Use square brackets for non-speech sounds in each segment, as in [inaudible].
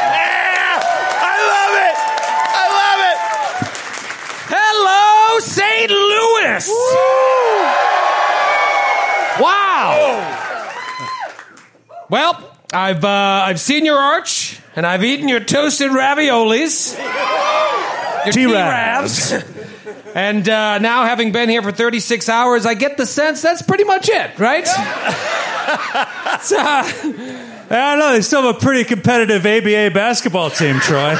I love it! I love it! Hello, St. Louis! Wow! Well, I've uh, I've seen your arch, and I've eaten your toasted raviolis, your T-Ravs. T-Ravs. and uh, now, having been here for 36 hours, I get the sense that's pretty much it, [laughs] right? It's, uh, I don't know. They still have a pretty competitive ABA basketball team, Troy.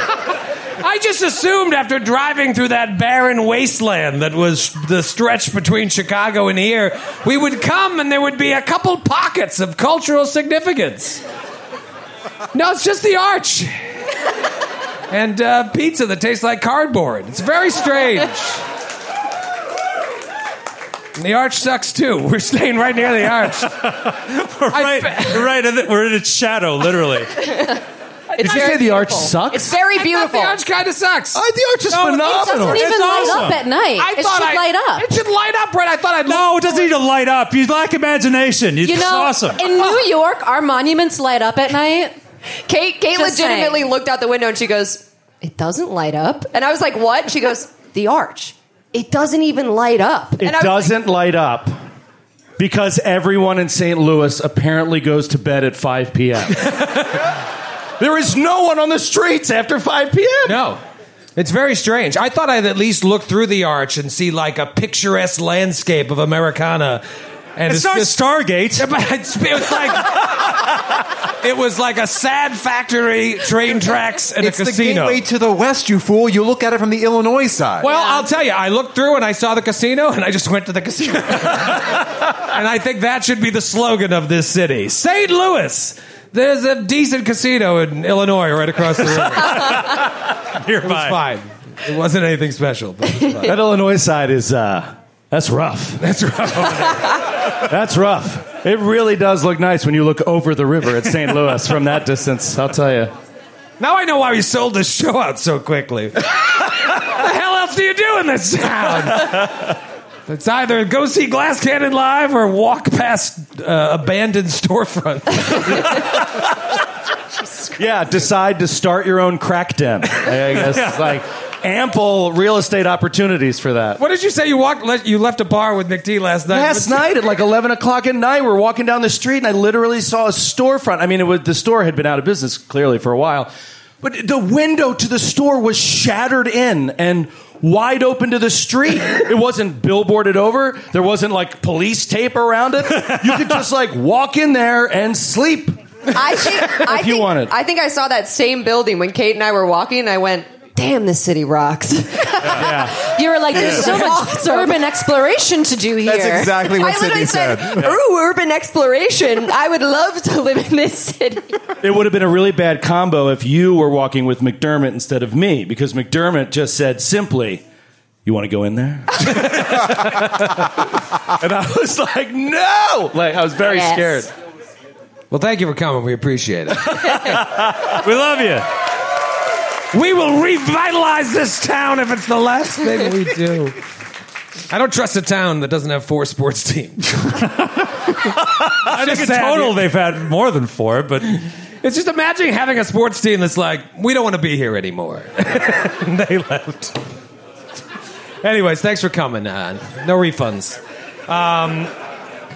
I just assumed after driving through that barren wasteland that was the stretch between Chicago and here, we would come and there would be a couple pockets of cultural significance. No, it's just the arch. And uh, pizza that tastes like cardboard. It's very strange. And the arch sucks too. We're staying right near the arch. [laughs] We're right, we're right in the, we're in its shadow, literally. It's you very say the arch beautiful. sucks? It's very beautiful. The arch kind of sucks. I, the arch is No, it phenomenal. It doesn't even It's light awesome. up at night. I it thought should I- light up. It should light up, right? I thought I'd No, it doesn't need to light up. You lack imagination. You, you it's know, awesome. in [laughs] New York, our monuments light up at night. Kate, Kate Just legitimately saying. looked out the window and she goes, "It doesn't light up." And I was like, "What?" She goes, "The arch. It doesn't even light up." It and I was doesn't light up because everyone in St. Louis apparently goes to bed at 5 p.m. there is no one on the streets after 5 p.m. No. It's very strange. I thought I'd at least look through the arch and see like a picturesque landscape of Americana. And It's not just- Stargate. But it's- it was like [laughs] it was like a sad factory, train tracks, and it's a the casino. gateway to the west, you fool. You look at it from the Illinois side. well, I'll tell you, I looked through and I saw the casino, and I just went to the casino. and I think that should be the slogan of this city, St. Louis. There's a decent casino in Illinois right across the river. It was Nearby. fine. It wasn't anything special. But it was fine. That Illinois side is, uh, that's rough. [laughs] That's rough. that's rough. It really does look nice when you look over the river at St. Louis from that distance, I'll tell you. Now I know why we sold this show out so quickly. the hell else do you do in this town? It's either go see Glass Cannon live or walk past uh, abandoned storefronts. Yeah, decide to start your own crack den. I guess [laughs] it's like ample real estate opportunities for that. [laughs] what did you say? You walked? le- You left a bar with McD last night. Last night at like 11 o'clock at night, we we're walking down the street and I literally saw a storefront. I mean, it was, the store had been out of business clearly for a while, but the window to the store was shattered in and wide open to the street. it wasn't billboarded over, there wasn't like police tape around it. You could just like walk in there and sleep. [laughs] I think, I If you think- want it. I think I saw that same building when Kate and I were walking, and I went, "Damn, this city rocks." You were like, there's so much Awesome. urban exploration to do here. That's exactly what I literally Sydney said, said. "Ooh, urban exploration. I would love to live in this city." It would have been a really bad combo if you were walking with McDermott instead of me, because McDermott just said simply, You want to go in there? [laughs] and I was like, No! Like, I was very Yes. scared. Well, thank you for coming. We appreciate it. We love you. we will revitalize this town if it's the last thing we do. I don't trust a town that doesn't have four sports teams. I think in sad. total they've had more than four, but It's just imagining having a sports team that's like, we don't want to be here anymore. [laughs] And they left. Anyways, thanks for coming. Uh, no refunds. Um,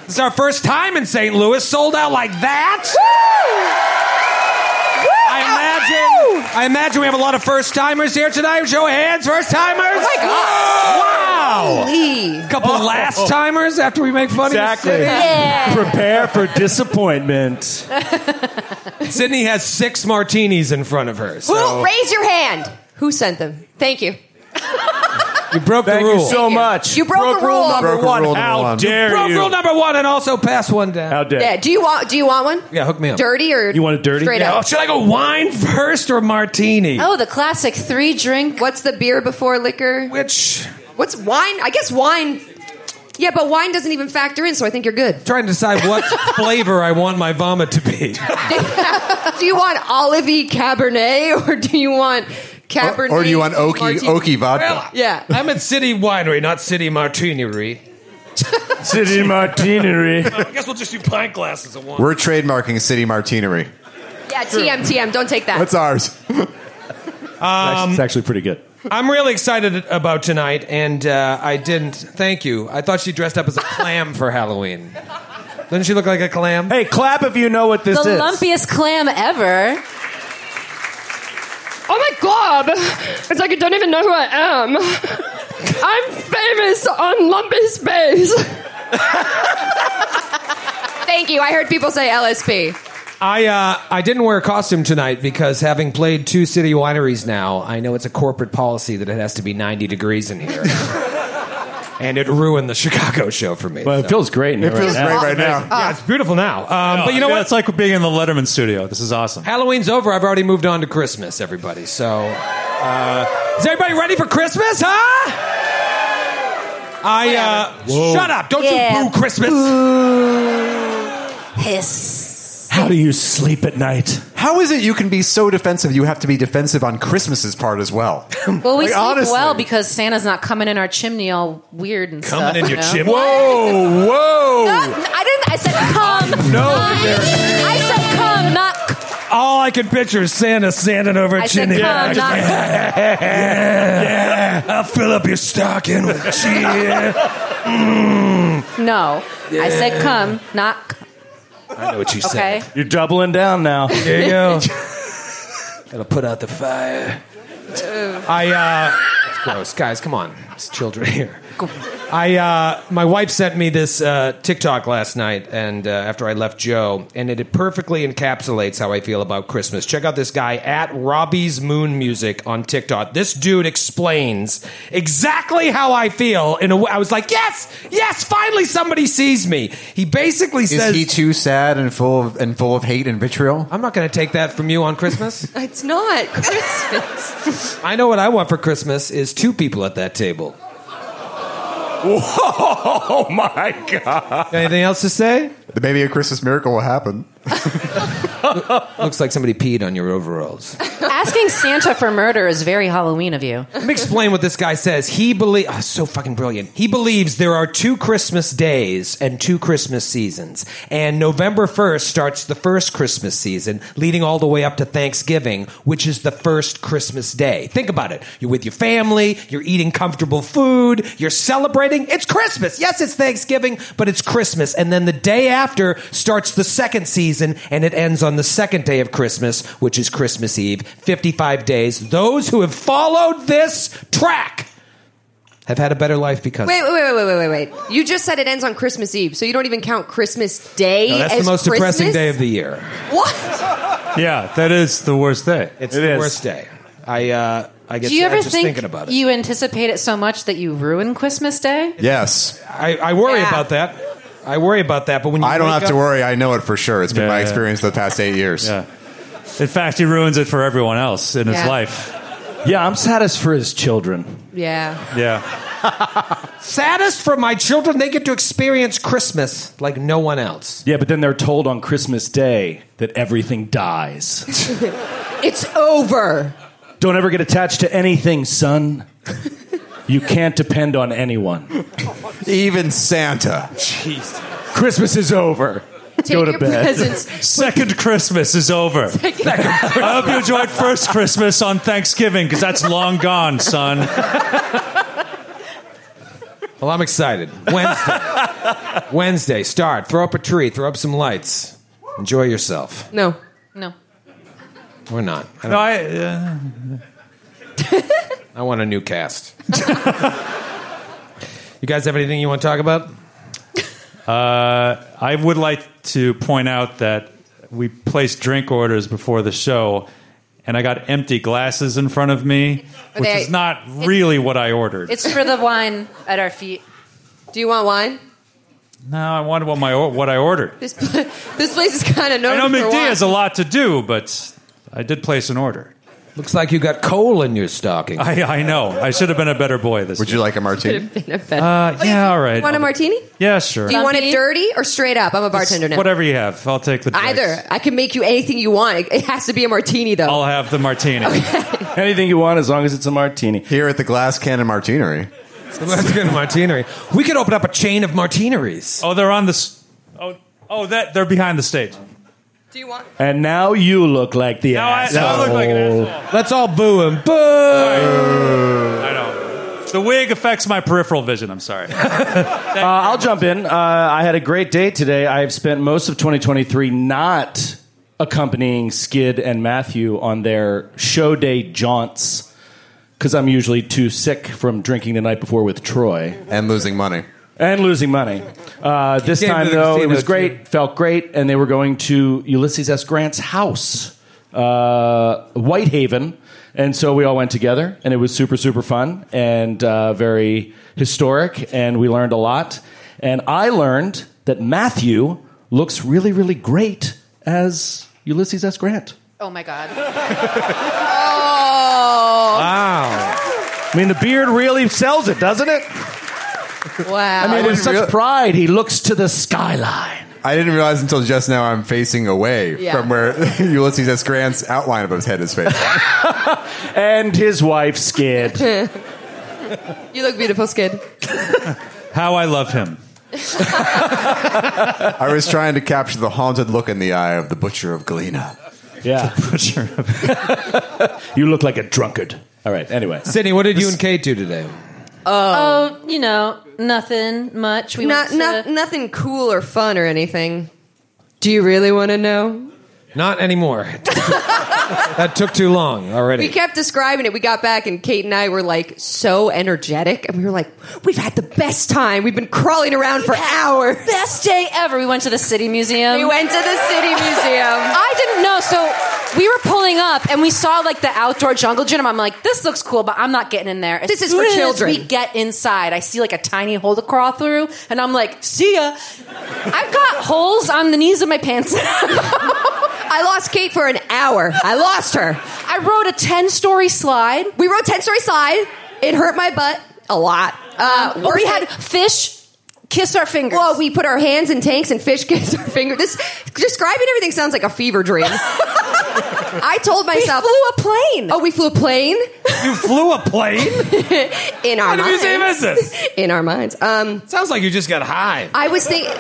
this is our first time in St. Louis, sold out like that. I imagine. I imagine we have a lot of first timers here tonight. Show of hands, first timers. wow! Wow. Holy. couple Oh. last timers after we make fun of you. Sydney. Prepare for disappointment. Sydney has six martinis in front of her. So Who, raise your hand. Who sent them? Thank you. you broke Thank the rule. you so you. much. You broke a rule. number Broke a one. rule number How one. dare broke you? rule number one and also pass one down. How dare Yeah. Do you want? Do you want one? Yeah, hook me up. Dirty or You want it dirty? Straight Yeah, oh, up. should I go wine first or martini? Oh, the classic three drink. What's the beer before liquor? Which What's wine? I guess wine. Yeah, but wine doesn't even factor in, so I think you're good. trying to decide what flavor I want my vomit to be. Do you want olivey Cabernet [laughs] or do you want Or, Cabernet? or do you want oaky, Martin- oaky vodka? Yeah. I'm at City Winery, not City Martinery. [laughs] City Martinery. I guess we'll just do pint glasses of wine. We're trademarking City Martinery. Yeah, TM, TM. Don't take that. [laughs] That's ours. it's actually pretty good. I'm really excited about tonight, and uh, I didn't. Thank you. I thought she dressed up as a clam for Halloween. Doesn't she look like a clam? Hey, clap if you know what this The is. lumpiest clam ever. Oh my god! It's like you don't even know who I am. I'm famous on Lumpy Space. Thank you. I heard people say LSP. I uh, I didn't wear a costume tonight because having played two city wineries now, I know it's a corporate policy that it has to be 90 degrees in here. and it ruined the Chicago show for me. well, it feels great. in It here feels right now. great right now. yeah, it's beautiful now. Um, but you know Yeah, what? It's like being in the Letterman studio. This is awesome. Halloween's over. I've already moved on to Christmas, everybody. So, uh, is everybody ready for Christmas, huh? I, uh, shut up. Don't Yeah. you boo Christmas. Hiss. How do you sleep at night? How is it you can be so defensive? You have to be defensive on Christmas's part [laughs] as well. Well, we Like, sleep honestly. well because Santa's not coming in our chimney all weird and Coming stuff. in you your know? chimney. Whoa, whoa! No, I didn't. I said come. No, I, I said come, not. c- All I can picture is Santa standing over I a said chimney. come, not. yeah, I'll fill up your stocking with cheer. Mm. No, I said come, not. c- I know what you [laughs] Okay. said. You're doubling down now. There you [laughs] go. Gotta put out the fire. I, uh, it's gross. Guys, come on. It's children here. I, uh, my wife sent me this uh, TikTok last night, and uh, after I left Joe, and it perfectly encapsulates how I feel about Christmas. Check out this guy at Robbie's Moon Music on TikTok. This dude explains exactly how I feel. In a way, I was like, yes, yes, finally somebody sees me. He basically Is says, he too sad and full of, and full of hate and vitriol? "I'm not going to take that from you on Christmas." It's not Christmas. I know what I want for Christmas is two people at that table. Oh [laughs] my god! Anything else to say? Maybe a Christmas miracle will happen. Looks like somebody peed on your overalls. Asking Santa for murder is very Halloween of you. Let me explain what this guy says. He believes oh, so fucking brilliant. He believes there are two Christmas days and two Christmas seasons. And November 1st starts the first Christmas season, leading all the way up to Thanksgiving, which is the first Christmas day. Think about it. You're with your family, you're eating comfortable food, you're celebrating. It's Christmas. Yes, it's Thanksgiving, but it's Christmas. And then the day after starts the second season and it ends on the second day of Christmas, which is Christmas Eve. 55 days. Those who have followed this track have had a better life because Wait, wait, wait, wait, wait, wait, wait. You just said it ends on Christmas Eve, so you don't even count Christmas Day. No, that's the as most Christmas? depressing day of the year. What? Yeah, that is the worst day. It's It the is. worst day. I uh, I get Do you sad ever just think thinking about it. you anticipate it so much that you ruin Christmas Day? [laughs] Yes, I, I worry Yeah. about that. I worry about that. But when you I don't wake have up, to worry. I know it for sure. It's been Yeah, my yeah. experience the past eight years. Yeah. In fact, he ruins it for everyone else in Yeah. his life. Yeah, I'm saddest for his children. Yeah. Yeah. Saddest for my children, they get to experience Christmas like no one else. Yeah, but then they're told on Christmas Day that everything dies. It's over. Don't ever get attached to anything, son. You can't depend on anyone. Even Santa. Christmas is over. Take to your bed. presents. Second Christmas is over. I hope you enjoyed first Christmas on Thanksgiving because that's long gone, son. Well, I'm excited. Wednesday. [laughs] Wednesday, start. Throw up a tree, throw up some lights. Enjoy yourself. No. No. We're not. I, No, don't- I, uh, [laughs] I want a new cast. You guys have anything you want to talk about? Uh, I would like to point out that we placed drink orders before the show, and I got empty glasses in front of me, which they- is not really what I ordered. It's for the wine at our feet. Do you want wine? No, I wanted what my or- what I ordered. This pl- [laughs] this place is kind of I known know for McD wine. has a lot to do, but I did place an order. Looks like you got coal in your stocking. I, I know. I should have been a better boy this Would year. you like a martini? Uh, Oh, yeah, all right. Want a martini? Yeah, sure. Do you want it Lumpy? dirty or straight up? I'm a bartender now. Whatever you have, I'll take the drinks. Either I can make you anything you want. It- It has to be a martini though. I'll have the martini. Anything you want, as long as it's a martini. Here at the Glass Cannon Martinery. [laughs] Let's go to martinery. We could open up a chain of martineries. Oh, they're on this. Oh, oh, that they're behind the stage. Do you want? And now you look like the Now I, ass. now I look like an asshole. Oh. Let's all boo him. Boo! I know. The wig affects my peripheral vision. [laughs] I'm sorry. Uh, I'll jump in. Uh, I had a great day today. I've spent most of 2023 not accompanying Skid and Matthew on their show day jaunts because I'm usually too sick from drinking the night before with Troy. And losing money. and losing money. Uh, this came time, to the though, it casino, was too. great, felt great, and they were going to Ulysses S. Grant's house, uh, Whitehaven, and so we all went together, and it was super, super fun and uh, very historic, and we learned a lot. And I learned that Matthew looks really, really great as Ulysses S. Grant. Oh [laughs] my god. Oh Wow. I mean, the beard really sells it, doesn't it? wow! I mean, um, with didn't such real- pride, he looks to the skyline. I didn't realize until just now I'm facing away Yeah. from where [laughs] Ulysses S. Grant's outline above his head is facing. And his wife, Skid. [laughs] you look beautiful, Skid. How I love him. I was trying to capture the haunted look in the eye of the butcher of Galena. Yeah. you look like a drunkard. All right. Anyway. Sydney, what did you and Kate do today? Oh, you know, nothing much. We Not, went not to- nothing cool or fun or anything. Do you really want to know? Not [laughs] anymore. that took too long already. We kept describing it. We got back, and Kate and I were like so energetic, and we were like, "We've had the best time. We've been crawling around for hours." best day ever. We went to the city museum. We went to the city museum. I didn't know. So we were pulling up and we saw like the outdoor jungle gym. I'm like, this looks cool, but I'm not getting in there. As This is for soon as children. we get inside, I see like a tiny hole to crawl through, and I'm like, see ya. I've got holes on the knees of my pants. [laughs] I lost Kate for an hour. I lost her. I rode a 10 story slide. We rode ten story slide. It hurt my butt a lot. Uh, Oh, we worth had it. fish kiss our fingers. Well, we put our hands in tanks and fish [laughs] kiss our finger. This describing everything sounds like a fever [laughs] dream. I told We myself. flew a plane. Oh, we flew a plane you flew a plane? in our What minds. museum is this? [laughs] In our minds. Um, Sounds like you just got high. I was thinking.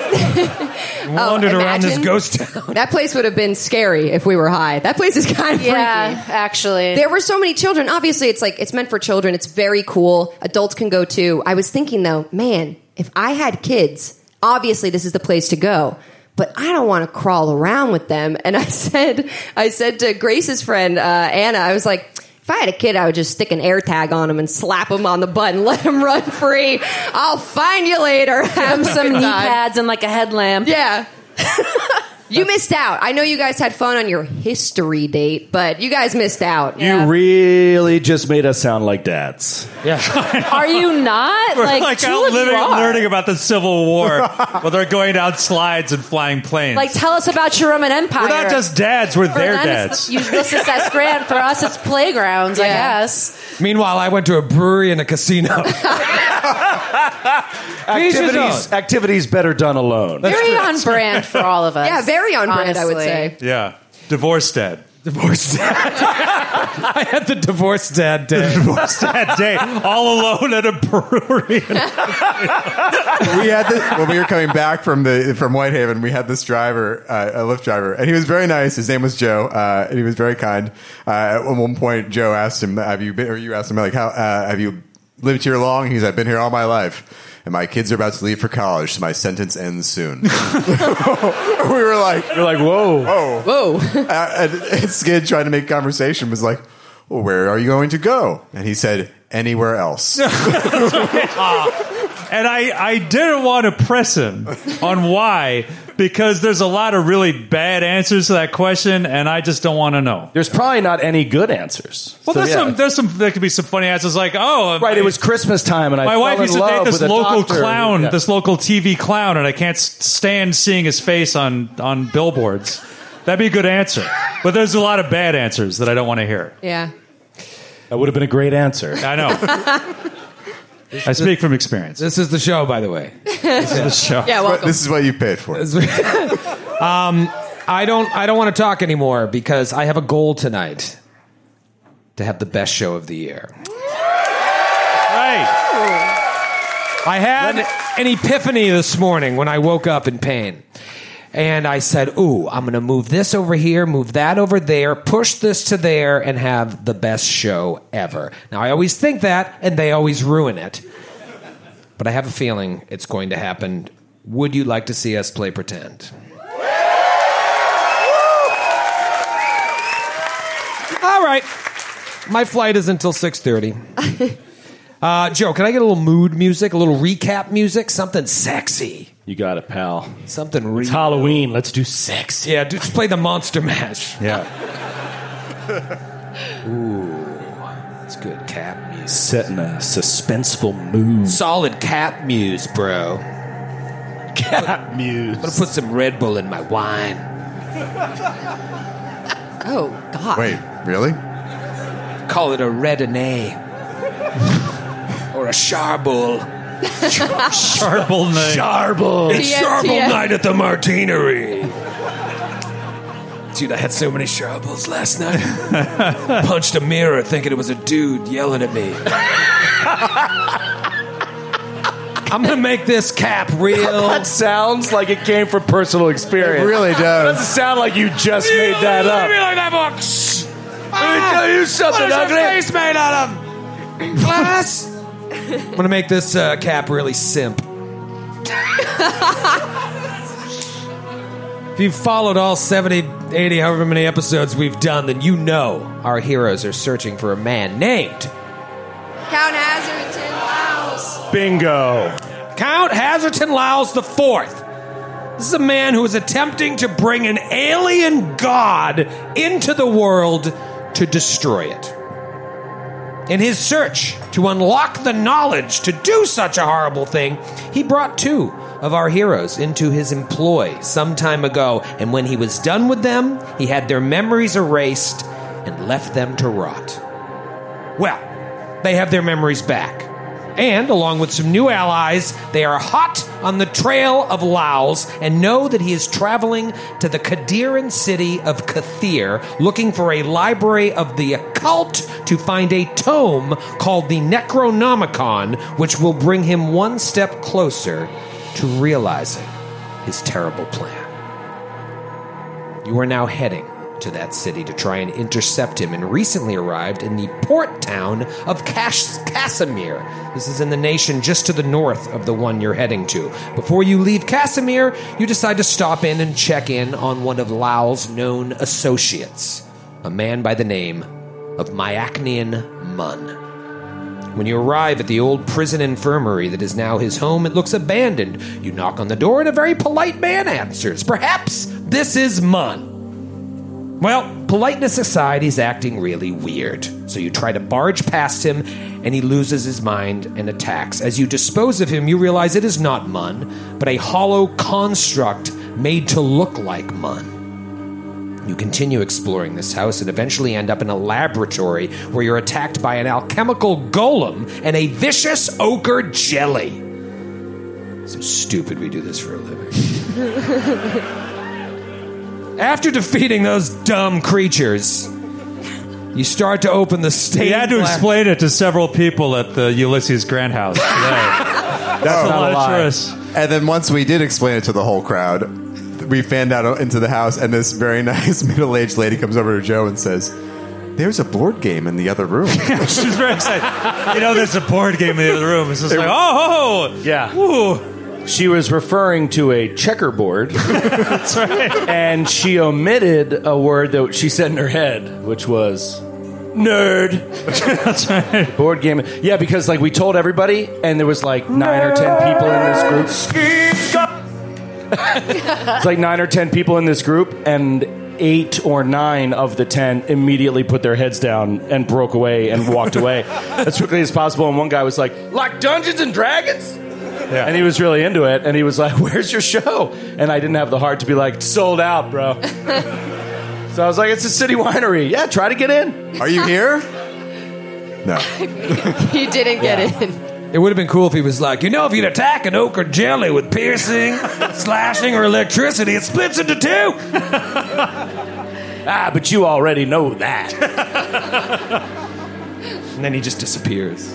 Wandered around this ghost [laughs] town. That place would have been scary if we were high. That place is kind of yeah, freaky. actually. There were so many children. Obviously, it's like it's meant for children. It's very cool. Adults can go too. I was thinking though, man, if I had kids, obviously this is the place to go. But I don't want to crawl around with them. [laughs] And I said, I said to Grace's friend uh, Anna, I was like. If I had a kid, I would just stick an air tag on him and slap him on the butt and [laughs] let him run free. I'll find you later. Have some knee pads and like a headlamp. yeah. you missed out. I know you guys had fun on your history date, but you guys missed out. You really just made us sound like dads. Are you not? [laughs] [laughs] We're like, two out of you living, are. learning about the Civil [laughs] War while they're going down slides and flying planes. Like, tell us about your Roman Empire. we're not just dads; we're For their them, it's dads. the- you- This is S. Grant. For us, it's playgrounds, I Yeah. guess. Meanwhile, I went to a brewery and a casino. Each his Activities, own. activities better done alone. Very on brand for all of us. Yeah, very on brand, I would honestly. say. yeah, divorced dad. [laughs] Divorced dad. [laughs] I had the divorced dad day. Divorced dad day, all alone at [laughs] a brewery. we had this when we were coming back from the from Whitehaven. We had this driver, uh, a Lyft driver, and he was very nice. His name was Joe, uh, and he was very kind. Uh, at one point, Joe asked him, "Have you been?" Or you asked him, "Like, how uh, have you lived here long?" He's, "I've been here all my life." And my kids are about to leave for college, so my sentence ends soon. [laughs] we were like, You're like, whoa. "Oh, Whoa. uh, and, and [laughs] Skid trying to make conversation was like, [laughs] well, "Where are you going to go?" And he said, "Anywhere else." and I, I didn't want to press him on why because there's a lot of really bad answers to that question, and I just don't want to know. There's probably not any good answers. Well, So, there's yeah. some there's some there could be some funny answers like oh Right, my- it was Christmas time, and I my fell wife in used to love date this with a local doctor. clown, Yeah. this local TV clown, and I can't s- stand seeing his face on on billboards. That'd be a good answer, but there's a lot of bad answers that I don't want to hear. Yeah. that would have been a great answer. I know. I speak from experience. This is the show, by the way. Yeah, welcome. This is what you paid for. I don't. I don't want to talk anymore because I have a goal tonight to have the best show of the year. Right. I had an epiphany this morning when I woke up in pain. And I said, Ooh, I'm going to move this over here, move that over there, push this to there, and have the best show ever. Now, I always think that, and they always ruin it. But I have a feeling it's going to happen. Would you like to see us play pretend? All right. My flight is until 6:30. Uh, Joe, can I get a little mood music, a little recap music, something sexy, You got it, pal. something re- It's Halloween. Let's do sex. Yeah, dude, just play the Monster Mash. Yeah. That's good cap music. Setting a suspenseful mood. Solid cap muse, bro. Cat Gonna muse. put some Red Bull in my wine. Oh God. Wait, really? Call it a Redinay [laughs] or a [laughs] Charbull. Charble night. Charble. It's TM. Charble night at the Martinery. Dude, I had so many Charbles last night. [laughs] Punched a mirror thinking it was a dude yelling at [laughs] me. I'm gonna make this cap real. That sounds like it came from personal It experience. really does. doesn't sound like you just made that Let me [laughs] up. like that box. Let me tell you What something, is your ugly. face made out of? Glass? I'm gonna make this uh, cap really [laughs] simp. if you've followed all 70, 80, however many episodes we've done, then you know our heroes are searching for a man named Count Hazardton Laos. Bingo. Count Hazerton Lowes the Fourth. This is a man who is attempting to bring an alien god into the world to destroy it. In his search to unlock the knowledge to do such a horrible thing, he brought two of our heroes into his employ some time ago, and when he was done with them, he had their memories erased and left them to rot. Well, they have their memories back. And along with some new allies, they are hot on the trail of Laos and know that he is traveling to the Kadiran city of Kathir looking for a library of the occult to find a tome called the Necronomicon, which will bring him one step closer to realizing his terrible plan. You are now heading to that city to try and intercept him and recently arrived in the port town of Cash- Casimir. This is in the nation just to the north of the one you're heading to. Before you leave Casimir, you decide to stop in and check in on one of Lao's known associates, a man by the name of Myacnian Mun. When you arrive at the old prison infirmary that is now his home, it looks abandoned. You knock on the door, and a very polite man answers. Perhaps this is Mun. Well, politeness aside, he's acting really weird. So you try to barge past him, and he loses his mind and attacks. As you dispose of him, you realize it is not Mun, but a hollow construct made to look like Mun. You continue exploring this house and eventually end up in a laboratory where you're attacked by an alchemical golem and a vicious ochre jelly. So stupid we do this for a living. [laughs] After defeating those dumb creatures, you start to open the state. He had to explain it to several people at the Ulysses Grant House. today. That's not a a lot lie. of tourists. And then once we did explain it to the whole crowd, we fanned out into the house, and this very [laughs] nice middle aged lady comes over to Joe and says, There's a board game in the other room. She's very excited. You know, there's a board game in the other room. It's just like, oh, oh, oh. Yeah. Ooh. She was referring to a checkerboard, That's right. and she omitted a word that she said in her head, which was nerd. That's right. Board game. Yeah, because like we told everybody, and there was like nine or ten people in this group. it's like nine or ten people in this group, and eight or nine of the ten immediately put their heads down and broke away and walked away as quickly as possible. And one guy was like, "Like Dungeons and Dragons." Yeah. And he was really into it, and he was like, [laughs] "Where's your show?" And I didn't have the heart to be like, "Sold out, bro." so I was like, "It's a city winery. Yeah, try to get in." Are you here? No. He didn't get in. It would have been cool if he was like, you know, if you'd attack an ochre jelly [laughs] with piercing, slashing, or electricity, it splits into two. Ah, but you already know that. And then he just disappears. [laughs]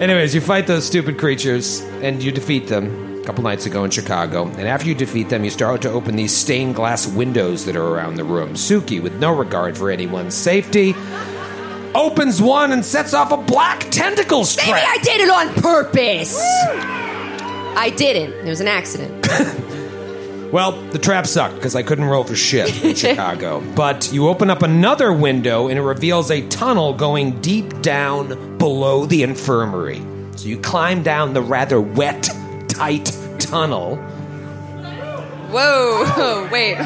Anyways, you fight those stupid creatures and you defeat them a couple nights ago in Chicago. And after you defeat them, you start to open these stained glass windows that are around the room. Suki, with no regard for anyone's safety, opens one and sets off a black tentacle Maybe strike. I did it on purpose. I didn't. It was an accident. Well, the trap sucked because I couldn't roll for shit in Chicago. But you open up another window and it reveals a tunnel going deep down below the infirmary. So you climb down the rather wet, tight tunnel. [laughs] Whoa, wait.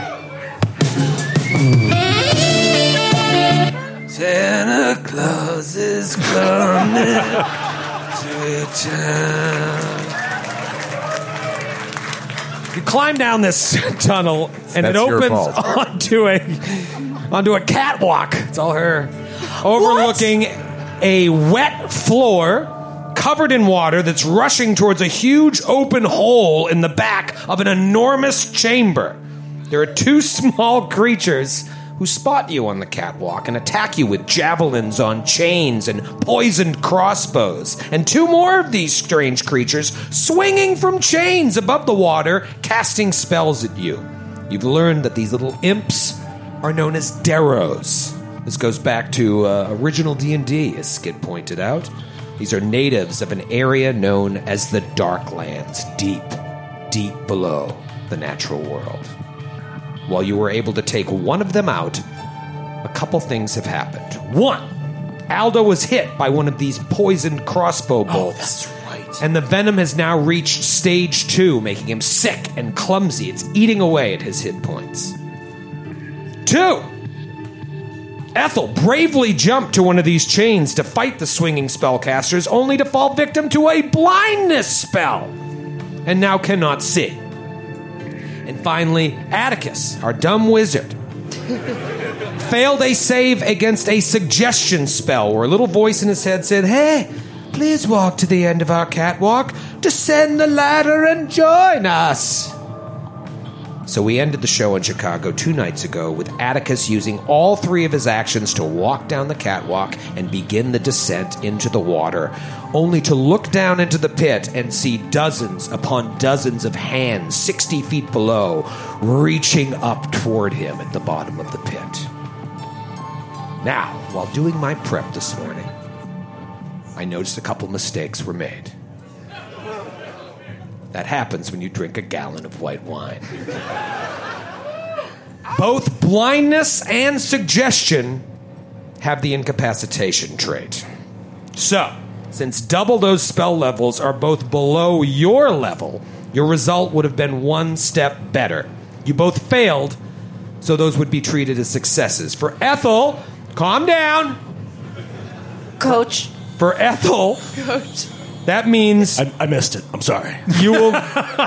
Santa Claus is coming to town. You climb down this [laughs] tunnel, and it That's your opens [laughs] fault. onto a onto a catwalk. It's all her overlooking a wet floor covered in water that's rushing towards a huge open hole in the back of an enormous chamber. There are two [laughs] small creatures who spot you on the catwalk and attack you with javelins on chains and poisoned crossbows. And two more of these strange creatures swinging from chains above the water, casting spells at you. You've learned that these little imps are known as Deros. This goes back to uh, original D&D, as Skid pointed out. These are natives of an area known as the Darklands, deep, deep below the natural world. While you were able to take one of them out, a couple things have happened. One, Aldo was hit by one of these poisoned crossbow bolts. right. And the venom has now reached stage two, making him sick and clumsy. It's eating away at his hit points. Two, Ethel bravely jumped to one of these chains to fight the swinging spellcasters, only to fall victim to a blindness spell, and now cannot see. And finally, Atticus, our dumb wizard, [laughs] failed a save against a suggestion spell where a little voice in his head said, Hey, please walk to the end of our catwalk, descend the ladder, and join us. So we ended the show in Chicago two nights ago with Atticus using all three of his actions to walk down the catwalk and begin the descent into the water, only to look down into the pit and see dozens upon dozens of hands 60 feet below reaching up toward him at the bottom of the pit. Now, while doing my prep this morning, I noticed a couple mistakes were made. That happens when you drink a gallon of white wine. Both blindness and suggestion have the incapacitation trait. So, since double those spell levels are both below your level, your result would have been one step better. You both failed, so those would be treated as successes. For Ethel, calm down. Coach. For Ethel, that means I, I missed it. I'm sorry. [laughs] you will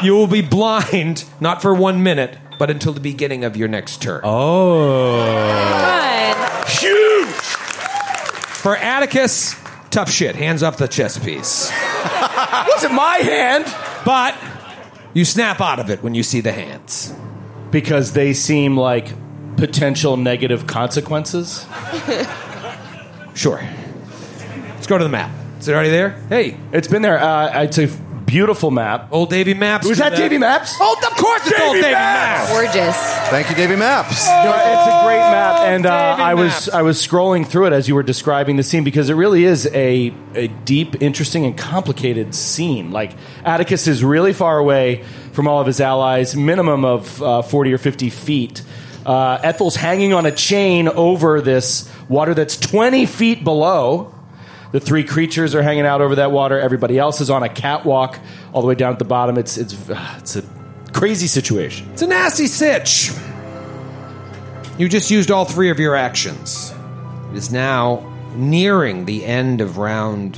you will be blind not for one minute, but until the beginning of your next Oh, turn. Fine. For Atticus, tough shit. Hands off the chess piece. Wasn't my hand. But you snap out of it when you see the hands. Because they seem like potential negative consequences. Sure. Let's go to the map. Is it already there? Hey, It's been there. Uh, it's a beautiful map. old Davy Maps. Was did that Davy Maps? Oh, of course it's old Davy Davy Maps! Maps. Gorgeous. Thank you, Davy Maps. No, it's a great map, and uh, Davy I Maps. was I was scrolling through it as you were describing the scene because it really is a, a deep, interesting, and complicated scene. Like Atticus is really far away from all of his allies, minimum of uh, forty or fifty feet. Uh, Ethel's hanging on a chain over this water that's 20 feet below. The three creatures are hanging out over that water. Everybody else is on a catwalk all the way down at the bottom. It's it's uh, it's a crazy situation. It's a nasty sitch. You just used all three of your actions. It is now nearing the end of round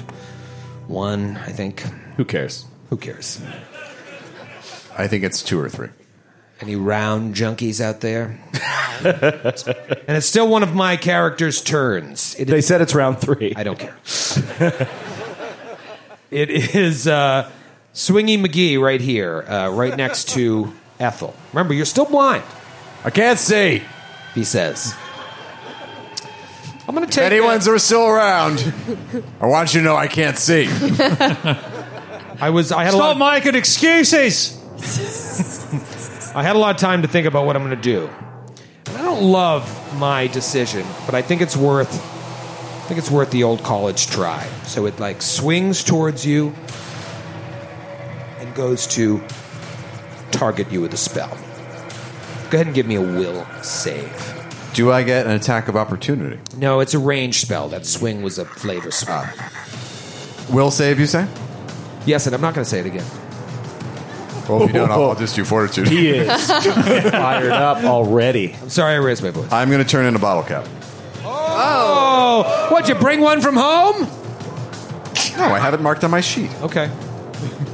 one, I think. Who cares? Who cares? I think it's two or three. Any round junkies out there? and it's still one of my character's turns. It is, They said it's round three. I don't [laughs] care. it is uh, Swingy McGee right here, uh, right next to Ethel. Remember, you're still blind, I can't see. he says. I'm going to take Anyone's are still around. I want you to know I can't see. I was. I had a lot. Stop making excuses. I had a lot of time to think about what I'm going to do. And I don't love my decision, but I think it's worth. I think it's worth the old college try. So it like swings towards you and goes to target you with a spell. Go ahead and give me a will save. Do I get an attack of opportunity? No, it's a range spell. That swing was a flavor spell. Will save, you say? Yes, and I'm not going to say it again. Well, if you don't, I'll, I'll just do fortitude. He is fired up already. I'm sorry I raised my voice. I'm going to turn in a bottle cap. Oh, what? You bring one from home? No, Oh, I have it marked on my sheet. Okay.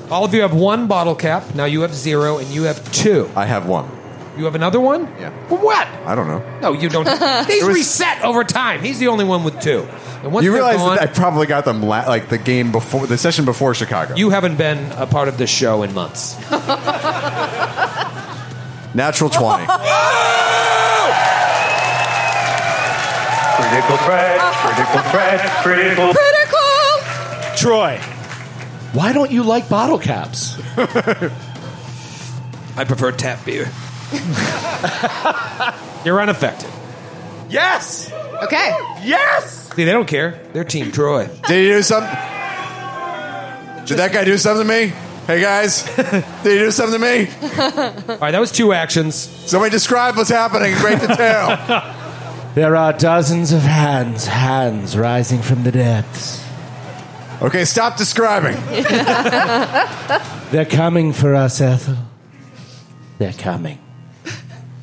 All of you have one bottle cap. Now you have zero, and you have two. I have one. You have another one? Yeah. For what? I don't know. No, you don't. These reset over time. He's the only one with two. And once you they're realize gone, that I probably got them la- like the game before the session before Chicago. you haven't been a part of this show in months. Natural twenty. Critical threat, critical threat, critical. Troy, why don't you like bottle caps? I prefer tap beer. [laughs] You're unaffected. Yes. Okay. Yes. See, they don't care. They're Team Troy. Did he do something? Did that guy do something to me? Hey guys, did he do something to me? All right, that was two actions. Somebody describe what's happening in great detail. There are dozens of hands, hands rising from the depths. Okay, stop describing. They're coming for us, Ethel. They're coming.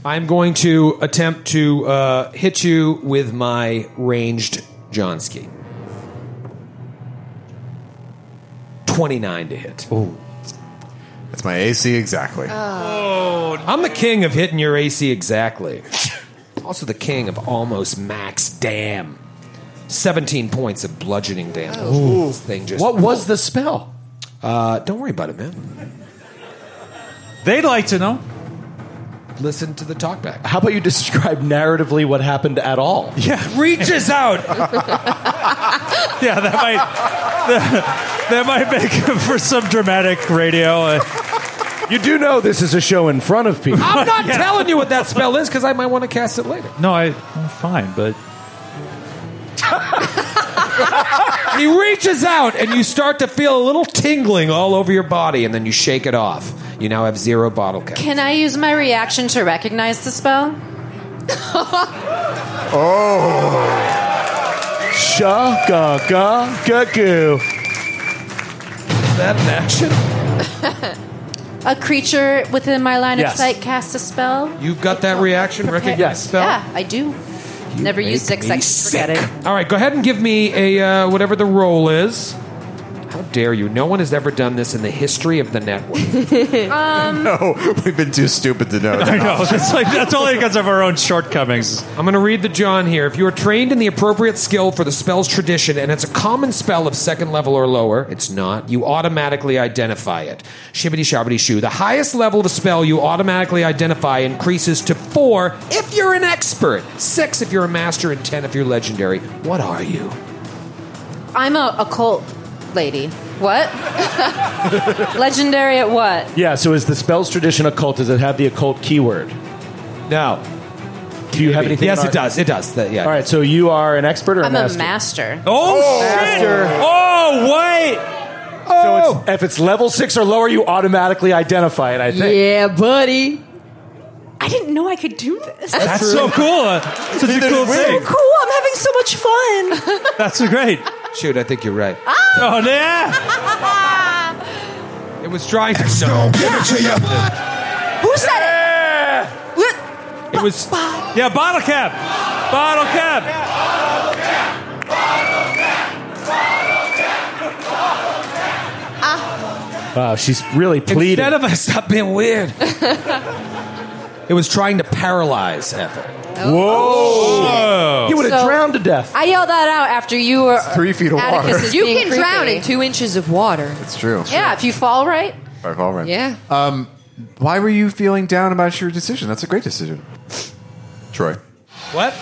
I'm going to attempt to uh, hit you with my ranged Johnski. 29 to hit. That's my AC exactly. I'm the king of hitting your AC exactly. Also, the king of almost max damn. 17 points of bludgeoning damage. This thing just. Oh. What was the spell? Uh, don't worry about it, man. They'd like to know. Listen to the [laughs] talkback. How about you describe narratively what happened at all? Yeah, Reaches out. [laughs] yeah, that might that might make for some dramatic radio. Uh, You do know this is a show in front of people. I'm not telling you what that spell is because I might want to cast it later. no, I well, fine, but He reaches out, and you start to feel a little tingling all over your body, and then you shake it off. You now have zero bottle cap. Can I use my reaction to recognize the spell? Sha ga ga ga goo. Is that an action? A creature within my line Yes. of sight casts a spell. You've got that reaction, Prepare- recognize Yes. spell? Yeah, I do. Never used six me seconds. Forget it. All right, go ahead and give me a uh, whatever the roll is. How dare you? No one has ever done this in the history of the network. [laughs] no, we've been too stupid to know. [laughs] I know that's like that's only because of our own shortcomings. I'm going to read the John here. If you are trained in the appropriate skill for the spell's tradition and it's a common spell of second level or lower, it's not, you automatically identify it. Shibbity shabbity shoo. The highest level of a spell you automatically identify increases to four if you're an expert, six if you're a master, and ten if you're legendary. What are you? I'm a occult lady. What? [laughs] Legendary at what? Yeah, so is the spell's tradition occult? Does it have the occult keyword? No. Do you have anything? Yes, in it our- does. It does. That- yeah. All right, so you are an expert or a I'm master? a master. Oh, Master. Oh wait. Oh. So it's, if it's level six or lower, you automatically identify it, I think. Yeah, buddy. I didn't know I could do this. That's That's so cool. Uh, Such a cool so thing. cool. I'm having so much fun. [laughs] That's great. Shoot, I think you're right. Ah. Oh, yeah. It was trying to no. Who said Yeah. it? What? It was. Yeah, bottle cap. Bottle cap. Wow, she's really pleading. Instead of us, stop being weird. it was trying to paralyze Heather. Whoa. you would have So- drowned to death. I yelled that out after you were three feet of water. Atticus is You being can creepy. drown in two inches of water. It's true. Yeah, if you fall right. By Paul Rand. Yeah. Um, why were you feeling down about your decision? That's a great decision, Troy. What?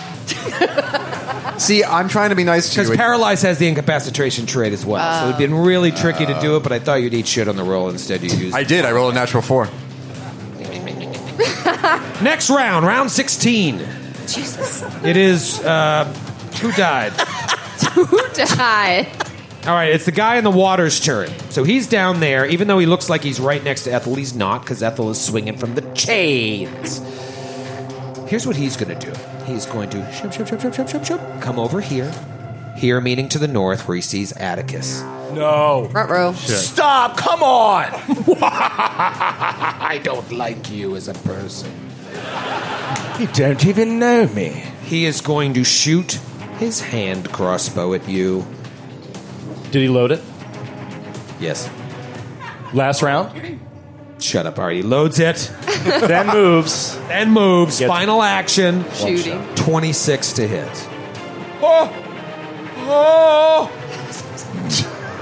See, I'm trying to be nice to Because you. paralyzed has the incapacitation trait as well, so it'd been really tricky to do it. But I thought you'd eat shit on the roll instead. You used I did. I rolled a natural four. Oh, next round, round sixteen. Jesus, it is uh, who died? Die. All right, it's the guy in the water's turn. So he's down there, even though he looks like he's right next to Ethel. He's not because Ethel is swinging from the chains. Here's what he's going to do. He's going to shub, shub, shub, shub, shub, shub, shub, come over here. Here, meaning to the north, where he sees Atticus. Front row. Stop! Come on! [laughs] I don't like you as a person. You don't even know me. He is going to shoot his hand crossbow at you. Did he load it? Yes. Last round? Shut up, Artie. Loads [laughs] it then moves. and moves. Gets- Final action. Shooting. 26 to hit. Oh!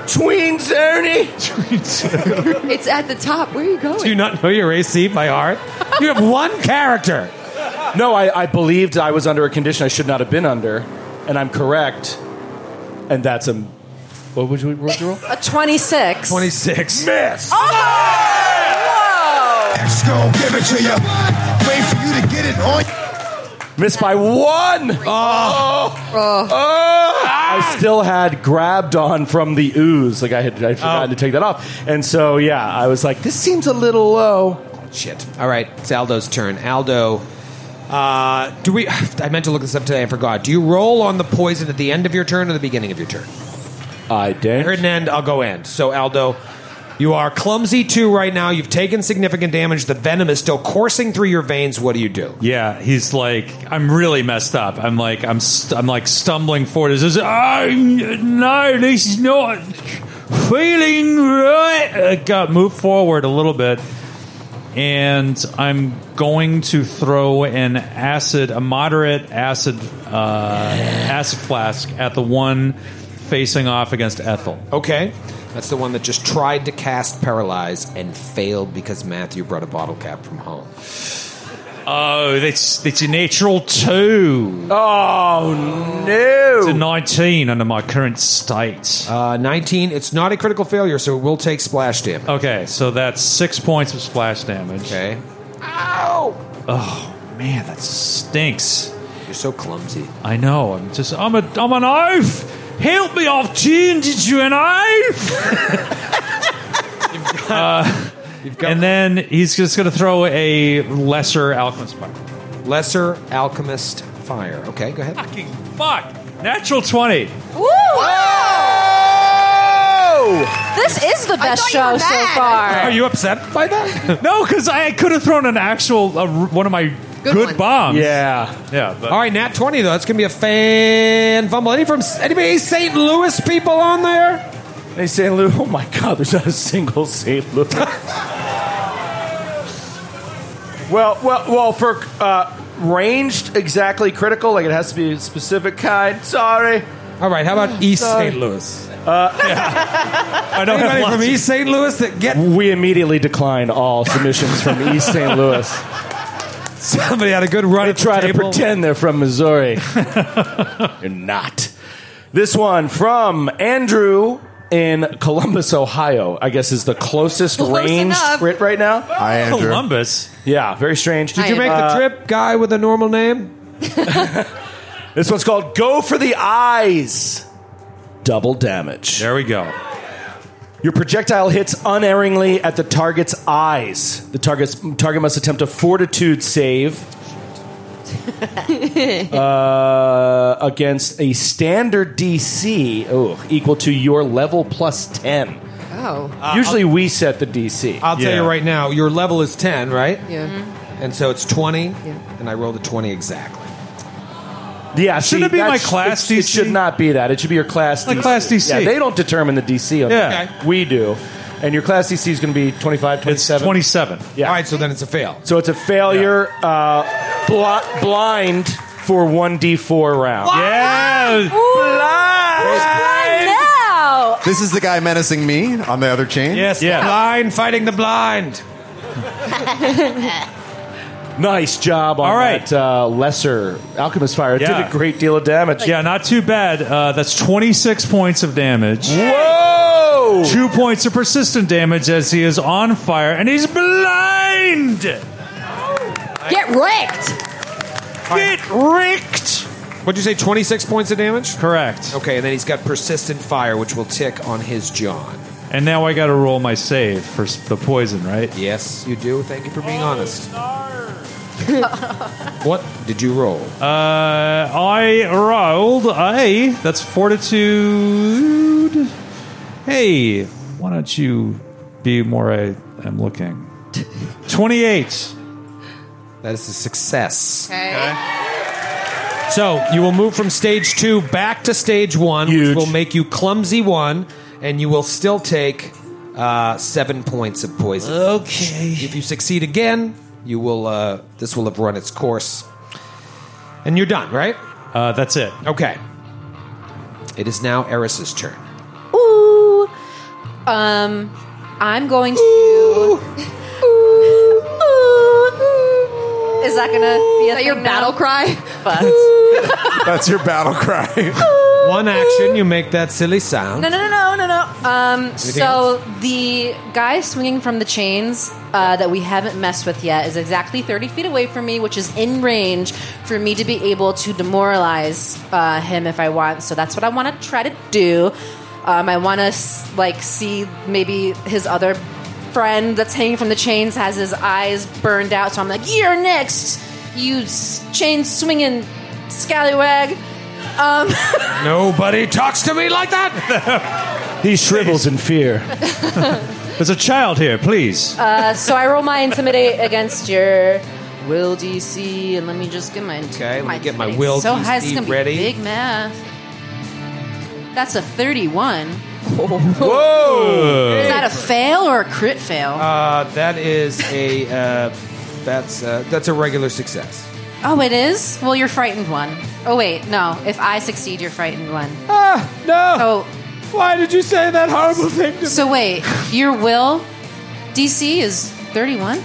Tween Zerny! It's at the top. Where are you going? Do you not know your AC by heart? You [laughs] have one character. No, I, I believed I was under a condition I should not have been under, and I'm correct. And that's a. What would you, what would you roll? A 26. 26. Miss! Go give it to you. Wait for you to get it on. Miss by one! Oh! I still had grabbed on from the ooze. Like, I had I'd forgotten to take that off. And so, yeah, I was like, this seems a little low. Shit. All right, it's Aldo's turn. Aldo, uh, do we. [sighs] I meant to look this up today, I forgot. Do you roll on the poison at the end of your turn or the beginning of your turn? I I heard did. an end, I'll go end. So, Aldo, you are clumsy two right now. You've taken significant damage. The venom is still coursing through your veins. What do you do? Yeah, he's like, I'm really messed up. I'm like, I'm, st- I'm like stumbling forward. Is this? Ah, no, this is not feeling right. I got move forward a little bit, and I'm going to throw an acid, a moderate acid, uh, acid flask at the one facing off against Ethel. Okay. That's the one that just tried to cast Paralyze and failed because Matthew brought a bottle cap from home. Oh, that's that's a natural two. Oh, It's a no! 19 under my current state. Uh, 19, it's not a critical failure, so it will take splash damage. Okay, so that's six points of splash damage. Okay. Oh man, that stinks. You're so clumsy. I know. I'm just. I'm a. I'm an oaf. Help me! I've turned into [laughs] an oaf. Uh, and then he's just going to throw a lesser alchemist fire. Lesser Alchemist Fire. Okay, go ahead. Fucking fuck! Natural twenty. Woo! Oh. This is the best thought you show were so mad. far. you upset by that? [laughs] No, because I could have thrown an actual uh, one of my good, one. bombs. Yeah. yeah. But All right, Nat 20, though. That's going to be a fan fumble. Any from anybody St. Louis people on there? Hey, St. Louis. Oh, my God, there's not a single St. Louis. well, well, well, for uh, ranged exactly critical, like it has to be a specific kind. Sorry. All right, how about East Sorry. St. Louis? I don't have Anybody lots from of- East St. Louis that get We immediately decline all submissions from East St. Louis. somebody had a good run They at the try to table? pretend they're from Missouri. You're not. This one from Andrew in Columbus, Ohio. I guess is the closest Close range enough. crit right now. I Andrew. Columbus. Yeah, very strange. Did you Make the trip, guy with a normal name? This one's called Go for the Eyes. Double damage. There we go. Your projectile hits unerringly at the target's eyes. The target's, target must attempt a fortitude save uh, against a standard DC oh, equal to your level plus 10. Oh. Uh, Usually we set the DC. I'll tell you right now, your level is 10, right? Yeah. And so it's 20, and I rolled a 20 exactly. Yeah, Should see, it be my that's- class it's- It DC? should not be that. It should be your class My DC. class DC. Yeah, they don't determine the DC on Yeah. that. We do. And your class DC is going to be 25, 27? 27. Yeah. All right, so then it's a fail. So it's a failure uh, bl- blind for 1d4 round. Yeah. now. This is the guy menacing me on the other chain. Yes, the blind fighting the blind. Nice job on All right. that uh, lesser Alchemist Fire. It Yeah. did a great deal of damage. Yeah, not too bad. Uh, that's 26 points of damage. Whoa! Two points of persistent damage as he is on fire and he's blind! Get wrecked. Get wrecked! What'd you say, 26 points of damage? Correct. Okay, and then he's got persistent fire, which will tick on his John. And now I gotta roll my save for s- the poison, right? Yes, you do. Thank you for being Oh. honest. What did you roll? Uh, I rolled a. That's fortitude. Hey, why don't you be more? I am [laughs] looking. Twenty-eight. That is a success. Okay. So you will move from stage two back to stage one, which will make you clumsy one, and you will still take uh, seven points of poison. Okay. If you succeed again, you will. Uh, this will have run its course, and you're done. Right? Uh, that's it. Okay. It is now Eris's turn. Ooh. Um, I'm going to. Is that gonna be a Is that your thing battle now? cry? Fuck. [laughs] That's your battle [laughs] cry. One action, you make that silly sound. No, no, no, no, no, no. Um, so the guy swinging from the chains uh, that we haven't messed with yet is exactly 30 feet away from me, which is in range for me to be able to demoralize uh, him if I want. So that's what I want to try to do. Um, I want to like see maybe his other friend that's hanging from the chains has his eyes burned out. So I'm like, "You're next, you s- chain swinging scallywag." Um, Nobody talks to me like that. He shrivels in [laughs] fear. There's a child here, please. Uh, so I roll my intimidate against your will DC, and let me just get my Okay, let me get my intimidate. will so high, it's DC gonna ready. Be big math. That's a thirty-one. Whoa! Is that a fail or a crit fail? Uh, that is a uh, that's uh, that's a regular success. oh, it is. Well, you're frightened one. Oh wait, no. If I succeed, you're frightened one. Ah, no! Oh, Why did you say that horrible thing to so wait, your will DC is thirty-one.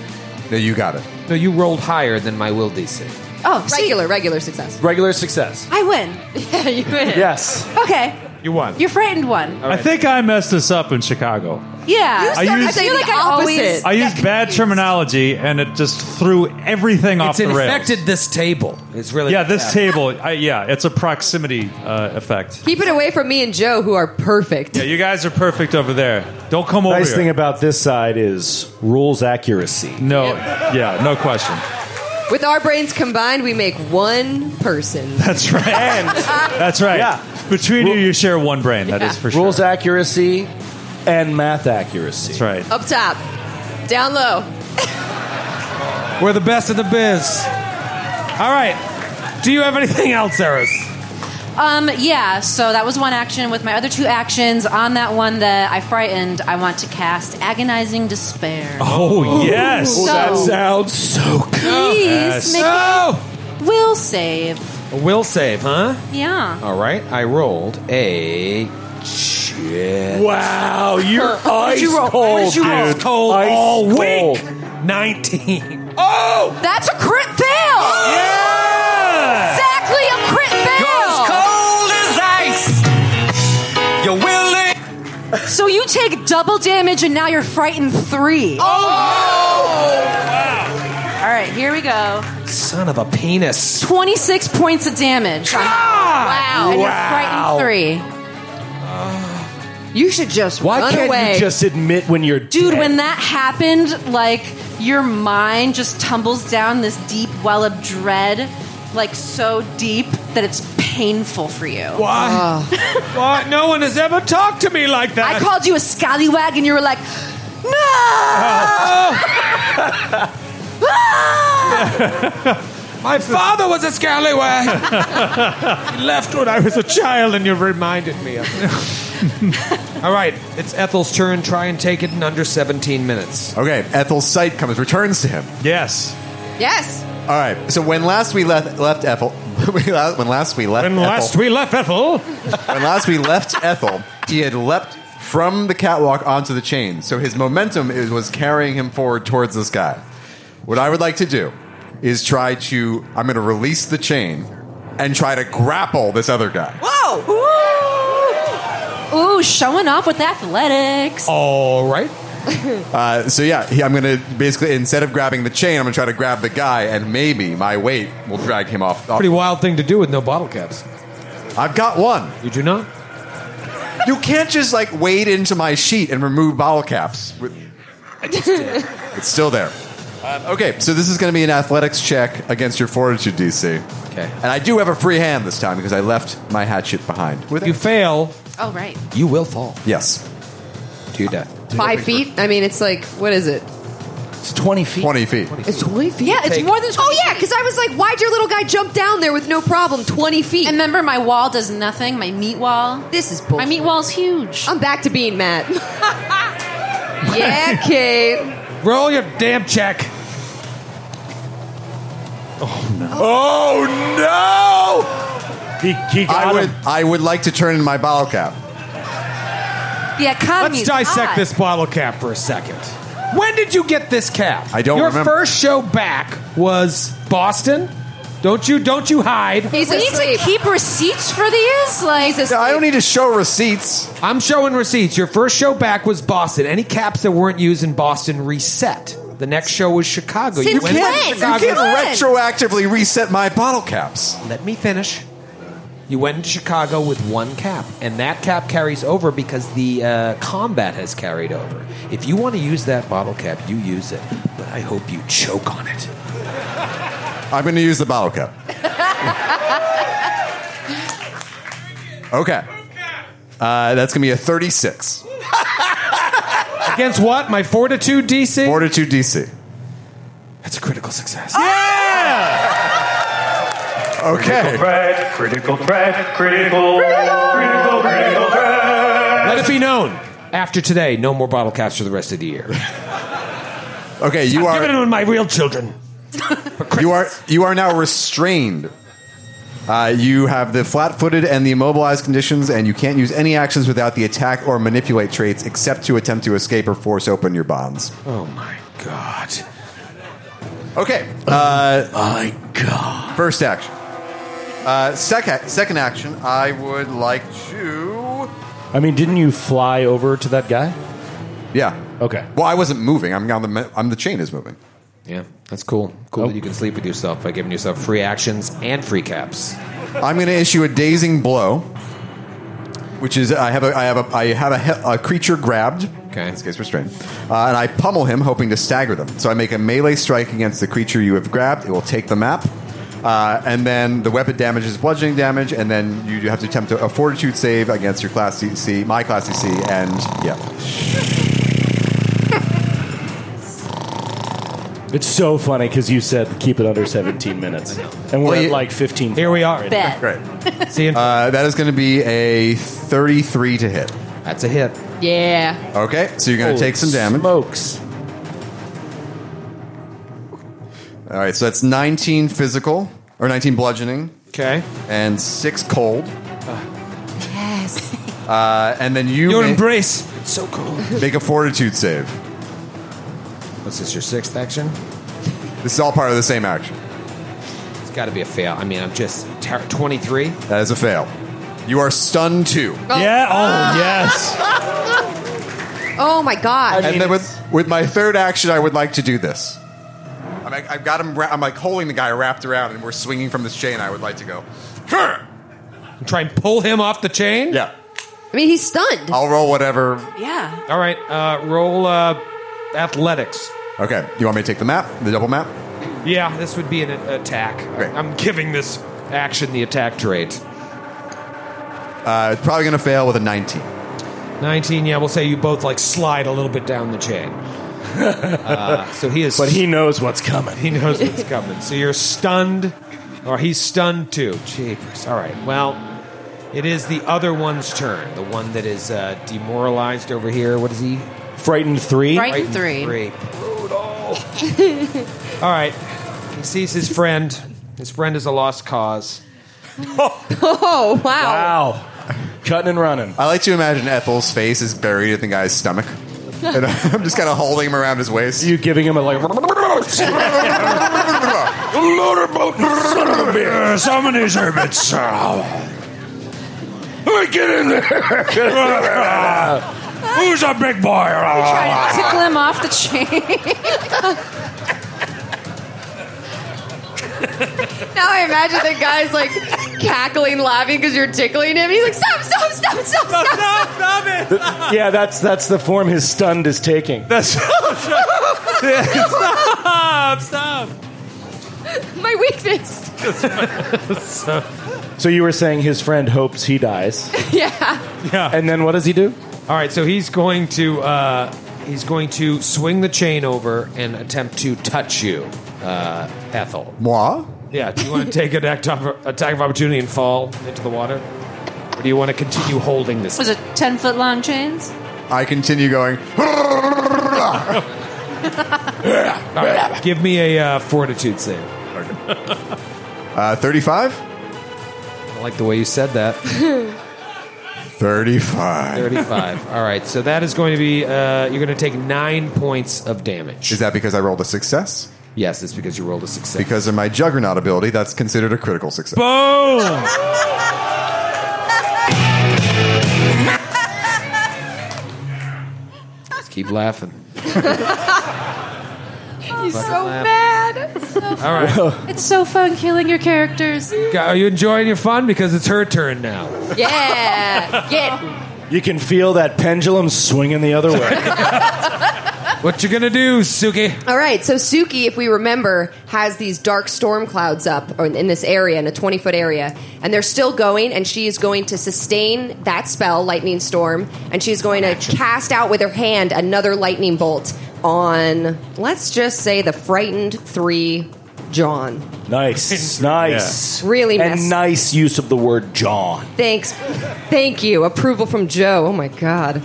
No, you got it. No, you rolled higher than my will DC. Oh, see, Regular, regular success. Regular success. I win. Yeah, you win. Yes. Okay, You won. you're frightened one. I think I messed this up in Chicago. Yeah. I started used- saying the opposite. I used bad terminology, and it just threw everything off it's the rails. infected this table. It's really Yeah, this table. I, yeah, it's a proximity uh, effect. Keep it away from me and Joe, who are perfect. Yeah, you guys are perfect over there. Don't come over Nice here. thing about this side is rules accuracy. no, yeah, no question. With our brains combined, we make one person. That's right. That's right. Yeah. Between Ru- you, you share one brain. That is Yeah. for sure. Rules accuracy and math accuracy. That's right. Up top, down low. We're the best of the biz. All right. Do you have anything else, Eris? Um, yeah, so that was one action. With my other two actions, on that one that I frightened, I want to cast Agonizing Despair. Oh yes. So- That sounds so good. Please Yes. make No! a will save. A will save, huh? Yeah. All right. I rolled a shit. [laughs] Wow, you're ice you roll? cold, What did you roll? dude. Ice cold Ice all week. cold. 19. Oh! That's a crit fail. Exactly a crit fail. Cold as ice. You will So you take double damage and now you're frightened three. Oh! Wow. All right, here we go. Oh. Son of a penis. 26 points of damage. Wow. And you're frightened three. You should just Why run can't away. you just admit when you're Dude, dead? when that happened, like your mind just tumbles down this deep well of dread, like so deep that it's painful for you. Why? Why? No one has ever talked to me like that. I called you a scallywag, and you were like, [laughs] My father was a [laughs] scallywag. he left when I was a child, and you reminded me of [laughs] it. All right, it's Ethel's turn. Try and take it in under 17 minutes. Okay, Ethel's sight comes returns to him. Yes. Yes. All right. So when last we left left Ethel, [laughs] we la- when last we left When Ethel, last we left Ethel, when last we left Ethel, he had leapt from the catwalk onto the chain. So his momentum is, was carrying him forward towards the sky. What I would like to do is try to I'm going to release the chain and try to grapple this other guy. "Whoa, ooh, ooh, showing off with Oh. athletics." All right. Uh, so yeah, he, I'm going to basically instead of grabbing the chain, I'm going to try to grab the guy, and maybe my weight will drag him off. off Pretty wild thing to do with no bottle caps. I've got one. You do not. You can't just like wade into my sheet and remove bottle caps. With- It's still there. Um, okay, so this is going to be an athletics check against your fortitude DC. Okay. And I do have a free hand this time because I left my hatchet behind. you fail, oh right. you will fall. Yes. To your death. Five feet? I mean, it's like, what is it? It's 20 feet. 20 feet. It's 20 feet. Yeah, it's more than. Oh, yeah, because I was like, why'd your little guy jump down there with no problem? 20 feet. And remember, my wall does nothing. My meat wall. This is bullshit. My meat wall's huge. I'm back to being [laughs] mad. yeah, Kate. Roll your damn check. Oh, he, he no! I got would, him. I would like to turn in my bottle cap. The economy. Let's dissect this bottle cap for a second. When did you get this cap? I don't Your remember. first show back was Boston. Don't you? Don't you hide? He's We need asleep. to keep receipts for these. Like, No, I don't need to show receipts. I'm showing receipts. Your first show back was Boston. Any caps that weren't used in Boston reset. The next show was Chicago. Since went to when? Chicago. You can't retroactively reset my bottle caps. Let me finish. You went into Chicago with one cap, and that cap carries over because the uh, combat has carried over. If you want to use that bottle cap, you use it. But I hope you choke on it. I'm going to use the bottle cap. okay. Uh, that's going to be a 36. Against what? My fortitude DC? Fortitude DC. That's a critical success. Ah! Okay. Threat, critical threat, critical, critical, critical threat. Let it be known. After today, no more bottle caps for the rest of the [laughs] year. Okay, you Give it are to my real children. [laughs] you are you are now restrained. Uh, you have the flat-footed and the immobilized conditions, and you can't use any actions without the attack or manipulate traits, except to attempt to escape or force open your bonds. Oh my god. Okay. Uh, my God. First action. Uh, second second action. I would like to. I mean, didn't you fly over to that guy? Yeah. Okay. Well, I wasn't moving. I'm on the. I'm the chain is moving. Yeah, that's cool. Cool that you can sleep with yourself by giving yourself free actions and free caps. I'm going to issue a dazing blow, which is I have a I have a I have a, he- a creature grabbed. Okay. In this case, restrained, uh, and I pummel him, hoping to stagger them. So I make a melee strike against the creature you have grabbed. It will take the map. Uh, and then the weapon damage is bludgeoning damage, and then you do have to attempt a fortitude save against your class DC, my class DC, and yeah, It's so funny because you said keep it under 17 minutes, and we're Well, you- at like 15. Here we are. bet. great. See, you- Uh, that is going to be a thirty-three to hit. that's a hit. Yeah. Okay, so you're going to Holy take some damage. Smokes. All right, so that's 19 physical or 19 bludgeoning Okay. and 6 cold. Yes. Uh, and then you Your ma- embrace. It's so cool. make a fortitude save. What's this? Your sixth action? This is all part of the same action. It's got to be a fail. I mean, I'm just ter- 23. That is a fail. You are stunned too. Yeah. Oh yes. Oh, my God. and then with, with my third action, I would like to do this. I'm like, I've got him. Ra- I'm like holding the guy wrapped around, and we're swinging from this chain. I would like to go. "Huh!" Try and pull him off the chain? Yeah. I mean, he's stunned. I'll roll whatever. Yeah. All right, uh, roll uh, athletics. Okay, you want me to take the map, the double map? Yeah, this would be an attack. I'm giving this action the attack trait. Uh, it's probably going to fail with a 19. 19, yeah, we'll say you both like slide a little bit down the [laughs] chain. Uh, so he is. But he knows what's coming. He knows what's coming. So you're stunned, or he's stunned too. Jeepers. All right. Well, it is the other one's turn. The one that is uh, demoralized over here. What is he? Frightened three. Frightened three. All right. He sees his friend. His friend is a lost cause. Oh, wow. Wow. Cutting and running. I like to imagine Ethel's face is buried in the guy's stomach. [laughs] And I'm just kind of holding him around his waist. You giving him a like. Son of a bitch. Some of these are a bit sour. Hey, Get in there. [laughs] Who's a big boy? Tickle him off the chain. [laughs] Now I imagine the guy's like cackling, laughing because you're tickling him. He's like, stop, stop, stop, stop, stop, stop, Th- yeah, that's that's the form his stunned is taking. [laughs] That's Stop! Stop! My weakness. so, you were saying his friend hopes he dies. yeah. Yeah. And then what does he do? All right, so he's going to uh, he's going to swing the chain over and attempt to touch you, uh, Ethel. Moi? Yeah, do you want to take an act of, attack of opportunity and fall into the water, or do you want to continue holding this? Was it ten foot long chains? I continue going. [laughs] uh, All right, give me a uh, fortitude save. Uh, 35? I like the way you said that. 35. Thirty-five. [laughs] All right, so that is going to be uh, you're going to take nine points of damage. Is that because I rolled a success? Yes, it's because you rolled a success. Because of my juggernaut ability, that's considered a critical success. Boom! Just keep laughing. He's Fucking so laugh. mad. So All right. It's so fun killing your characters. Are you enjoying your fun? Because it's her turn now. Yeah. Get You can feel that pendulum swinging the other way. What you gonna do, Suki? All right. So Suki, if we remember, has these dark storm clouds up or in this area, in a 20 foot area, and they're still going, and she is going to sustain that spell, lightning storm, and she's going to cast out with her hand another lightning bolt on, let's just say, the frightened three John. nice. Nice. Yeah. Really And messed- nice use of the word John. Thanks. Thank you. Approval from Joe. Oh my God.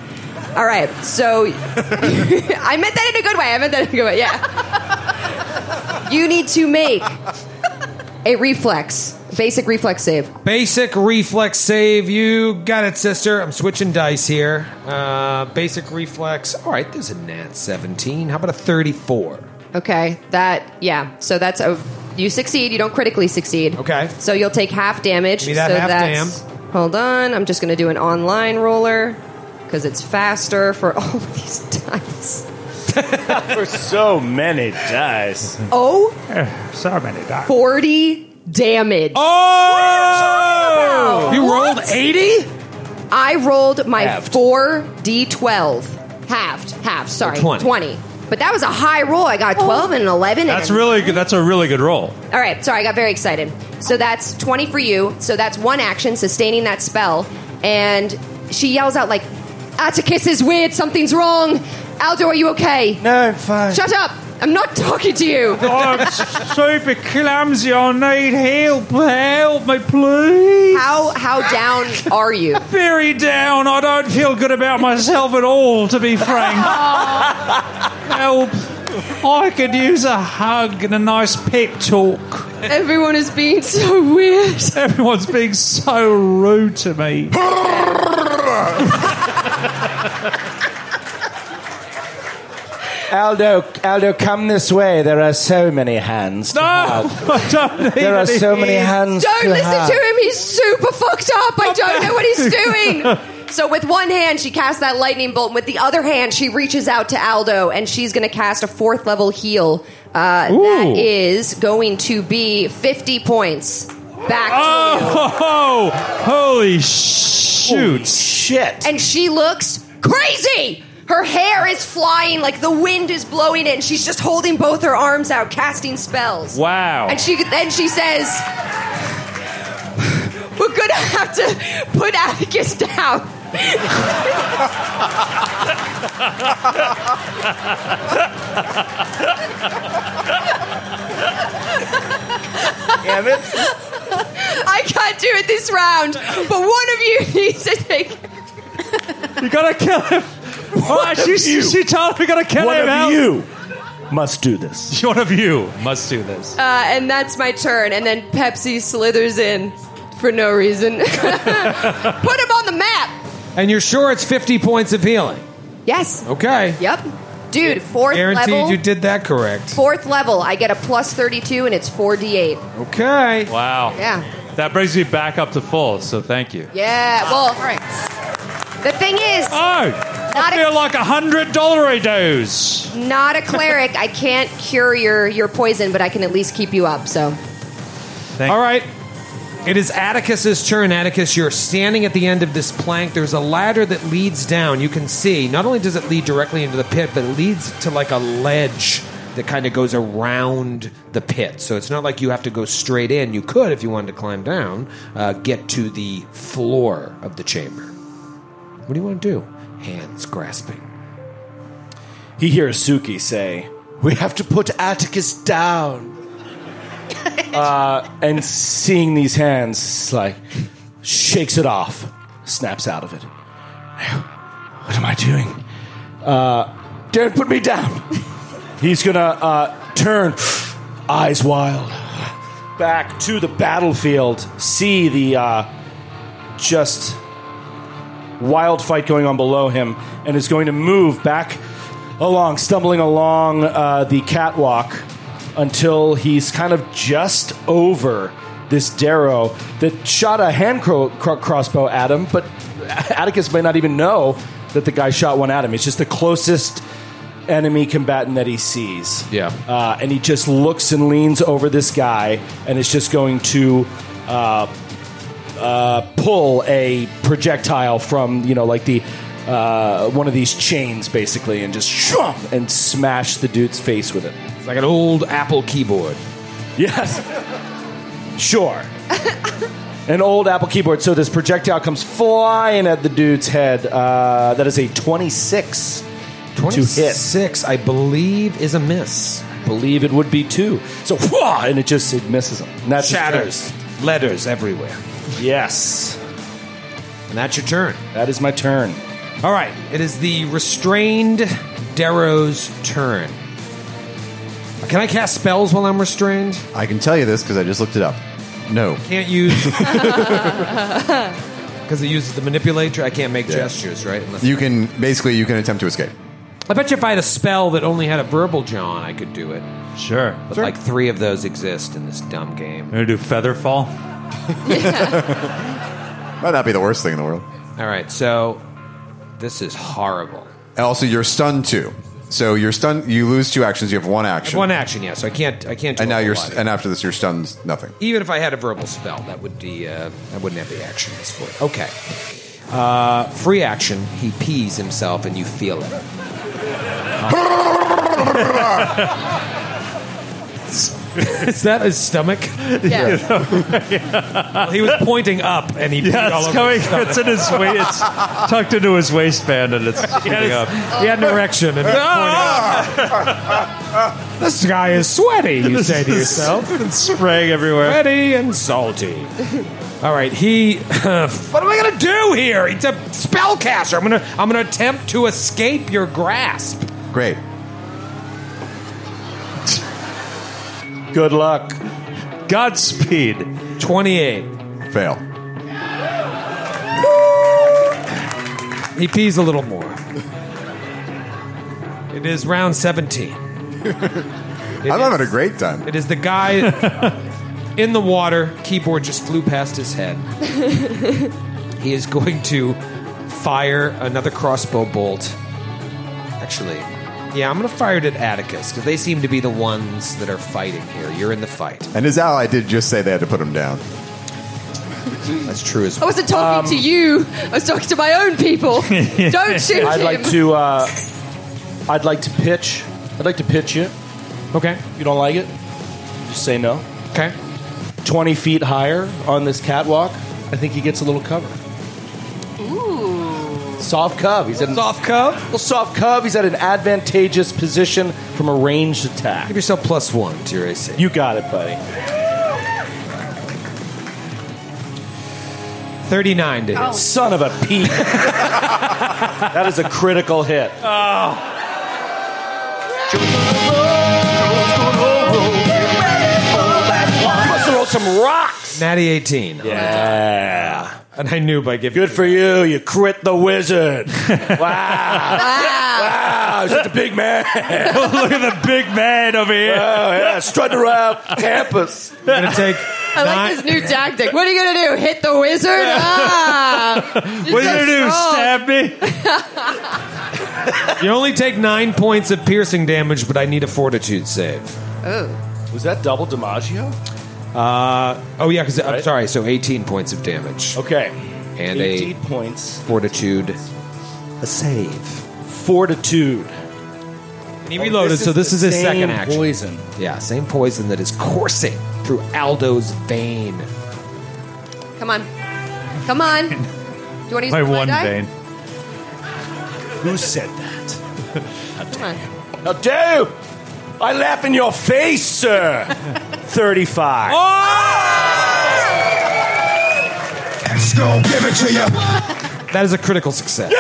All right. So [laughs] I meant that in a good way. I meant that in a good way. Yeah. You need to make a reflex, basic reflex save. Basic reflex save. You got it, sister. I'm switching dice here. Uh, basic reflex. All right, there's a nat 17. How about a 34? Okay. That, yeah. So that's a, you succeed. You don't critically succeed. Okay. So you'll take half damage. Give me that so half that's, Hold on. I'm just going to do an online roller because it's faster for [laughs] all of these dice. For so many dice. Oh, So many dogs. 40 damage. Oh! You rolled 80? I rolled my Halved. four d12 halved, half. Sorry, 20. twenty. But that was a high roll. I got a twelve and an eleven. That's and really good. That's a really good roll. All right, sorry, I got very excited. So that's twenty for you. So that's one action sustaining that spell, and she yells out like, "Atticus is weird. Something's wrong. Aldo, are you okay? No, I'm fine. [laughs] Shut up. I'm not talking to you." Oh, I'm super clumsy. I need help. Help me, please. How how down are you? Very down. I don't feel good about myself at all, to [laughs] be frank. help. I could use a hug and a nice pep talk. Everyone is being so weird. Everyone's being so rude to [laughs] me. Aldo, Aldo, come this way. There are so many hands. No, [laughs] I don't need There are any so many help. hands. Don't to listen hug. to him. He's super fucked up. I don't know what he's [laughs] doing. So with one hand she casts that lightning bolt, and with the other hand she reaches out to Aldo, and she's going to cast a fourth level heal. Uh, that is going to Oh. be fifty points back to you. Oh, holy sh! shoots. shit. And she looks crazy. Her hair is flying like the wind is blowing it, and she's just holding both her arms out, casting spells. Wow. And she then she says, "We're gonna have to put Atticus down." Damn it. I can't do it this round, but one of you [laughs] needs to take. You gotta kill him. One she, of you. Oh, she told me gotta kill One him of out. you must do this. One of you must do this. Uh, and that's my turn. And then Pepsi slithers in for [laughs] no reason. Put him on the map. And you're sure it's 50 points of healing? Yes. Okay. Yep. Dude, fourth Guaranteed level. you did that correct. fourth level, I get a plus thirty-two, and it's four d8. Okay. Wow. Yeah. That brings me back up to full, so thank you. Yeah. Well, the thing is, Oh, Not I a- feel like a hundred dollar days. not a cleric, I can't cure your your poison, but I can at least keep you up. So All right. It is Atticus's turn. Atticus, you're standing at the end of this plank. There's a ladder that leads down. You can see, not only does it lead directly into the pit, but it leads to like a ledge that kind of goes around the pit. So it's not like you have to go straight in. You could, if you wanted to climb down, uh, get to the floor of the chamber. What do you want to do? Hands grasping. He hears Suki say, We have to put Atticus down. uh, and seeing these hands, it's like, shakes it off, snaps out of it. What am I doing? Uh, don't put me down. He's gonna uh, turn, eyes wild, back to the battlefield, see the uh, just wild fight going on below him and is going to move back along, stumbling along uh, the catwalk until he's kind of just over this Darrow that shot a hand cro- cro- crossbow at him, but Atticus may not even know that the guy shot one at him. It's just the closest enemy combatant that he sees. Yeah. Uh, and he just looks and leans over this guy and is just going to. Uh, uh, pull a projectile from you know like the uh, one of these chains basically and just shum, and smash the dude's face with it. It's like an old Apple keyboard. Yes. [laughs] Sure. [laughs] an old Apple keyboard. So this projectile comes flying at the dude's head. Uh, that is a twenty-six. to hit. 26, I believe, is a miss. Believe it would be two. So, whoa, and it just it misses him. And That's his turn. Shatters. Letters everywhere. Yes. And that's your turn. That is my turn. All right. It is the restrained Darrow's turn. Can I cast spells while I'm restrained? I can tell you this because I just looked it up. No. Can't use because it uses the manipulator. I can't make Yeah. gestures, right? Unless You can basically you can attempt to escape. I bet you if I had a spell that only had a verbal John, I could do it. Sure. But Sure. like three of those exist in this dumb game. I'm gonna do feather fall. Might not be the worst thing in the world. All right, so this is horrible. And also, you're stunned too. So you're stunned. You lose two actions. You have one action. One action, yeah. So I can't. I can't. Do and now a whole you're. lot. And after this, you're stunned. Nothing. Even if I had a verbal spell, that would be uh, I wouldn't have the action this for it. Okay. Uh, free action. He pees himself, and you feel it. [laughs] Is that his stomach? [laughs] he was pointing up, and he Yeah, peed all it's over coming. his stomach. It's in his waist. It's tucked into his waistband, and [laughs] it's shooting up. He had an erection, and he [laughs] This guy is sweaty, you say [laughs] to yourself. It's spraying everywhere. Sweaty and salty. [laughs] All right, he. [laughs] what am I gonna do here? He's a spellcaster. I'm gonna. I'm gonna attempt to escape your grasp. Great. Good luck. Godspeed. Twenty-eight. Fail. He pees a little [laughs] more. It is round [laughs] seventeen. I'm having a great time. It is the guy in the water. Keyboard just flew past his head. He is going to fire another crossbow bolt. Actually, yeah, I'm going to fire it at Atticus because they seem to be the ones that are fighting here. You're in the fight. And his ally did just say they had to put him down. That's true as I wasn't talking to you. I was talking to my own people. Don't shoot I'd him. like to. Uh, I'd like to pitch. I'd like to pitch you. Okay. You don't like it? Just say no. Okay. Twenty feet higher on this catwalk. I think he gets a little cover. Ooh. Soft cove. He's at an, soft cove. Little soft cove. He's at an advantageous position from a ranged attack. Give yourself plus one to your AC. You got it, buddy. 39 Oh. to hit. Son of a peep. that is a critical [laughs] hit. Oh. Must have rolled some rocks. Natty 18. Yeah. And I knew by giving Good for you. You crit the [laughs] wizard. wow. Wow. Such a big man. Look at the big man over here. Wow, yeah, strutting around campus. I'm going to take. I like this new tactic. What are you gonna do? Hit the wizard? Ah, What are you gonna do? strong. Stab me? [laughs] You only take nine points of piercing damage, but I need a fortitude save. Oh. Was that double DiMaggio? Uh, oh, yeah, because I'm Right. sorry. So 18 points of damage. Okay. And a- 18 points. fortitude. A save. Fortitude. And he reloaded, so this is his second action. Poison. Yeah, same poison that is coursing through Aldo's vein. Come on. Come on. Do you want to use My the blind one eye? vein. Who said that? Come on. Now, do! I laugh in your face, [laughs] sir. 35. Let's go give it to you. That is a critical success. Oh,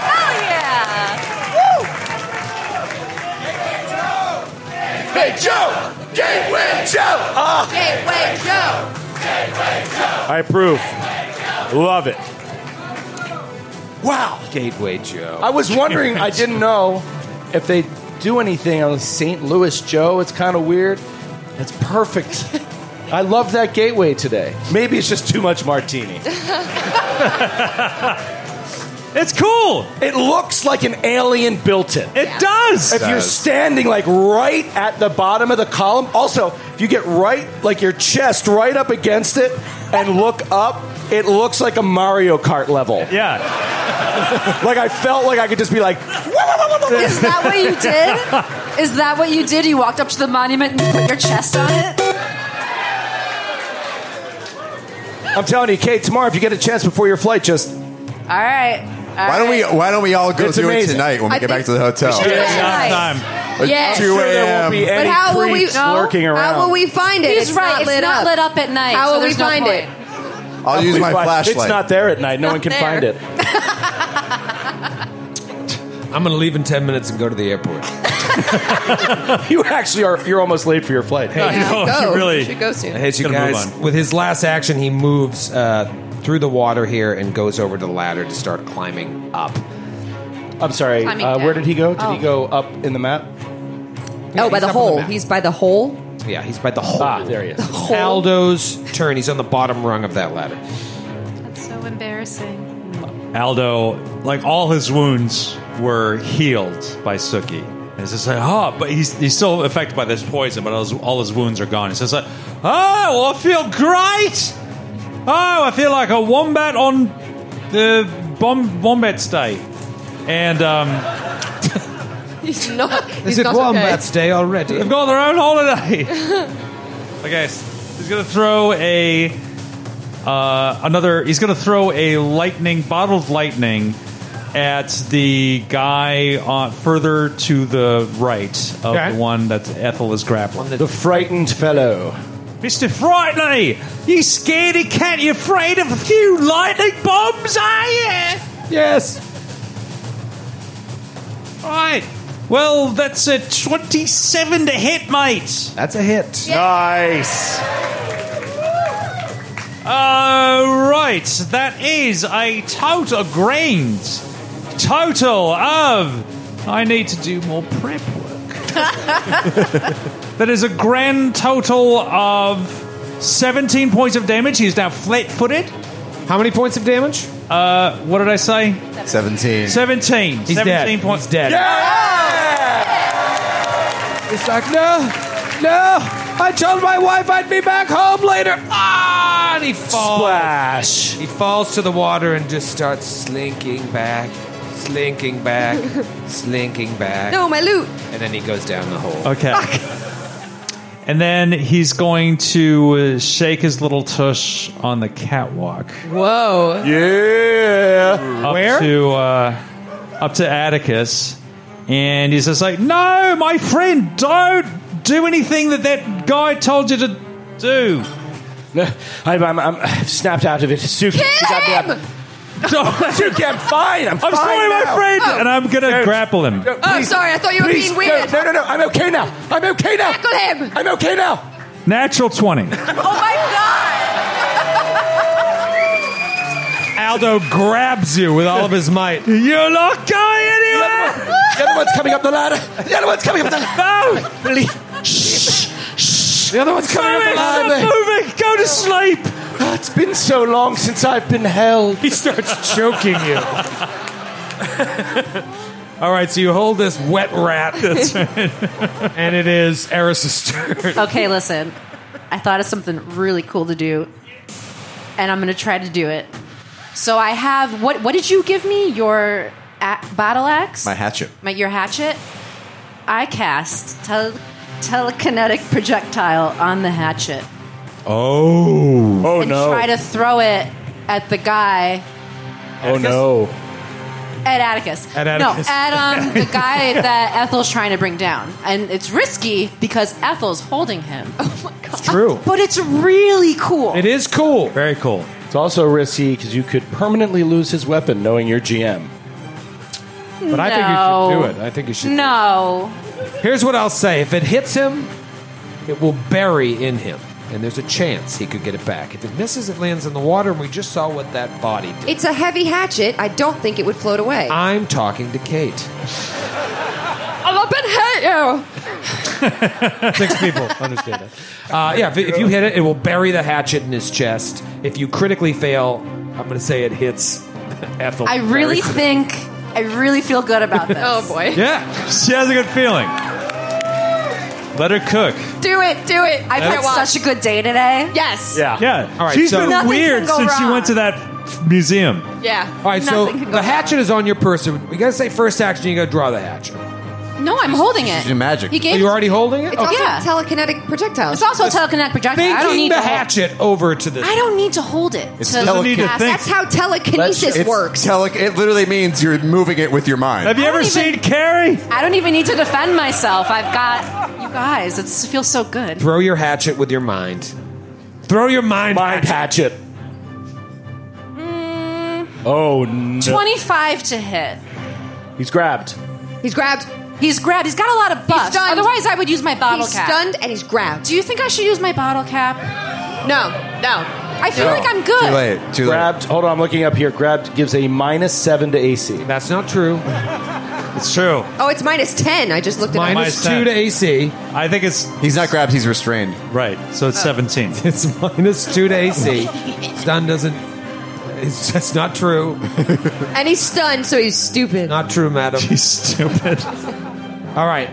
hell yeah. Hey, Joe! Gateway Joe! Ah, Gateway Joe. I approve. Love it. Wow. Gateway Joe. I was wondering, I didn't know if they do anything on St. Louis Joe. It's kind of weird. It's [laughs] perfect. I love that gateway today. Maybe it's just too much martini. It's cool. It looks like an alien built it. It does. If you're standing like right at the bottom of the column, also, if you get right, like your chest right up against it and look up, it looks like a Mario Kart level. yeah. Like I felt like I could just be [laughs] like, Is that what you did? Is that what you did? You walked up to the monument and you put your chest on it? I'm telling you, Kate, tomorrow if you get a chance before your flight, just All right. All Why don't we? right. Why don't we all go It's do amazing. it tonight when we I get think back to the hotel? should do At it. Enough time. Yes. Two Sure there won't a.m. be any But how will we? creeps lurking around. How will we find it? He's it's right. Not lit it's not up. lit up at night. How so will we there's no find point. it? I'll use We my find- flashlight. It's not there at night. No Not one can there. find it. I'm going to leave in 10 minutes and go to the airport. You actually are. You're almost late for your flight. I know, Go. [laughs] you really. Should go soon. I hate you Gotta move guys. on. With his last action, he moves uh, through the water here and goes over to the ladder to start climbing up. I'm sorry. Climbing Uh, where down. did he go? Did Oh. he go up in the map? he's oh, by the up on the hole. map. he's by the hole. Yeah, he's by the hole. Ah, there he is. Hole. Aldo's turn. He's on the bottom rung of that ladder. That's so embarrassing. Aldo, like all his wounds were healed by Suki. And it's just like, oh, but he's, he's still affected by this poison, but all his, all his wounds are gone. It's just like, oh, well, I feel great. Oh, I feel like a wombat on the bomb, wombat's day. And um, He's not. Is He's it not Wombat's Day already? they've got their own holiday. okay, s- he's going to throw a. Uh, another. He's going to throw a lightning, bottled lightning, at the guy on, further to the right of Okay. the one that Ethel is grappling. The frightened fellow. Mister Frightly, you scaredy cat! You afraid of a few lightning bombs, are you? Yes. All right. Well, that's a twenty-seven to hit, mate. That's a hit. Nice. Uh, right. That is a total grains. Total of. I need to do more prep [laughs] work. that is a grand total of 17 points of damage. He is now flat footed. How many points of damage? Uh, what did I say? Seventeen. 17. He's 17 dead. points. He's dead. It's like no, no. I told my wife I'd be back home later. Ah, and he he falls. Splash. He falls to the water and just starts slinking back, slinking [laughs] back, slinking back. No, my loot. And then he goes down the hole. Okay. and then he's going to uh, shake his little tush on the catwalk. Whoa. Yeah. Up Where? to uh, up to Atticus, and he's just like, "No, my friend, don't do anything that that guy told you to do." [laughs] I'm, I'm, I'm snapped out of it. Suki, Kill him! [laughs] Suki, I'm fine. I'm, I'm fine sorry, my now. friend, and I'm gonna Don't. grapple him. No, Oh, please. sorry, I thought you were Please, being weird. No, no, no, no. I'm okay now. I'm okay now. Tackle [laughs] him. I'm okay now. Natural [laughs] twenty. Aldo grabs you with all of his might. You're not going anywhere. The other one's coming up the ladder. The other one's coming up the ladder. No. Really? Shh. Shh. The other one's coming up the ladder. moving. Go to sleep. It's been so long since I've been held. He starts choking you. All right, so you hold this wet rat, [laughs] That's and it is Eris's turn. okay, listen. I thought of something really cool to do, and I'm going to try to do it. So I have what? What did you give me? Your a- battle axe? My hatchet. My your hatchet? I cast tel- telekinetic projectile on the hatchet Oh. Oh, and try to throw it at the guy Oh, no. At Atticus. At Atticus. No, [laughs] at um, the guy that Ethel's trying to bring down. And it's risky because Ethel's holding him. Oh It's true. But it's really cool. It is cool. Very cool. It's also risky because you could permanently lose his weapon knowing your GM. But I think you should do it. I think you should. No. Here's what I'll say: if it hits him, It will bury in him, and there's a chance he could get it back. If it misses, it lands in the water, and we just saw what that body did. It's a heavy hatchet. I don't think it would float away. I'm talking to Kate. I'm up and hit [laughs] you. Six people understand that. Uh, yeah, if, if you hit it, it will bury the hatchet in his chest. If you critically fail, I'm going to say it hits [laughs] Ethel. I really think, I really feel good [laughs] about this. oh, boy. Yeah, she has a good feeling. Let her cook. Do it, do it. I've That's- had such a good day today. Yes. yeah. All right, She's so- been Nothing weird can go since she wrong. went to that museum. Yeah. All right, so the hatchet is on your person. We got to say first action, you got to draw the hatchet. No, I'm holding it. She's in magic. He gave Oh, you're already holding it? It's Okay. also Yeah. Telekinetic projectile. It's also a telekinetic projectile. I don't Thinking need the to hold- hatchet over to the. I don't need to hold it. It's to telekin- cast- That's how telekinesis It's Tele- it literally means you're moving it with your mind. Have you I ever don't even- seen Carrie? I don't even need to defend myself. I've got you guys. It's, it feels so good. Throw your hatchet with your mind. Throw your mind. Mind hatchet. Hmm. Oh no. Twenty-five to hit. He's grabbed. He's grabbed. He's grabbed. He's got a lot of buffs. stunned. Otherwise, I would use my bottle He's cap. stunned and he's grabbed. Do you think I should use my bottle cap? No, no. I feel No. like I'm good. Oh. Too grabbed. Hold on, I'm looking up here. Grabbed gives a minus seven to AC. That's not true. It's true. Oh, it's minus 10. I just looked at it. Minus two to AC. I think it's. He's not grabbed, he's restrained. Right, so it's 17. It's [laughs] minus two to AC. Stun doesn't. It's just not true. And he's stunned, so he's stupid. Not true, madam. [laughs] She's stupid. All right.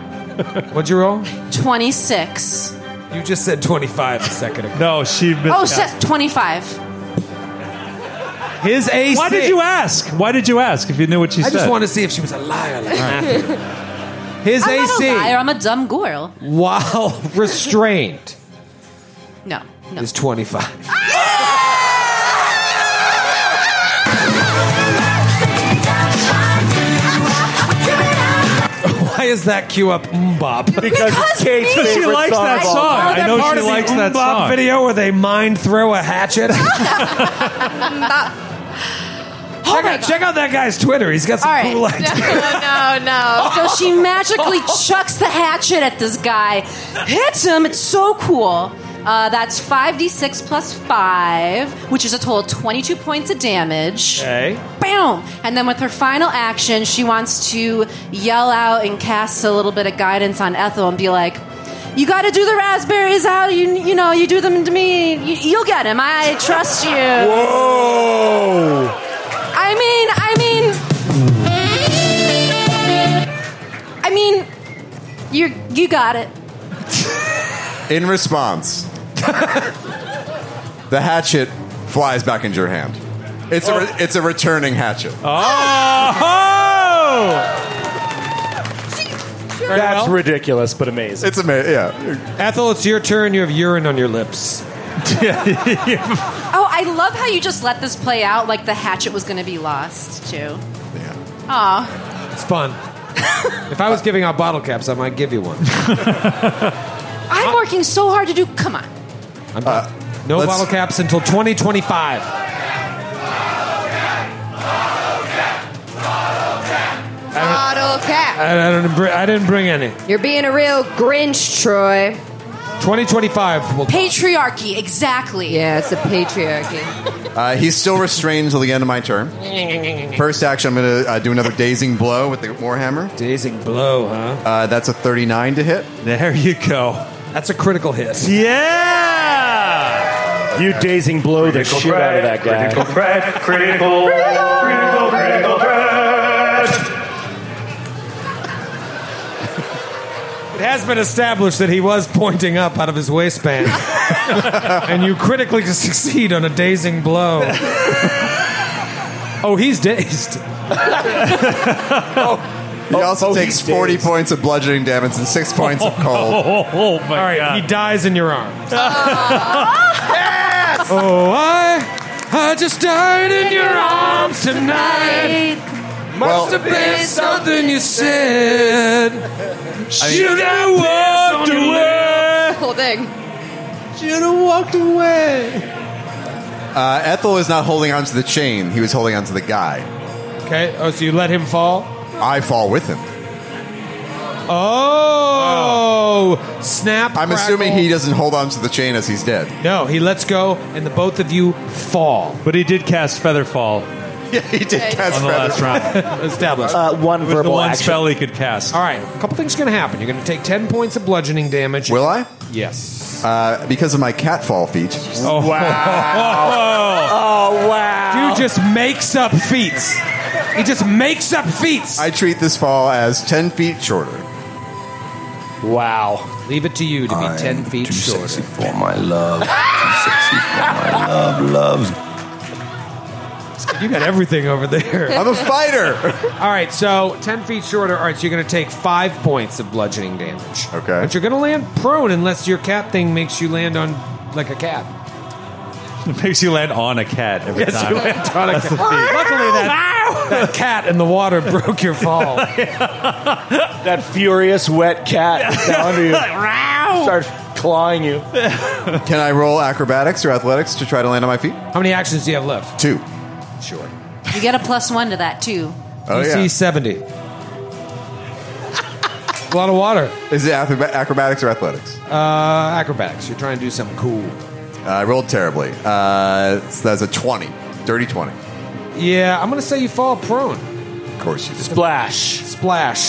What'd you roll? Twenty-six. You just said 25 a second ago. No, she. Oh, shit, twenty-five. His AC. Why did you ask? Why did you ask if you knew what she I said? just want to see if she was a liar like All right. Matthew. His I'm AC. Not a liar. I'm a dumb girl. [laughs] while restrained No, no. is [laughs] 25. Why is that cue up Mbop? Because it's Kate's Because mm, she favorite likes song that of all song. time. I know she likes that song. video where they mind throw a [laughs] hatchet. Mm, check, out, check out that guy's Twitter. He's got some cool [laughs] ideas. [laughs] no, no, no. So she magically chucks the hatchet at this guy, hits him. It's so cool. Uh, that's 5d6 plus 5, which is a total of 22 points of damage. Okay. Boom! And then with her final action, she wants to yell out and cast a little bit of guidance on Ethel and be like, you got to do the raspberries how you you know you do them to me. You, you'll get him. I trust you. Whoa! I mean, I mean, I mean, you you got it. In response, the hatchet flies back into your hand. It's a re- it's a returning hatchet. Oh! Oh! That's ridiculous, but amazing. It's amazing. Yeah. Ethel, it's your turn. You have urine on your lips. Oh, I love how you just let this play out like the hatchet was going to be lost, too. Yeah. Aw. It's [laughs] fun. if I was giving out bottle caps, I might give you one. I'm working so hard to do. Come on. I'm done. no let's- bottle caps until 2025. Bottle cap. I, I, don't, br- I didn't bring any. You're being a real Grinch, Troy. 2025 will. Patriarchy, exactly. Yeah, it's the [laughs] patriarchy. Uh, he's still restrained till the end of my turn. First action, I'm going to uh, do another dazing blow with the warhammer. Dazing blow, huh? Uh, that's a 39 to hit. There you go. That's a critical hit. Yeah! You dazing blow the Critical shit out of that guy. threat, critical Threat, critical, critical, critical threat. It has been established that he was pointing up out of his [laughs] waistband. and you critically succeed on a dazing blow. oh, he's dazed. He also takes 40 points of bludgeoning damage and 6 points of [laughs] cold. All right, he dies in your arms. Oh, I, I just died in your arms tonight. Well- Must have been something you said. Should I walked away? Whole thing. Should have walked away. Uh, Ethel is not holding onto the chain, he was holding onto the guy. Okay, oh, so you let him fall? I fall with him. Oh, snap. I'm assuming crackle. he doesn't hold onto the chain as he's dead. No, he lets go, and the both of you fall. [laughs] But he did cast Feather Fall. Yeah, [laughs] he did on the last round. Established. Uh, one It was the one spell he could cast. All right, a couple things going to happen. You're going to take 10 points of bludgeoning damage. Will I? Yes. Uh, because of my catfall feat. Oh, wow. oh, wow. Dude just makes up feats. He just makes up feats. I treat this fall as 10 feet shorter. Wow. Leave it to you to be 10 feet shorter. for my love. my love, loves. You got everything over [laughs] there. I'm a fighter. All right, so 10 feet shorter. All right, so you're going to take five points of bludgeoning damage. Okay. But you're going to land prone unless your cat thing makes you land on like a cat. [laughs] It makes you land on a cat every Yes, time. you land on a That's cat. the feat. Luckily, that, that cat in the water [laughs] broke your fall. That furious wet [laughs] cat down to you starts clawing you. Can I roll acrobatics or athletics to try to land on my feet? How many actions do you have left? Two. Sure. You get a plus one to that, too. Oh, DC yeah. 70. a lot of water. Is it acroba- acrobatics or athletics? Uh, acrobatics. You're trying to do something cool. Uh, I rolled terribly. Uh, so that's a 20. Dirty 20. Yeah, I'm going to say you fall prone. Of course you did. Splash. Splash.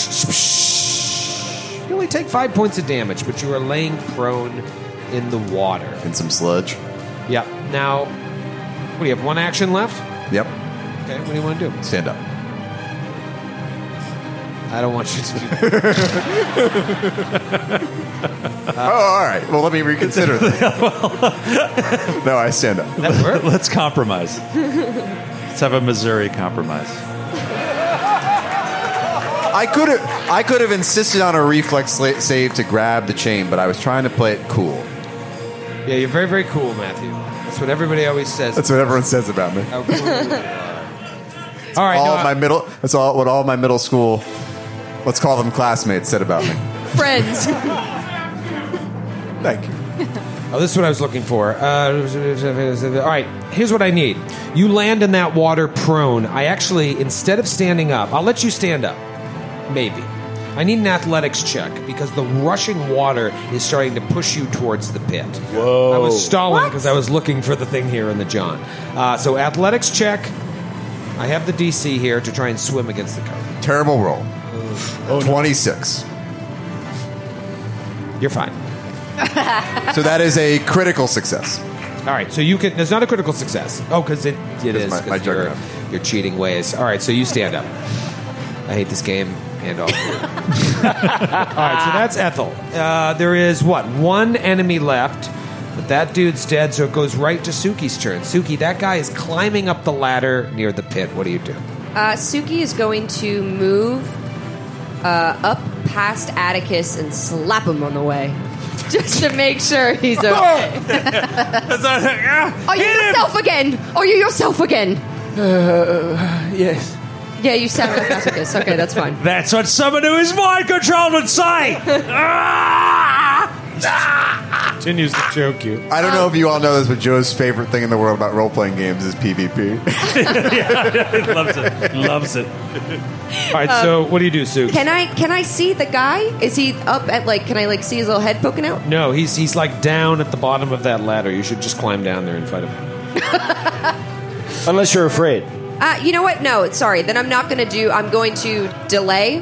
You only take five points of damage, but you are laying prone in the water. And some sludge. Yep. Now, what do you have? One action left? Yep. Okay, what do you want to do? Stand up. I don't want you to do that. oh, all right. Well, let me [laughs] reconsider that. [laughs] no, I stand up. That [laughs] worked. Let's compromise. Let's have a Missouri compromise. I could have I could have insisted on a reflex sla- save to grab the chain, but I was trying to play it cool. Yeah, you're very, very cool, Matthew. That's what everybody always says. That's what everyone says about me. How cool [laughs] you are. All right, all no, uh, my middle that's all what all my middle school let's call them classmates said about me. Friends. Thank you. Oh, this is what I was looking for. Uh, all right, here's what I need. You land in that water prone. I actually, instead of standing up, I'll let you stand up. Maybe. I need an athletics check because the rushing water is starting to push you towards the pit. Whoa. I was stalling because I was looking for the thing here in the John. Uh, so, athletics check. I have the DC here to try and swim against the current. Terrible roll. Oh, Twenty six. You're fine. So that is a critical success. All right, so you can. There's not a critical success. Oh, because it, it is. my- 'cause my you're- juggernaut. You're cheating ways. All right, so you stand up. I hate this game and [laughs] all. of you. all right, so that's Ethel. Uh, there is what one enemy left. That dude's dead, so it goes right to Suki's turn. Suki, that guy is climbing up the ladder near the pit. What do you do? Uh, Suki is going to move uh, up past Atticus and slap him on the way. [laughs] Just to make sure he's okay. Are Oh, you yourself again? Are you yourself again? yes. Yeah, you sound like Atticus. Okay, that's fine. That's what someone who is mind controlled would say. Continues to choke you. I don't know Um, if you all know this, but Joe's favorite thing in the world about role playing games is [laughs] PvP. loves it. Loves it. All right, so what do you do, Sue? Can I can I see the guy? Is he up at like? Can I like see his little head poking out? No, he's he's like down at the bottom of that ladder. You should just climb down there and fight him. Unless you're afraid. Uh, you know what? No, sorry. Then I'm not going to do. I'm going to delay.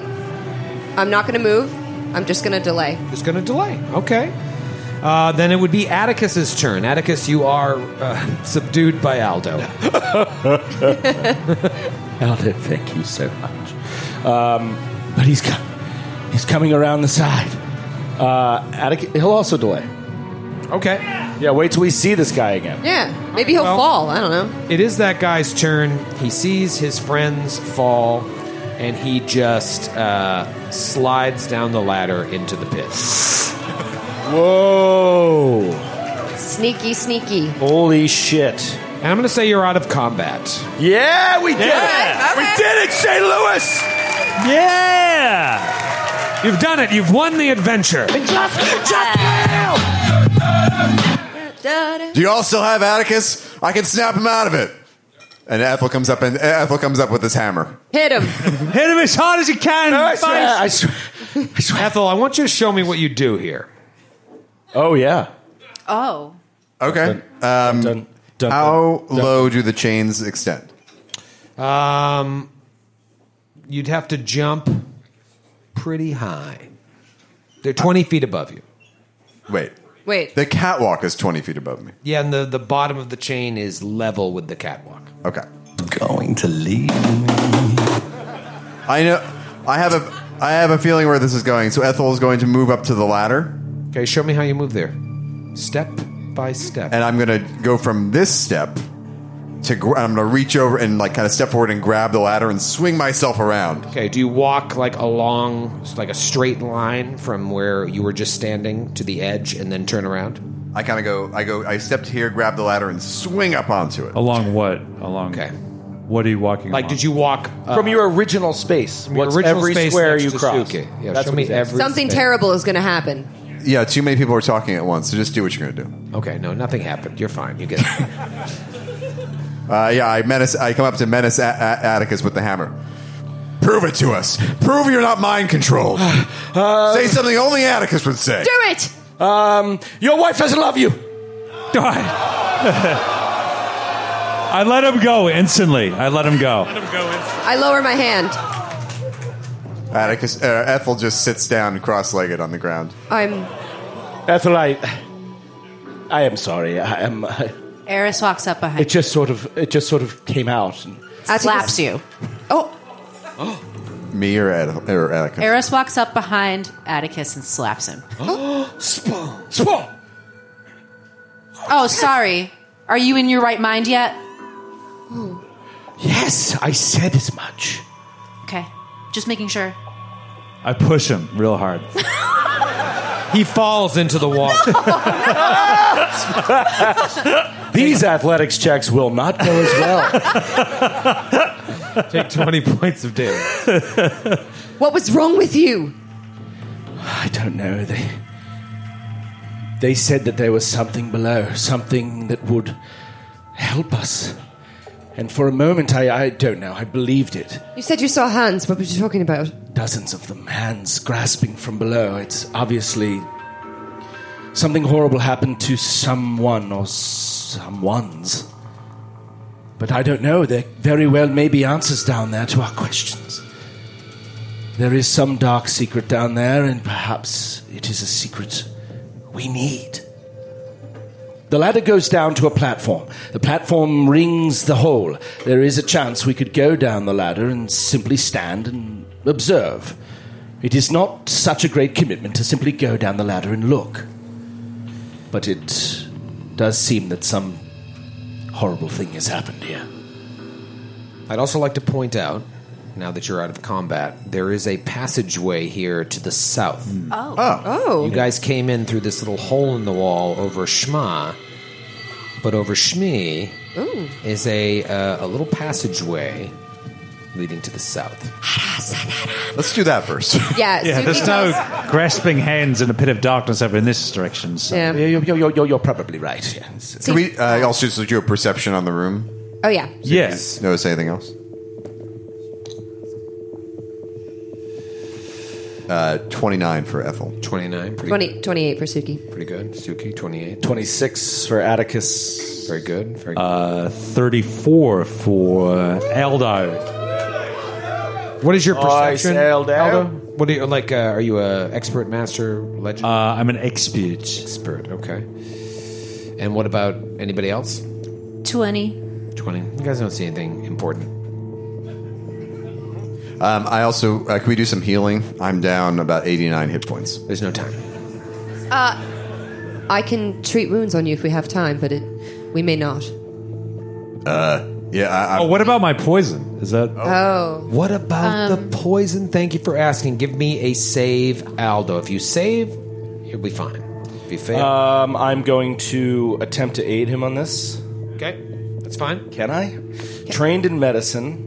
I'm not going to move. I'm just going to delay. Just going to delay. Okay. Uh, then it would be Atticus's turn. Atticus, you are uh, [laughs] subdued by Aldo. Aldo, thank you so much. Um, but he's com- he's coming around the side. Uh, Attic- he'll also delay. Okay. Yeah, wait till we see this guy again. Yeah, maybe he'll Well- fall. I don't know. It is that guy's turn. He sees his friends fall, and he just uh, slides down the ladder into the pit. Whoa! Sneaky, sneaky. Holy shit! And I'm going to say you're out of combat. Yeah, we did Yeah. it! We did it, St. Louis! Yeah! You've done it. You've won the adventure. Do you all still have Atticus? I can snap him out of it. And Ethel comes up and Ethel comes up with his hammer. Hit him. Hit him as hard as you can. I swear, I Ethel, I want you to show me what you do here. Oh yeah. Oh. Okay. Um, how low do the chains extend? Um, you'd have to jump pretty high. They're 20 feet above you. Wait. Wait. The catwalk is 20 feet above me. Yeah, and the, the bottom of the chain is level with the catwalk. Okay. Going to leave. I know. I have a. I have a feeling where this is going. So Ethel is going to move up to the ladder. Okay, show me how you move there. Step by step. And I'm going to go from this step to. Gr- I'm going to reach over and like kind of step forward and grab the ladder and swing myself around. Okay, do you walk like along, like a straight line from where you were just standing to the edge and then turn around? I kind of go. I go. I stepped here, grabbed the ladder, and swing up onto it. Along what? Along. Okay. What are you walking? Like, along? [laughs] did you walk uh, From your original space. from your What's original every space square next you to cross? Suki? Yeah, That's show what me it is. every Something space. terrible is going to happen. Yeah, too many people are talking at once. So just do what you're going to do. Okay, no, nothing happened. You're fine. You [laughs] get. Uh, yeah, I menace. I come up to menace A- A- Atticus with the hammer. Prove it to us. Prove you're not mind controlled. say something only Atticus would say. Do it. Um, your wife doesn't love you. I let him go instantly. I let him go. I lower my hand. Atticus, uh, Ethel just sits down cross-legged on the ground. I'm. Ethel, I, I am sorry. I am. I, Eris walks up behind. it just sort of, it just sort of came out. And, slaps you. Me or, Ed- or Atticus? Eris walks up behind Atticus and slaps him. Spawn. Spawn. Oh, sorry. Are you in your right mind yet? Yes, I said as much. Okay. Just making sure. I push him real hard. he falls into the water. These athletics checks will not go as well. Take [laughs] 20 points of damage. What was wrong with you? I don't know. They, they said that there was something below, something that would help us. And for a moment, I, I don't know. I believed it. You said you saw hands. What were you talking about? Dozens of them, hands grasping from below. It's obviously something horrible happened to someone or someone's. But I don't know. There very well may be answers down there to our questions. There is some dark secret down there, and perhaps it is a secret we need. The ladder goes down to a platform. The platform rings the hole. There is a chance we could go down the ladder and simply stand and observe. It is not such a great commitment to simply go down the ladder and look. But it does seem that some horrible thing has happened here. I'd also like to point out, now that you're out of combat, there is a passageway here to the south. Oh. Oh. You guys came in through this little hole in the wall over Shma, but over Shmi Ooh. is a uh, a little passageway leading to the south. Let's do that first. Yeah, yeah so there's no because- grasping hands in a pit of darkness over in this direction. So. Yeah. You're, you're, you're, you're probably right. Can we uh, also just do a perception on the room? Oh yeah. Yes. Notice anything else? Uh, 29 for Ethel. 29. 20, 28 for Suki. Pretty good. Suki, 28. 26 for Atticus. Very good. Very good. Uh, 34 for Aldo. What is your I perception, sailed out. Aldo? What do you like? Uh, are you a expert, master, legend? Uh, I'm an expert. Expert. Okay. And what about anybody else? 20. Twenty. You guys don't see anything important. Um, I also, uh, can we do some healing? I'm down about 89 hit points. There's no time. Uh, I can treat wounds on you if we have time, but it, we may not. Uh, yeah. I, oh, what about my poison? Is that Oh. What about the poison? Thank you for asking. Give me a save, Aldo. If you save, you'll be fine. If you fail, Um, I'm going to attempt to aid him on this. okay, that's fine. Can I? Trained in medicine.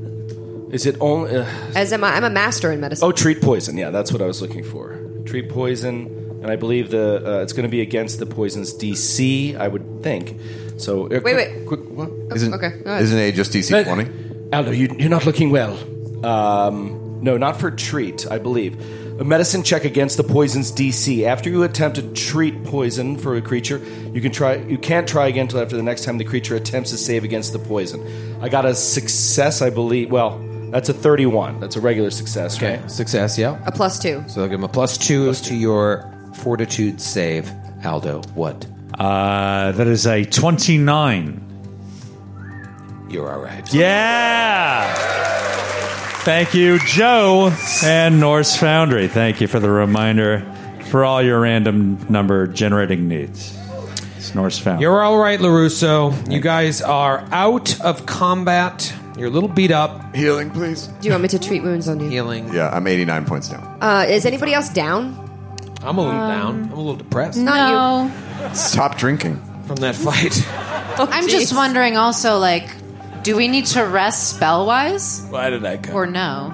Is it only. Uh, As am I. I'm a master in medicine. oh, treat poison. Yeah, that's what I was looking for. Treat poison. And I believe the uh, it's going to be against the poison's DC, I would think. So uh, Wait, quick- wait. Quick, what? Isn't, Oh, okay. go ahead. Isn't it just DC 20? Aldo, you, you're not looking well. Um, no, not for treat, I believe. A medicine check against the poison's DC. After you attempt to treat poison for a creature, you can try. You can't try again until after the next time the creature attempts to save against the poison. I got a success, I believe. Well, that's a 31. That's a regular success, Okay, right? success. Yeah. A plus two. So I'll give him a plus two to your fortitude save, Aldo. What? Uh, that is a 29. You're all right. Yeah! Thank you, Joe and Norse Foundry. Thank you for the reminder for all your random number generating needs. It's Norse Foundry. You're all right, Larusso. You guys are out of combat. You're a little beat up. Healing, please. Do you want me to treat wounds on you? Healing. Yeah, I'm 89 points down. Uh, is anybody else down? I'm a little down. I'm a little depressed Not no. Stop drinking. from that fight. I'm just wondering also, like, do we need to rest spell wise? Why did I go? Or no?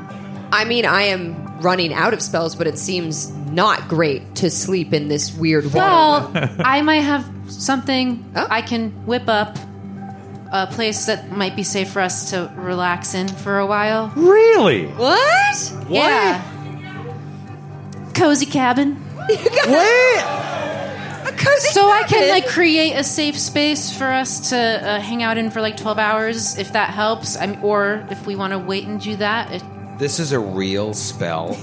I mean, I am running out of spells, but it seems not great to sleep in this weird water. Well, I might have something I can whip up a place that might be safe for us to relax in for a while. Really? What? Yeah. Cozy cabin. what? A cozy So I can cabin? like create a safe space for us to uh, hang out in for like 12 hours if that helps. I'm, or if we want to wait and do that. It, This is a real spell.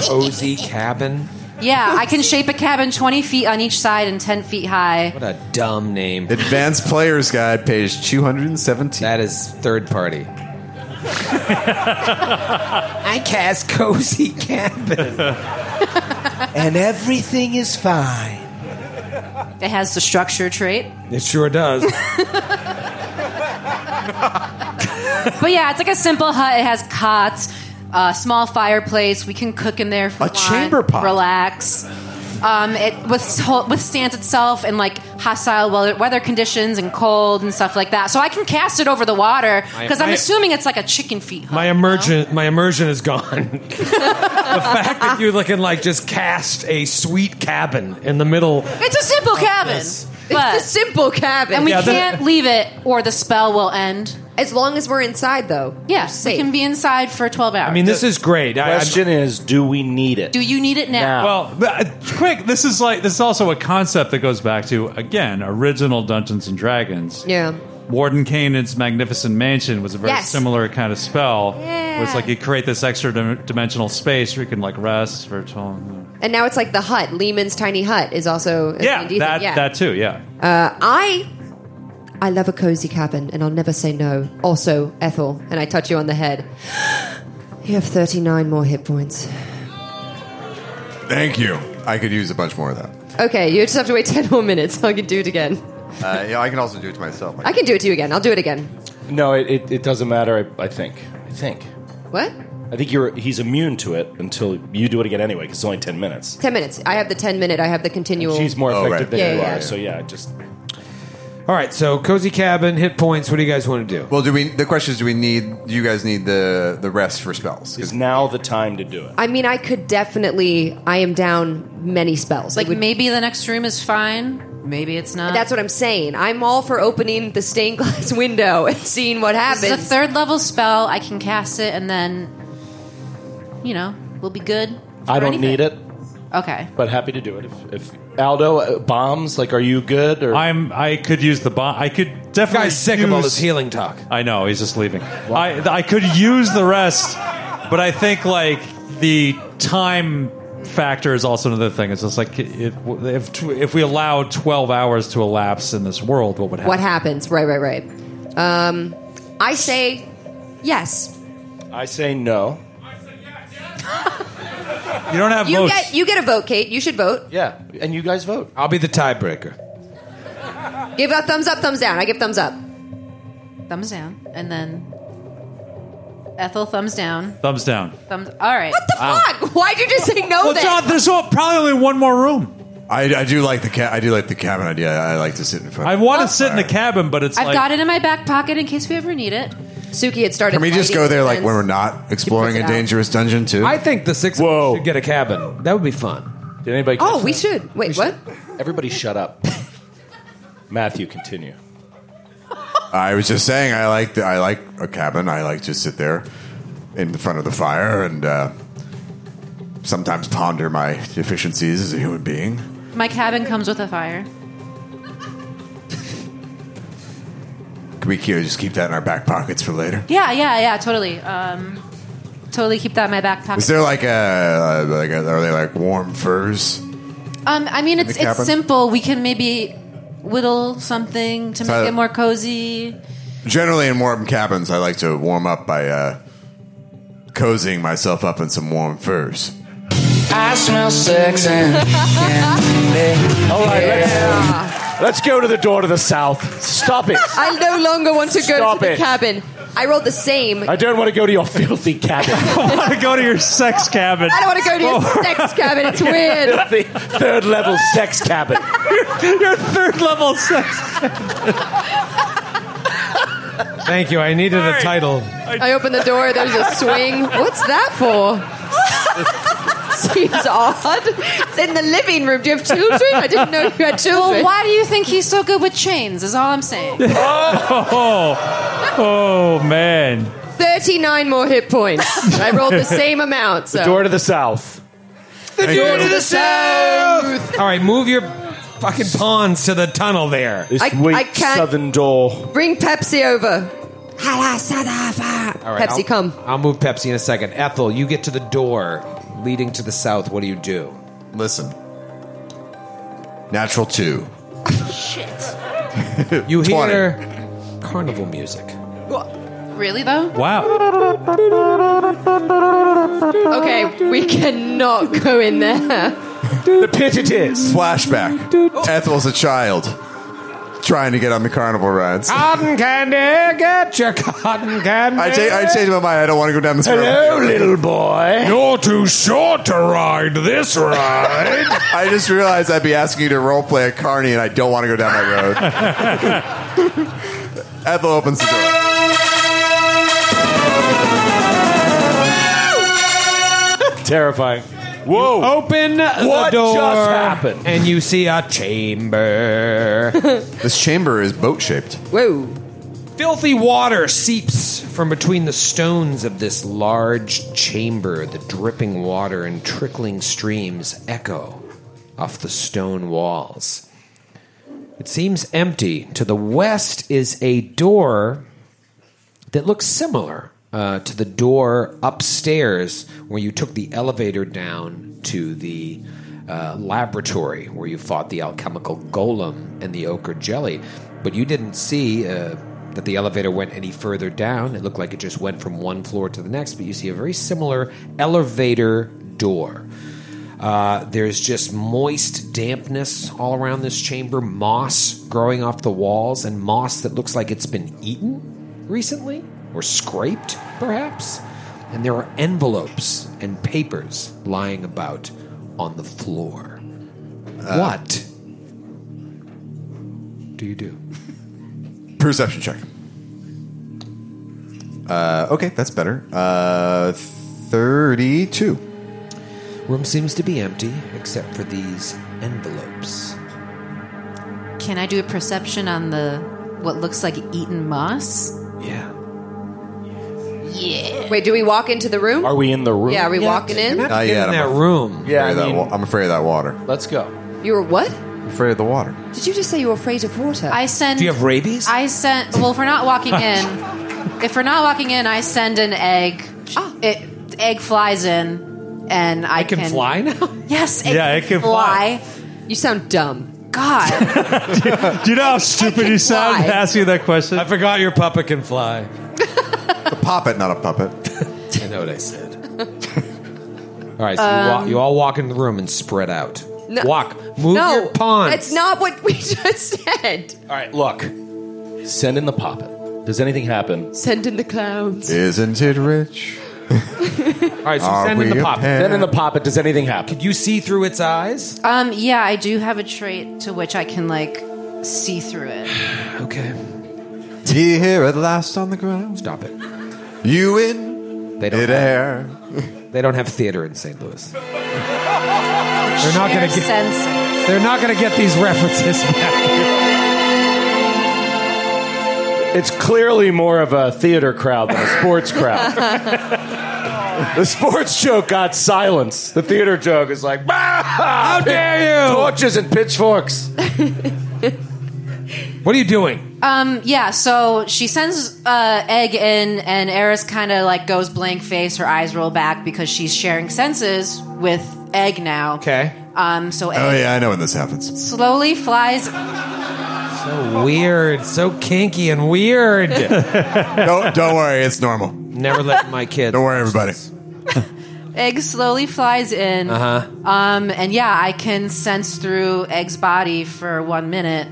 Cozy cabin. yeah, I can shape a cabin 20 feet on each side and 10 feet high. What a dumb name. Advanced Player's Guide, page 217. That is third party. I cast cozy cabin, and everything is fine. It has the structure trait. It sure does. But yeah, it's like a simple hut. It has cots, a small fireplace. We can cook in there. If we A want, chamber pot. Relax. Um, it withhold- withstands itself in like hostile weather, weather conditions and cold and stuff like that. So I can cast it over the water because I'm I- assuming it's like a chicken feet hut. My immersion, my immersion is gone. [laughs] the fact that you looking like just cast a sweet cabin in the middle. It's a simple cabin. But, it's a simple cabin. and we Oh, Yeah, the- can't leave it or the spell will end. as long as we're inside, though. Yeah, we safe. can be inside for 12 hours. I mean, this is great. I, I'm- Question is, do we need it? Do you need it now? Well, but, uh, quick. This is like this is also a concept that goes back to again original Dungeons and Dragons. Yeah. Warden Kanan's Magnificent Mansion was a very Yes. similar kind of spell. Yeah. Where it's like you create this extra dim- dimensional space where you can like rest for 12. And now it's like the hut. Lehman's tiny hut is also a Yeah, D&D thing. that yeah. that too. Yeah. Uh, I I love a cozy cabin, and I'll never say no. Also, Ethel, and I touch you on the head. [gasps] You have thirty nine more hit points. Thank you. I could use a bunch more of that. [laughs] Okay, you just have to wait ten more minutes. I can do it again. Uh, yeah, I can also do it to myself. I can do it to you again. I'll do it again. No, it, it, it doesn't matter. I, I think. I think. What? I think you're. He's immune to it until you do it again anyway. 'cause it's only ten minutes. Ten minutes. I have the ten minute. I have the continual. She's more effective than yeah, you yeah, are. So yeah, just All right, so cozy cabin hit points. What do you guys want to do? Well, do we? The question is, do we need? Do you guys need the the rest for spells? Is now the time to do it? I mean, I could definitely. I am down many spells. Like It would- maybe the next room is fine. Maybe it's not. That's what I'm saying. I'm all for opening the stained [laughs] glass window and seeing what happens. This is a third level spell. I can cast it, and then you know we'll be good. I don't need it, Okay. but happy to do it. If, if Aldo uh, bombs, like, are you good? Or I'm. I could use the bomb. I could definitely. Guy's sick of all use- this healing talk. I know he's just leaving. I I could use the rest, but I think like the time factor is also another thing. It's just like if if tw- if we allow twelve hours to elapse in this world, what would happen? what happens? Right, right, right. Um, I say yes. I say no. You don't have You get you get a vote, Kate. You should vote. Yeah, and you guys vote. I'll be the tiebreaker. Give a thumbs up, thumbs down. I give thumbs up. Thumbs down, and then Ethel thumbs down. Thumbs down. Thumbs. All right. What the fuck? [laughs] Why'd you just say no? Well, John, there's all, probably only one more room. I, I do like the ca- I do like the cabin idea. I, I like to sit in front. I want to sit in the cabin, but it's I've like got it in my back pocket in case we ever need it. Suki had started. Can we just go there like when we're not exploring puts a it out. dangerous dungeon too? I think the six Whoa. should get a cabin. That would be fun. Did anybody? Oh, we should. Wait, what? Everybody, shut up. [laughs] Matthew, continue. I was just saying I like the, I like a cabin. I like to sit there in the front of the fire and uh, sometimes ponder my deficiencies as a human being. My cabin comes with a fire. Can we keep- just keep that in our back pockets for later? Yeah, yeah, yeah. Totally. Um, totally keep that in my back pocket. Is there like a uh, like a, are they like warm furs? Um, I mean, it's The cabin? it's simple. We can maybe whittle something to So- make it more cozy. Generally, in warm cabins, I like to warm up by uh, cozying myself up in some warm furs. I smell sex and candy. All right, Let's go to the door to the south. Stop it. I no longer want to go Stop to the it. cabin. I rolled the same. I don't want to go to your filthy cabin. [laughs] [laughs] [laughs] I want to go to your sex cabin. [laughs] I don't want to go to your sex cabin. It's weird. Filthy third level sex cabin. your, your third level sex. Thank you. I needed a title. I open the door. There's a swing. What's that for? Seems odd. It's in the living room. Do you have children? I didn't know you had children. Well, why do you think he's so good with chains? Is all I'm saying. [laughs] Oh, oh man. 39 more hit points. I rolled the same amount. So. The door to the south. The Thank door you. to the south. All right, move your fucking pawns to the tunnel there. This I- weak I can't- southern door. Bring Pepsi over. Hala Sadava. All right, Pepsi, I'll- come. I'll move Pepsi in a second. Ethel, you get to the door leading to the south. What do you do? Listen. Natural two. Shit. You 20. hear carnival music. Really though? Wow. Okay, we cannot go in there. The pit it is. Flashback. Ethel's a child trying to get on the carnival rides. Cotton candy, get your cotton candy. I, cha- I changed my mind. I don't want to go down this road. Hello, Oh, little boy. You're too short to ride this ride. [laughs] I just realized I'd be asking you to roleplay a carny, and I don't want to go down that road. Ethel opens the door. Terrifying. Whoa. Open What the door. just happened? And you see a chamber. This chamber is boat shaped. Whoa. Filthy water seeps from between the stones of this large chamber. The dripping water and trickling streams echo off the stone walls. It seems empty. To the west is a door that looks similar uh, to the door upstairs where you took the elevator down to the uh, laboratory where you fought the alchemical golem and the ochre jelly. But you didn't see uh, that the elevator went any further down. It looked like it just went from one floor to the next, but you see a very similar elevator door. Uh, there's just moist dampness all around this chamber, moss growing off the walls, and moss that looks like it's been eaten recently or scraped, perhaps. And there are envelopes and papers lying about on the floor. Uh, what do you do? Perception check. Uh, okay, that's better. Uh, 32. Room seems to be empty except for these envelopes. Can I do a perception on the what looks like eaten moss? Yeah. Yeah. Wait, do we walk into the room? Are we in the room? Yeah, are we walking in? Not yet. that room. Yeah, I mean- I'm afraid of that water. Let's go. You were what? I'm afraid of the water. Did you just say you were afraid of water? I send. Do you have rabies? I send. Well, if we're not walking in, if we're not walking in, I send an egg. Ah. It egg flies in, and I, can fly now. Yes, it Yeah, can it can fly. fly. You [laughs] sound dumb. God, [laughs] Do you know how stupid you sound fly. asking that question? I forgot your puppet can fly. A puppet, not a puppet. I know what I said. all right, so you, Um, walk, you all walk in the room and spread out. No- walk. Move no, your pawns. That's not what we [laughs] just said. All right, look. Send in the poppet. Does anything happen? Send in the clowns. Isn't it rich? All right, so Are send in we the a poppet. pair? Send in the poppet. Does anything happen? Could you see through its eyes? um, yeah, I do have a trait to which I can like see through it. Okay. Do you hear at last on the ground? Stop it. You in? They don't it have- air. They don't have theater in St. Louis. They're not gonna get- They're not going to get these references back. It's clearly more of a theater crowd than a sports crowd. the sports joke got silence. The theater joke is like, how dare you? Torches and pitchforks. What are you doing? Um, yeah, so she sends uh, Egg in, and Eris kind of like goes blank face. Her eyes roll back because she's sharing senses with Egg now. Okay. Um, so Egg Oh, yeah, I know when this happens. slowly flies. So weird, so kinky and weird. [laughs] don't, don't worry, it's normal. Never let my kids. Don't worry, everybody. Egg slowly flies in. Uh huh. Um, and yeah, I can sense through Egg's body for one minute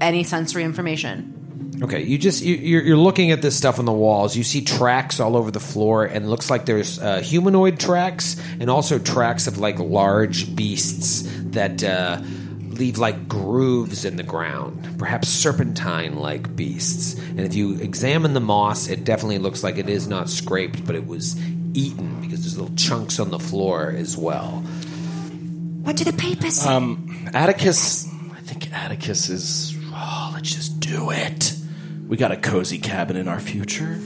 any sensory information. Okay, you just you, you're, you're looking at this stuff on the walls. You see tracks all over the floor, and it looks like there's uh, humanoid tracks and also tracks of like large beasts that uh, leave like grooves in the ground, perhaps serpentine-like beasts. And if you examine the moss, it definitely looks like it is not scraped, but it was eaten because there's little chunks on the floor as well. What do the papers say? Um, Atticus, I think Atticus is. Oh, let's just do it. We got a cozy cabin in our future.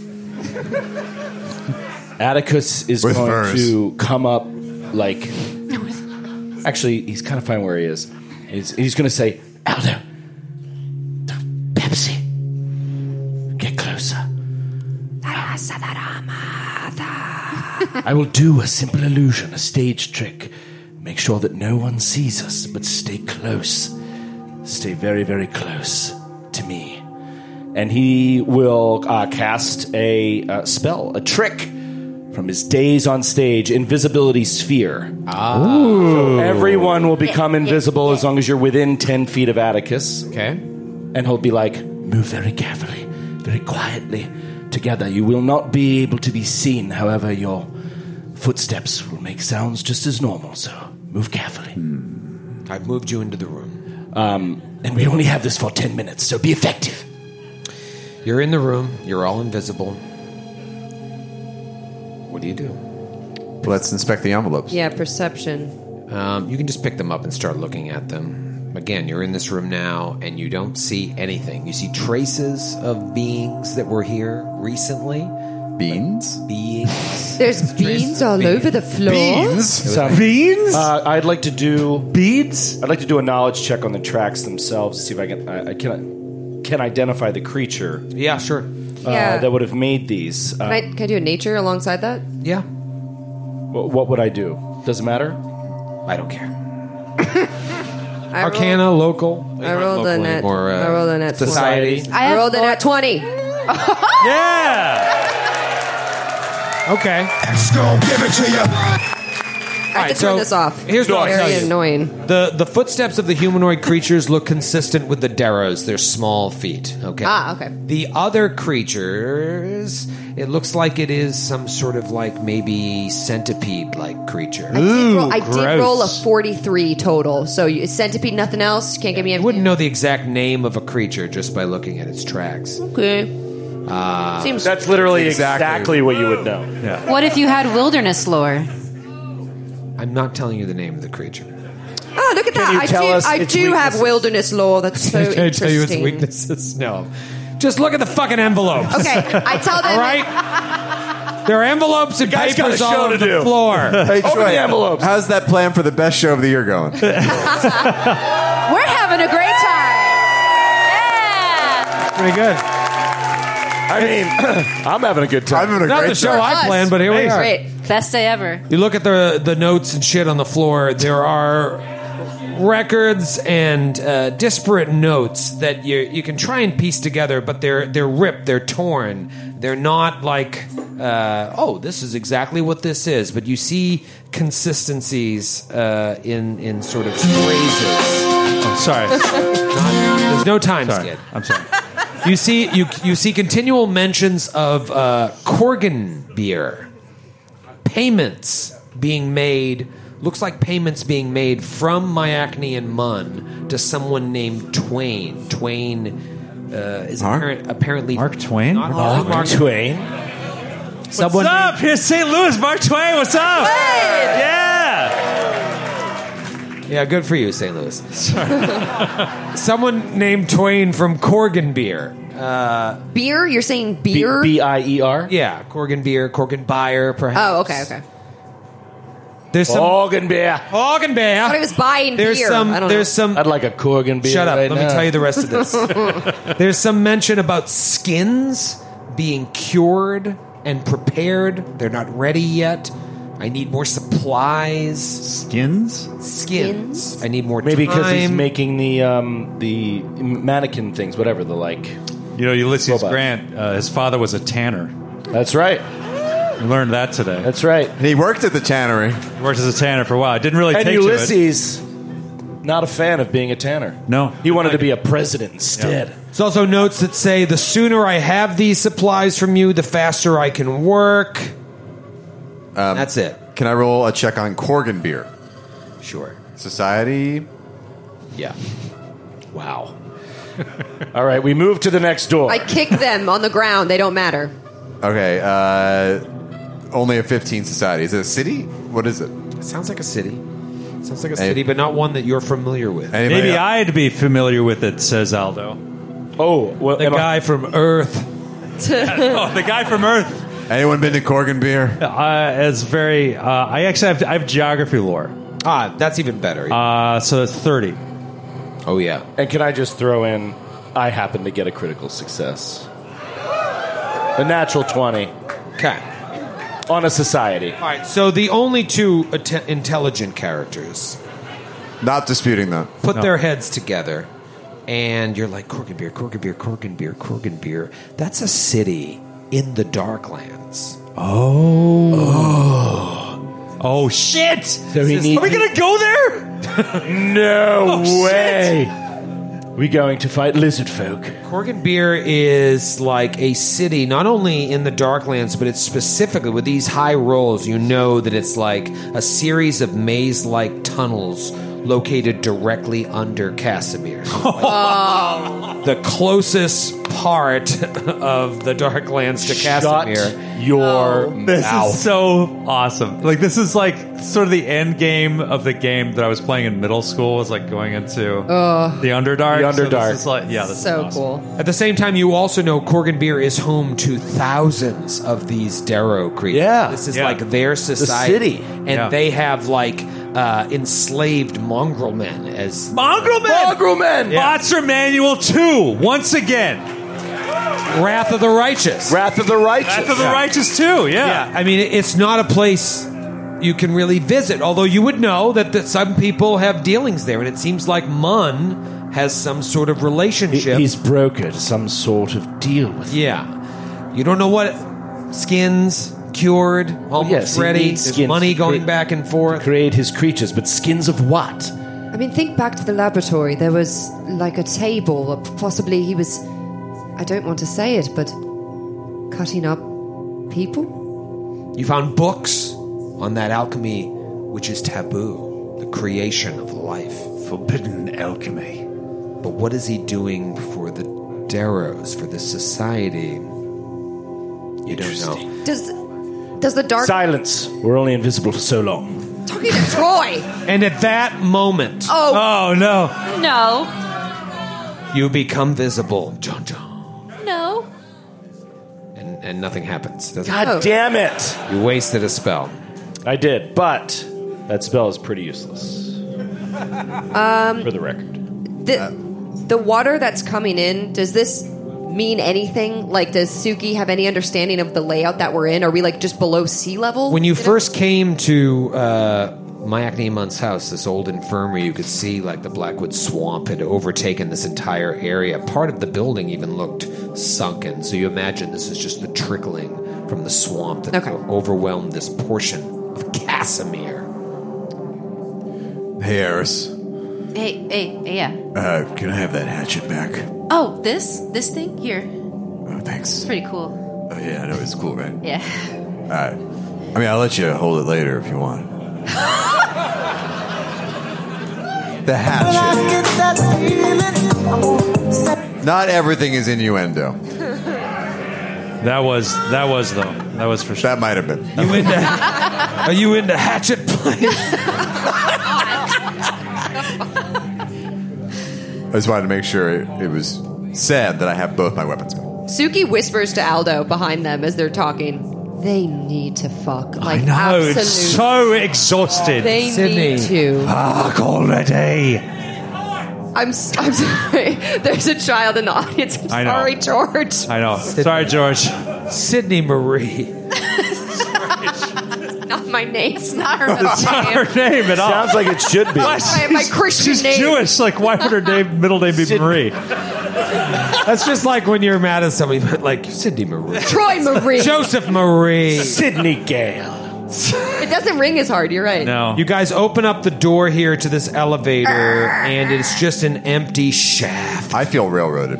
Atticus is With going furs. to come up like. Actually, he's kind of fine where he is. He's, he's going to say, Aldo, the Pepsi, get closer. I will do a simple illusion, a stage trick. Make sure that no one sees us, but stay close. Stay very, very close to me. And he will uh, cast a uh, spell, a trick from his days on stage, Invisibility Sphere. Ah. So everyone will become invisible as long as you're within 10 feet of Atticus. Okay. And he'll be like, move very carefully, very quietly together. You will not be able to be seen, however, your footsteps will make sounds just as normal, so move carefully. I've moved you into the room. Um, and we only have this for 10 minutes, so be effective. You're in the room. You're all invisible. What do you do? Let's inspect the envelopes. Yeah, perception. Um, you can just pick them up and start looking at them. Again, you're in this room now and you don't see anything. You see traces of beings that were here recently. Beans? [laughs] Beings. There's beans all over the floor. beans? Uh, I'd like to do beads. I'd like to do a knowledge check on the tracks themselves to see if I can I, I can can identify the creature Yeah, sure. uh, Yeah. that would have made these. Uh, Can I, can I do a nature alongside that? Yeah. wh- what would I do? Doesn't matter. I don't care. I Arcana, local. rolled, I rolled a net. Or, uh, I rolled a net. Society. 20. I, rolled a net 20. Yeah. Okay. Let's go give it to you. I can turn this off. Here's It's what I'll tell very you. annoying. The the footsteps of the humanoid creatures look consistent with the Darrows. They're small feet. Okay. Ah, okay. The other creatures, it looks like it is some sort of like maybe centipede like creature. I did, roll, I did roll a 43 total. So you, centipede, nothing else. Can't give me You anything. wouldn't know the exact name of a creature just by looking at its tracks. Okay. Uh, Seems- That's literally exactly. what you would know. Yeah. What if you had wilderness lore? I'm not telling you the name of the creature. Oh, look at Can that. you I tell do, us I its do have weaknesses? wilderness lore. That's so [laughs] Can I interesting. tell you its weaknesses? No. Just look at the fucking envelopes. Okay, I [laughs] tell them. All right? There are envelopes and papers all over the floor. Hey, Troy, How's that plan for the best show of the year going? We're having a great time. [laughs] Pretty good. I mean, [clears throat] I'm having a good time. I'm having Not the show I planned, but here we are. Great. Best day ever. You look at the the notes and shit on the floor. There are records and uh, disparate notes that you you can try and piece together, but they're they're ripped, they're torn, they're not like uh, oh, this is exactly what this is. But you see consistencies uh, in in sort of phrases. sorry. there's no time Sorry. skid. I'm sorry. You see, you you see continual mentions of uh, Corgan beer, payments being made. Looks like payments being made from Myacne and Munn to someone named Twain. Twain uh, is apparent, apparently Mark Twain. Not Mark Twain. Someone what's up? Here's St. Louis. Mark Twain. What's up? Yeah. Yeah, good for you, St. Louis. [laughs] someone named Twain from Corgan beer. Uh, Beer? You're saying beer? I E R. Yeah, Corgan beer, Corgan buyer, perhaps. oh, okay, okay. There's some Oh. Corgan beer. Corgan beer. But I was buying There's beer. some. I don't There's some. I'd like a Corgan beer. Shut up. right Let me now. tell you the rest of this. [laughs] there's some mention about skins being cured and prepared. They're not ready yet. I need more supplies. Skins. Skins. I need more. Maybe because he's time. making the um, the mannequin things, whatever the like. You know Ulysses Grant. Uh, his father was a tanner. That's right. We learned that today. That's right. And he worked at the tannery. He worked as a tanner for a while. It didn't really and take to it. Ulysses, not a fan of being a tanner. No. He wanted to be a president instead. There's also notes that say the sooner I have these supplies from you, the faster I can work. Um, That's it. Can I roll a check on Corgan beer? Sure. Society. Yeah. Wow. All right, we move to the next door. I kick them on the ground. They don't matter. Okay. Uh, only a 15 society. Is it a city? What is it? It sounds like a city. Sounds like a Hey. city, but not one that you're familiar with. Anybody Maybe else? I'd be familiar with it, says Aldo. Oh, well, the guy from [laughs] Earth. oh, the guy from Earth. Anyone been to Corgan beer? Uh, it's very. Uh, I actually have, I have geography lore. Ah, that's even better. Uh, so that's 30. oh, yeah. And can I just throw in? I happen to get a critical success. A natural twenty Okay. on a society. All right, so the only two atte- intelligent characters Not disputing that. put No. their heads together. together and you're like Corganbeer, Corganbeer, Corganbeer, Corganbeer. That's a city in the Darklands. Oh. Oh, shit! So he needs- Are we gonna go there? No Oh, way. We going to fight lizard folk. Corganbeer is like a city, not only in the Darklands, but it's specifically with these high rolls. You know that it's like a series of maze like tunnels located directly under Casimir. the closest part [laughs] of the Darklands to Casimir. your This is so awesome. Like this is like sort of the end game of the game that I was playing in middle school. Was like going into the Underdark. The So Underdark. this is like, yeah, this So is awesome. cool. At the same time, you also know Corganbeer is home to thousands of these Darrow creatures. Yeah. This is Yeah. like their society. city. And Yeah. they have like uh, enslaved mongrel men as Mongrel Man! Mongrelman! Monster Manual 2, once again. Wrath of the Righteous. Wrath of the Righteous. Wrath of the Righteous 2, yeah. yeah. I mean, it- it's not a place you can really visit, although you would know that, that some people have dealings there. And it seems like Mun has some sort of relationship. He's brokered some sort of deal with yeah. You don't know what skins, cured, almost yes, he ready. needs There's skins money to going create- back and forth. Create his creatures, but skins of what? I mean, think back to the laboratory. There was like a table, or possibly he was. I don't want to say it, but cutting up people? You found books on that alchemy, which is taboo, the creation of life. Forbidden alchemy. But what is he doing for the Darrows, for the society? You don't know. Does does the dark Silence. We're only invisible for so long. talking to Troy? And at that moment, Oh. oh no, No, you become visible. Dun, dun. no. and, and nothing happens. Oh. Doesn't God it? damn it! You wasted a spell. I did, but that spell is pretty useless. Um, for the record. the the water that's coming in. Does this mean anything? Like, does Suki have any understanding of the layout that we're in? Are we like just below sea level? When you first came to uh, Myakne Munt's house, this old infirmary, you could see like the Blackwood swamp had overtaken this entire area. Part of the building even looked sunken, so you imagine this is just the trickling from the swamp that Okay. overwhelmed this portion of Casimir. Hey, Eris. Hey, hey, hey, yeah. Uh, can I have that hatchet back? Oh, this this thing here. Oh, thanks. It's pretty cool. Oh, yeah, I know it's cool, right? Yeah. [laughs] Uh, I mean, I'll let you hold it later if you want. [laughs] the hatchet. Not everything is innuendo. That was that was though. That was for sure. That might have been. You into? [laughs] Are you into hatchet play? I just wanted to make sure it, it was said that I have both my weapons. back. Suki whispers to Aldo behind them as they're talking. They need to fuck. Like, No, absolutely. it's so exhausted. They need Sydney. to. Fuck already. I'm, s- I'm sorry. [laughs] There's a child in the audience. I'm I know. sorry, George. I know. Sorry, George. Sydney Marie. Not my name. It's not [laughs] her middle It's not name. [laughs] her name at all. Sounds like it should be. Why- My- my Christian she's name. Jewish. Like, why would her name, middle name be Marie? That's just like when you're mad at somebody, but like Sydney Marie, Troy Marie. Joseph Marie, Sydney Gale. It doesn't ring as hard. You're right. No. You guys open up the door here to this elevator, and it's just an empty shaft. I feel railroaded.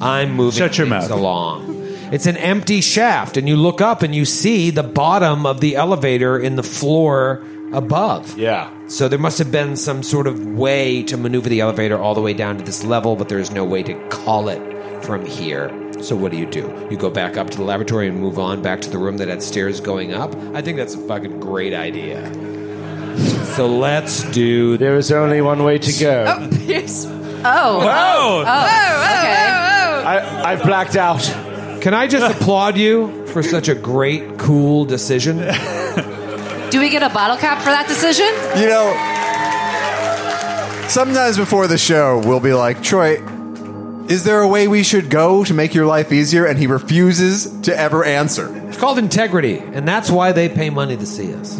I'm moving Shut your things mouth. along. It's an empty shaft, and you look up and you see the bottom of the elevator in the floor above. Yeah. So there must have been some sort of way to maneuver the elevator all the way down to this level, but there's no way to call it from here. So what do you do? You go back up to the laboratory and move on back to the room that had stairs going up? I think that's a fucking great idea. So let's do There is only one way to go. Oh, [laughs] Yes. Oh. Oh. Whoa. okay. I, I've blacked out. Can I just applaud you for such a great, cool decision? Do we get a bottle cap for [laughs] that decision? You know, sometimes before the show, we'll be like, Troy, is there a way we should go to make your life easier? And he refuses to ever answer. It's called integrity, and that's why they pay money to see us.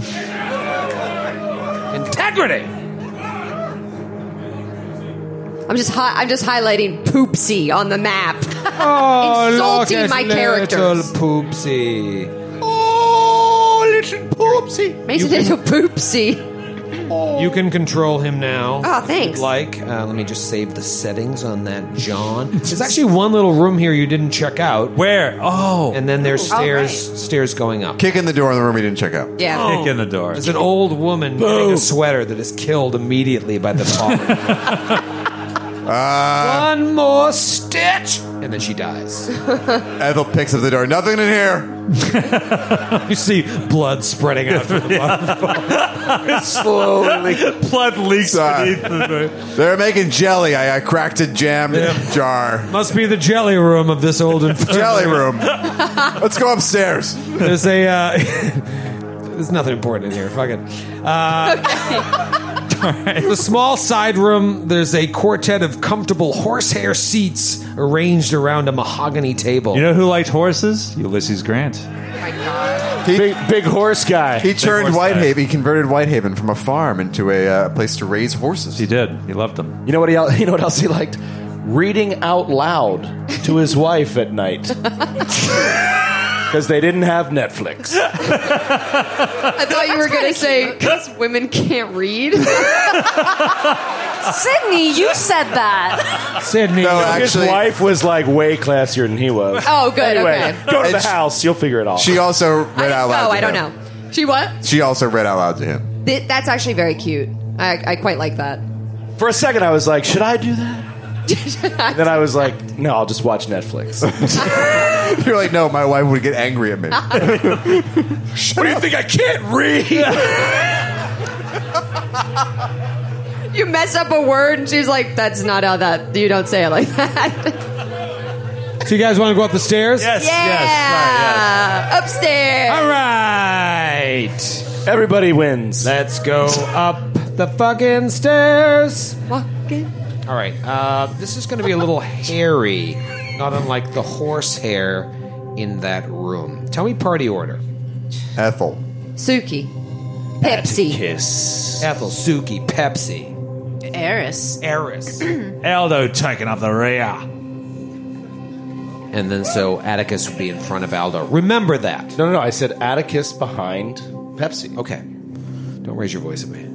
integrity! I'm just hi- I'm just highlighting poopsie on the map. Oh, Insulting look at my little characters. poopsie. Oh, little poopsie. Makes a little poopsie. You can control him now. Oh, if thanks. you'd Like, uh, let me just save the settings on that, John. There's actually one little room here you didn't check out, Where? Oh, and then there's All stairs stairs going up. Kick in the door in the room we didn't check out. Yeah. kick in the door. There's an old woman wearing a sweater that is killed immediately by the [laughs] fall. Uh, One more stitch, and then she dies. Ethel picks up the door. Nothing in here. You see blood spreading out [laughs] from the bottom. Slowly. [laughs] Blood leaks [laughs] Sorry. beneath the They're making jelly. I, I cracked a jam jar. Must be the [laughs] jelly room of this old infirmary. Jelly room. Let's go upstairs. There's a. Uh, [laughs] there's nothing important in here. Fuck it. Uh, [laughs] The small side room. There's a quartet of comfortable horsehair seats arranged around a mahogany table. You know who liked horses? Ulysses Grant. Big, big horse guy. He turned horse Whitehaven. He converted Whitehaven from a farm into a uh, place to raise horses. He did. He loved them. You know what [laughs] he? el- You know what else he liked? [laughs] Reading out loud to his wife at night. because they didn't have Netflix. I thought you were going to say because women can't read. Sydney, you said that. Sydney, his wife was like way classier than he was. Oh, good, Anyway, okay. go to And the she- house. You'll figure it out. She also read out loud. Oh, to I don't know. him. She what? She also read out loud to him. [laughs] Th- that's actually very cute. I, I quite like that. For a second, I was like, should I do [laughs] that? And then I was like, no, I'll just watch Netflix. You're like, no, my wife would get angry at me. What do you think I can't read? You mess up a word, and she's like, "That's not how that. You don't say it like that." So you guys want to go up the stairs? yeah, upstairs. All right. Everybody wins. Let's go up the fucking stairs. Fucking. All right. Uh, this is going to be a little hairy, not unlike the horsehair in that room. Tell me party order. Ethel. Suki. Pepsi. Kiss. Ethel, Suki, Pepsi. Eris. Eris. Aldo taking up the rear. [clears throat] And then so Atticus would be in front of Aldo. Remember that. No, no, no. I said Atticus behind Pepsi. Okay. Don't raise your voice at me.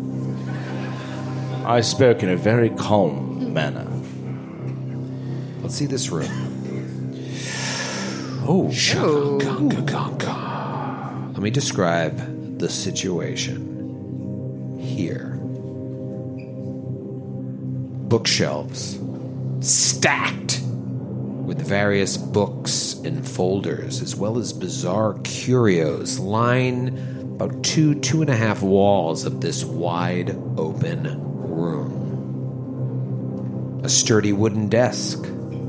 I spoke in a very calm manner. Let's see this room. Oh, Let me describe the situation here. Bookshelves stacked with various books and folders, as well as bizarre curios, line about two, two and a half walls of this wide open room. A sturdy wooden desk,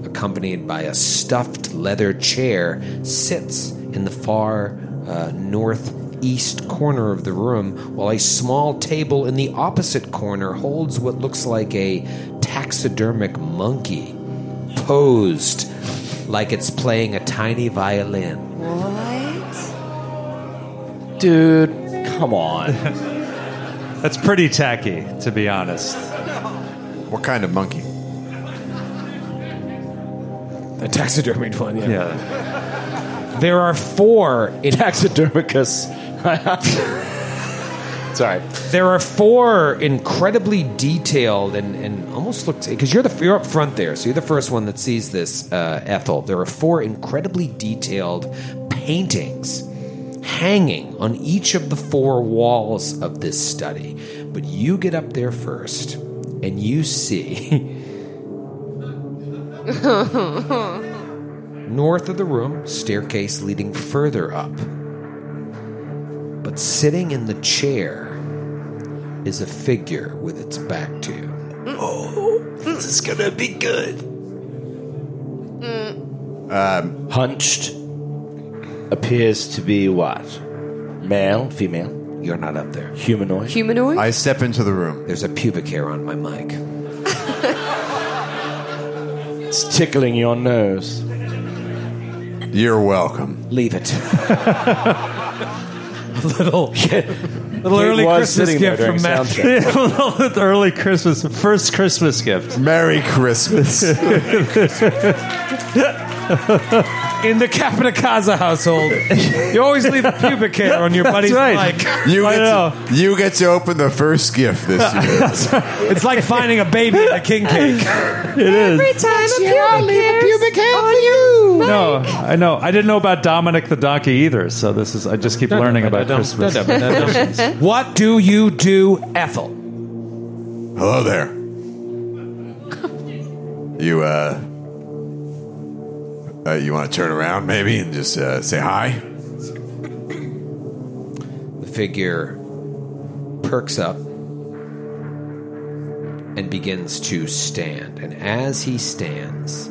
accompanied by a stuffed leather chair, sits in the far uh, northeast corner of the room, while a small table in the opposite corner holds what looks like a taxidermic monkey posed like it's playing a tiny violin. What? Dude, come on. That's pretty tacky, to be honest. What kind of monkey? A taxidermied one, yeah. There are four in taxidermicus. [laughs] Sorry. There are four incredibly detailed and, and almost look because you're the you're up front there, so you're the first one that sees this uh, Ethel. There are four incredibly detailed paintings hanging on each of the four walls of this study, but you get up there first and you see. [laughs] north of the room, staircase leading further up. But sitting in the chair is a figure with its back to you. oh, this is gonna be good. Um, Hunched appears to be what? Male, female? You're not up there. Humanoid? Humanoid? I step into the room. There's a pubic hair on my mic. It's tickling your [laughs] nose. You're welcome. Leave it. A little, little Kate early was Christmas sitting there gift from during Matt. sound check. A [laughs] little early Christmas, first Christmas gift. Merry Christmas. In the Capita Casa household, you always leave a pubic [laughs] hair on your That's buddy's right. mic. You I get, know. to, you get to open the first gift this year. [laughs] It's like finding a baby in a king [laughs] cake. It is. Every time a pubic, leave a pubic hair on you. No, I know. I didn't know about Dominic the donkey either. So this is. I just keep learning about Christmas. What do you do, Ethel? Hello there. You uh, uh you want to turn around maybe and just uh, say hi? The figure perks up and begins to stand. And as he stands,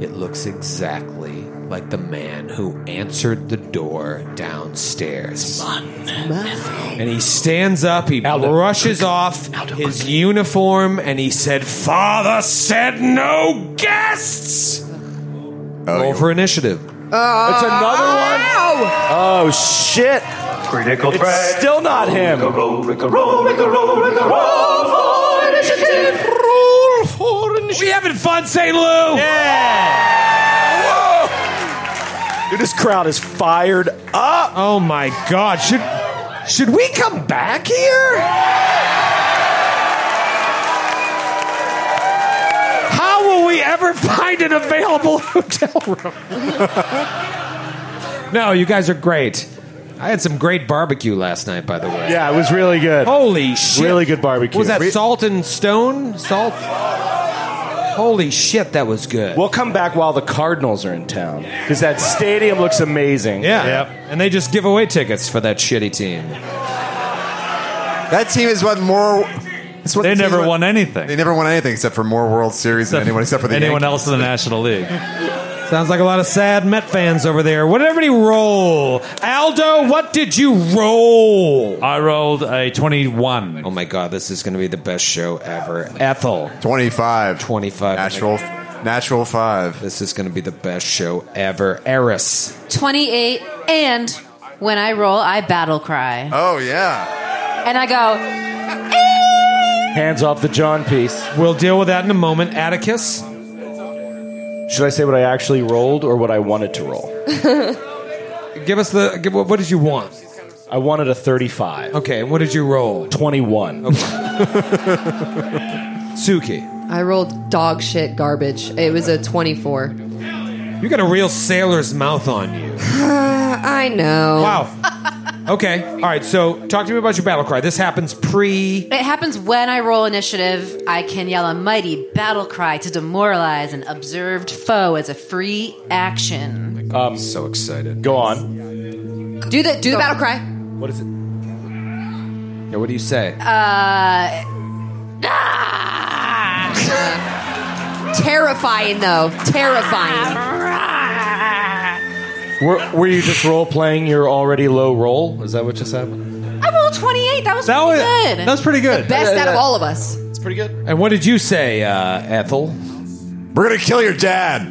it looks exactly like the man who answered the door downstairs. And he stands up, he brushes off his uniform, and he said, Father said no guests! Roll for initiative. Oh, It's another one. Oh shit! Critical It's threat. still not him. Roll, Rick, roll, Rick, roll, Rick, roll for initiative. Roll for initiative. We having fun, St. Lou? Yeah. Dude, this crowd is fired up. Oh my god! Should should we come back here? How will we ever find an available hotel room? [laughs] no, you guys are great. I had some great barbecue last night, by the way. Yeah, it was really good. Holy shit! Really good barbecue. Was that We- salt and stone? Salt. Holy shit, that was good. We'll come back while the Cardinals are in town because that stadium looks amazing. Yeah. And they just give away tickets for that shitty team. That team has won more. It's what They the team never won- won anything. They never won anything except for more World Series than anyone except for the anyone Yankees. else in the National League. Sounds like a lot of sad Met fans over there. What did everybody roll? Aldo, what did you roll? I rolled a 21. Oh my god, this is going to be the best show ever. Ethel. 25. 25. Natural natural 5. This is going to be the best show ever. Eris. 28, and when I roll, I battle cry. Oh, yeah. And I go, Hands off the John piece. We'll deal with that in a moment. Atticus? Should I say what I actually rolled or what I wanted to roll? Give us the. Give, what what did you want? I wanted a 35. Okay, and what did you roll? 21. Suki. I rolled dog shit garbage. It was a 24. You got a real sailor's mouth on you. I know. [laughs] Wow. Okay. All right. So, talk to me about your battle cry. This happens pre. it happens when I roll initiative. I can yell a mighty battle cry to demoralize an observed foe as a free action. Um, so excited. Go on. Do the do the battle cry. What is it? Yeah, what do you say? Uh, Terrifying though. Terrifying. Were, were you just role playing your already low roll? Is that what just happened? I rolled 28. That was That pretty was, good. that was pretty good. Best out of all of us. It's pretty good. And what did you say, uh, Ethel? We're going to kill your dad.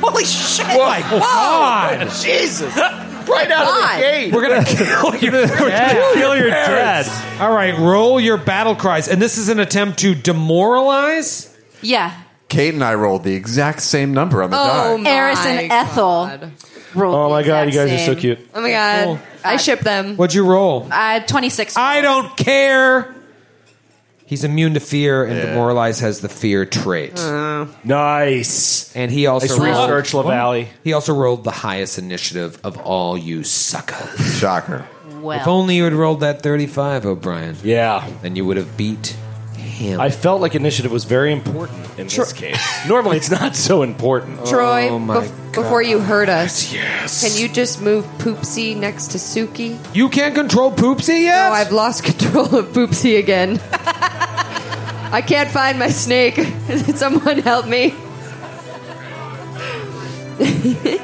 Holy shit! my God. Jesus! Right out God. gate. We're gonna [laughs] kill your, we're gonna kill your dad. All right, roll your battle cries, and this is an attempt to demoralize. Yeah. Kate and I rolled the exact same number on the Oh die. my Eris and Ethel. rolled Oh my the god, you exact guys are so same. cute. Oh my god. I ship them. What'd you roll? Uh, 26. I don't care. He's immune to fear, and demoralize has the fear trait. Nice. and he Nice also rolled, research, LaValle. he also rolled the highest initiative of all you suckers. Shocker. If Well, only you had rolled that 35, O'Brien, Yeah. then you would have beat him. I felt like initiative was very important in this case. Normally, it's not so important. Troy, Oh my bef- God. before you hurt us, can you just move Poopsie next to Suki? You can't control Poopsie Oh, yet. I've lost [laughs] control of Poopsie again. [laughs] I can't find my snake. [laughs] Someone help me.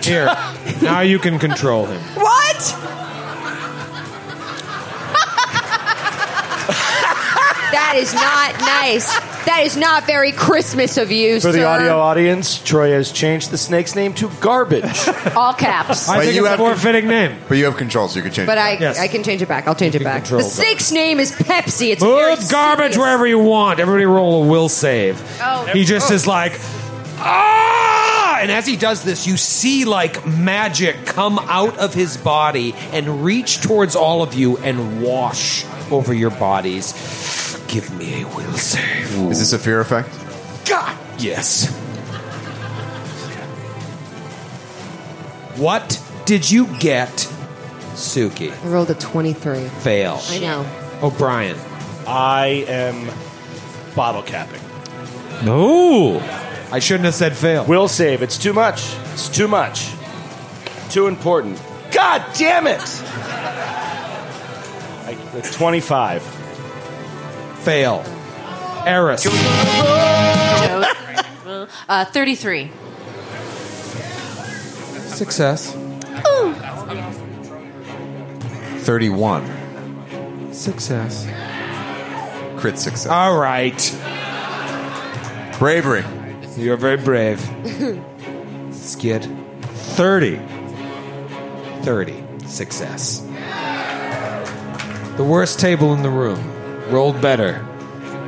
Here, now you can control him. What? that is not nice. That is not very Christmas of you, For sir. the audio audience, Troy has changed the snake's name to garbage. all caps. I But think you it's a have- more fitting name. But you have control, so you can change But it. I, Yes. I can change it back. I'll change it back. The control that. snake's name is Pepsi. It's very Move garbage serious. wherever you want. Everybody roll a will save. Oh. He just is like, ah! And as he does this, you see like magic come out of his body and reach towards all of you and wash over your bodies. Give me a will save. Is this a fear effect? God! Yes. What did you get, Suki? I rolled a 23. Fail. I know. O'Brien. [laughs] I am bottle capping. No. I shouldn't have said fail. Will save. It's too much. It's too much. Too important. God damn it! I, uh, 25. Fail. Eris. Uh, 33. Success. 31. Success. Crit success. All right. Bravery. You're very [laughs] brave. Skid. 30. 30. Success. The worst table in the room rolled better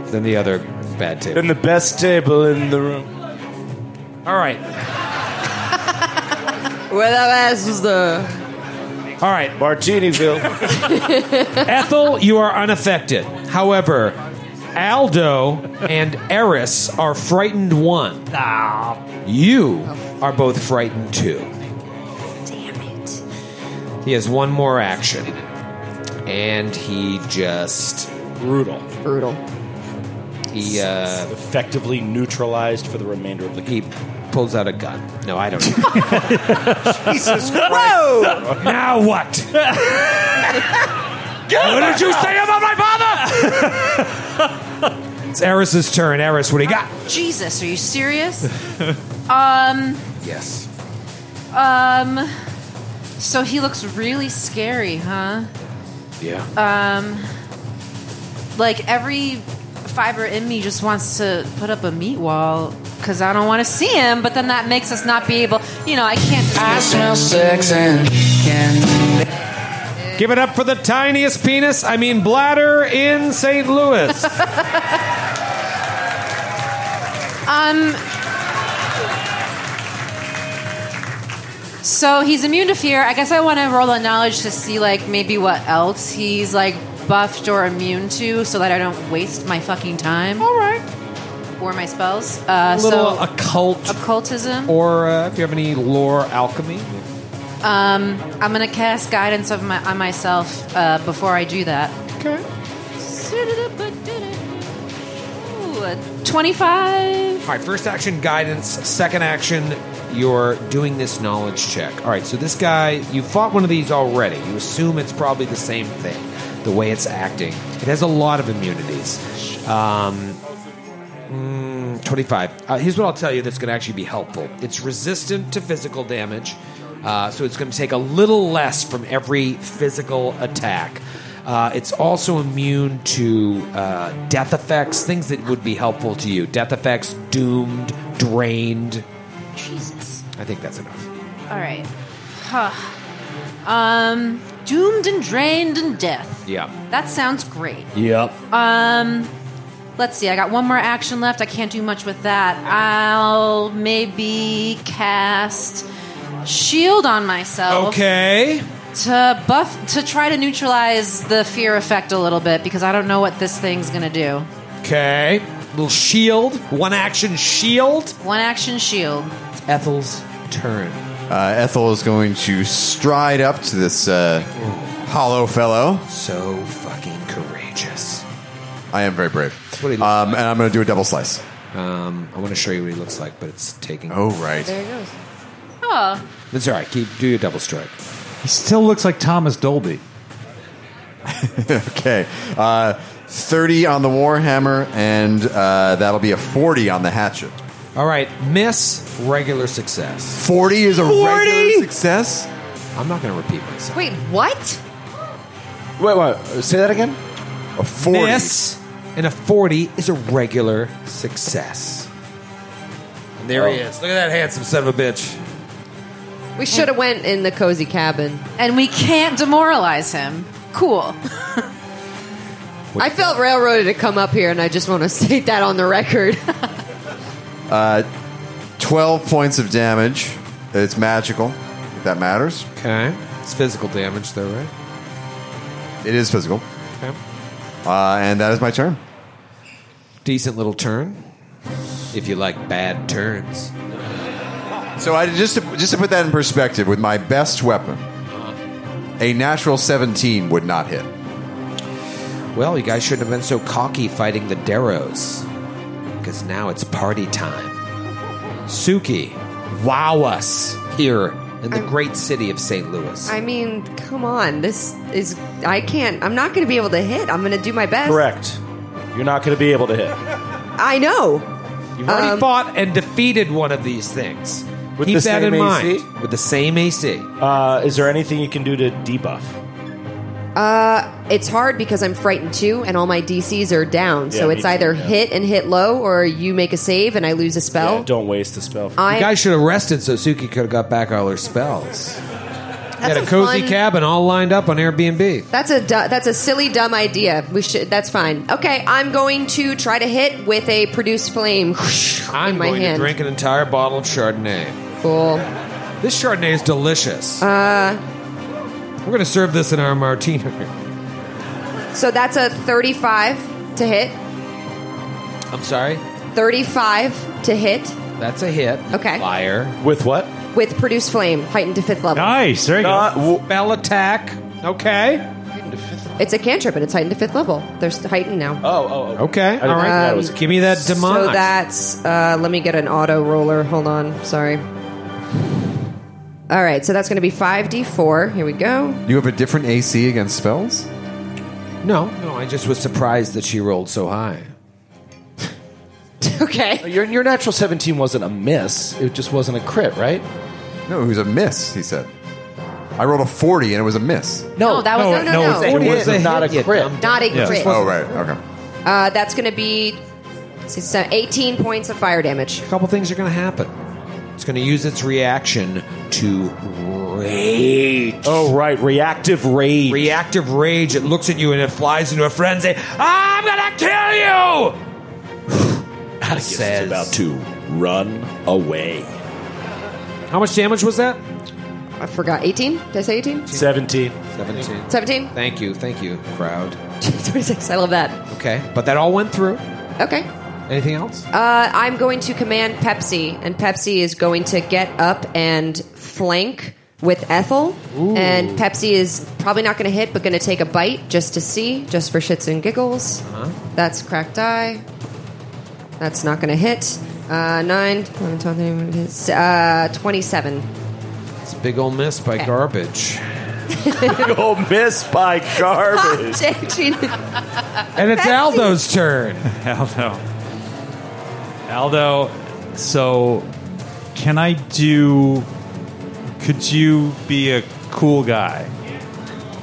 than the other bad table. And the best table in the room. All right. Where the ass is the. All right. Martiniville. Ethel, you are unaffected. However, Aldo and Eris are frightened one. You are both frightened two. Damn it. He has one more action. And he just. Brutal. Brutal. He uh, effectively neutralized for the remainder of the game. He pulls out a gun. No, I don't. know. Jesus Whoa! now what? what did you say about my father? It's Eris's turn. Eris, what do you got? Jesus, are you serious? um, yes. um, so he looks really scary, huh? Yeah. Uh, Um, like every fiber in me just wants to put up a meat wall because I don't want to see him, but then that makes us not be able, you know, I can't. I smell sex and Give it up for the tiniest penis, I mean bladder, in St. Louis. Um. So he's immune to fear. I guess I want to roll a knowledge to see, like, maybe what else he's like buffed or immune to, so that I don't waste my fucking time. All right. Or my spells. Uh, a little so occult. occultism. Or uh, if you have any lore alchemy. Um, I'm gonna cast guidance of my, on myself uh, before I do that. Okay. Twenty-five. All right, first action guidance. Second action, you're doing this knowledge check. All right, so this guy, you fought one of these already. You assume it's probably the same thing, the way it's acting. It has a lot of immunities. Um, mm, 25. Uh, here's what I'll tell you that's going to actually be helpful it's resistant to physical damage, uh, so it's going to take a little less from every physical attack. Uh, it's also immune to uh, death effects, things that would be helpful to you. Death effects, doomed, drained. Jesus. I think that's enough. All right. Huh. Um, doomed and drained and death. Yeah. That sounds great. Yep. Um, let's see. I got one more action left. I can't do much with that. I'll maybe cast shield on myself. Okay. To buff to try to neutralize the fear effect a little bit because I don't know what this thing's gonna do. Okay. Little shield. One action shield. One action shield. Ethel's turn. Uh, Ethel is going to stride up to this uh, hollow fellow. So fucking courageous. I am very brave. Um, and I'm going to do a double slice. Um, I want to show you what he looks like, but it's taking. Oh, right. it goes. Oh. That's all right. Keep, do your double strike. He still looks like Thomas Dolby. okay. Uh, 30 on the Warhammer, and uh, that'll be a 40 on the hatchet. All right, miss, regular success. 40 is a 40? regular success? I'm not going to repeat myself. Wait, what? Wait, wait. Say that again. A 40. Miss and a 40 is a regular success. And there he is. Look at that handsome son of a bitch. We should have went in the cozy cabin. And we can't demoralize him. Cool. I felt railroaded to come up here, and I just want to [laughs] state that on the record. [laughs] Uh, 12 points of damage. It's magical, if that matters. Okay. It's physical damage, though, right? It is physical. Okay. Uh, and that is my turn. Decent little turn. If you like bad turns. So I just to, just to put that in perspective, with my best weapon, a natural 17 would not hit. Well, you guys shouldn't have been so cocky fighting the Darrows. Because now it's party time. Suki, wow us here in the great city of St. Louis. I mean, come on. This is. I can't. I'm not going to be able to hit. I'm going to do my best. Correct. You're not going to be able to hit. I know. You've already Um, fought and defeated one of these things. With Keep the that same in AC? mind. With the same AC. Uh, is there anything you can do to debuff? Uh, it's hard because I'm frightened too, and all my DCs are down. Yeah, so me it's too, either yeah. hit and hit low, or you make a save and I lose a spell. Yeah, Oh. don't waste the spell. I- you guys should have rested so Suki could have got back all her spells. Had That's a, a cozy fun- cabin all lined up on Airbnb. That's a du- that's a silly dumb idea. We should. That's fine. Okay, I'm going to try to hit with a produce flame. [sighs] I'm in my going hand. to drink an entire bottle of Chardonnay. Cool. This Chardonnay is delicious. Uh, We're going to serve this in our martini. So that's a 35 to hit. I'm sorry. 35 to hit That's a hit. Okay. Liar. With what? with Produce Flame, heightened to fifth level. Nice. There you Not go. Spell attack. Okay. It's a cantrip, and it's heightened to fifth level. There's heightened now. Oh, oh, Okay. All right. Um, Give me that demonic. So that's. Uh, let me get an auto roller. Hold on. Sorry. All right. So that's going to be 5d4. Here we go. [laughs] You have a different AC against spells? No, no. I just was surprised that she rolled so high. okay. Your, your natural 17 wasn't a miss. It just wasn't a crit, right? No, it was a miss, he said. I rolled a 40 and it was a miss. No, that was- no, no, no. It was, It a- not a crit. Not a crit. Oh, right. Okay. Uh, that's going to be it's, uh, 18 points of fire damage. A couple things are going to happen. It's going to use its reaction to rage. Oh, right. Reactive rage. Reactive rage. It looks at you and it flies into a frenzy. I'm gonna kill you. [sighs] Atticus Says- is about to run away. How much damage was that? I forgot. 18? Did I say [laughs] 18? 17. 17. 17? Thank you, thank you, crowd. [laughs] 26. I love that. Okay, but that all went through. Okay. Anything else? Uh, I'm going to command Pepsi, and Pepsi is going to get up and flank with Ethel. And Pepsi is probably not going to hit, but going to take a bite just to see, just for shits and giggles. Uh-huh. That's cracked eye. That's not going to hit. Uh, 9, 11, 12, 13, 14, uh, [laughs] 27. It's a big old miss by Okay. garbage. Big old miss by garbage. And it's Aldo's turn. Aldo. Aldo, so can I do. Could you be a cool guy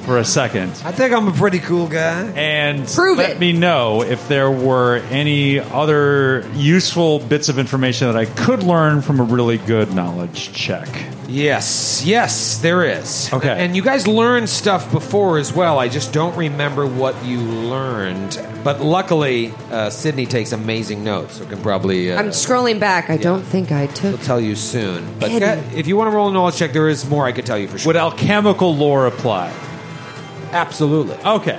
for a second? I think I'm a pretty cool guy. And let me know if there were any other useful bits of information that I could learn from a really good knowledge check. Yes, yes, there is. Okay. And you guys learned stuff before as well. I just don't remember what you learned. But luckily, uh, Sydney takes amazing notes, so can probably uh, I'm scrolling back. I don't think I took. tell you soon. But Hidden. ca- if you want to roll a knowledge check, there is more I could tell you for sure. Would alchemical lore apply? Absolutely. Okay.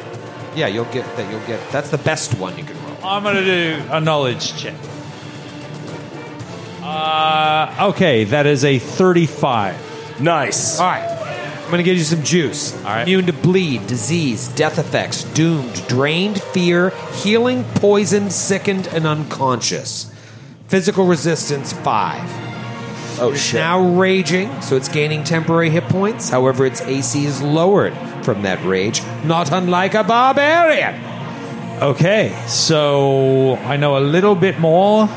Yeah, you'll get that. You'll get that's the best one you can roll. I'm going to do a knowledge check. Uh, okay, that is a 35. Nice. All right. I'm going to give you some juice. All right. Immune to bleed, disease, death effects, doomed, drained, fear, healing, poisoned, sickened, and unconscious. Physical resistance, five. Oh, shit. Now raging, so it's gaining temporary hit points. However, its AC is lowered from that rage, not unlike a barbarian. Okay, so I know a little bit more.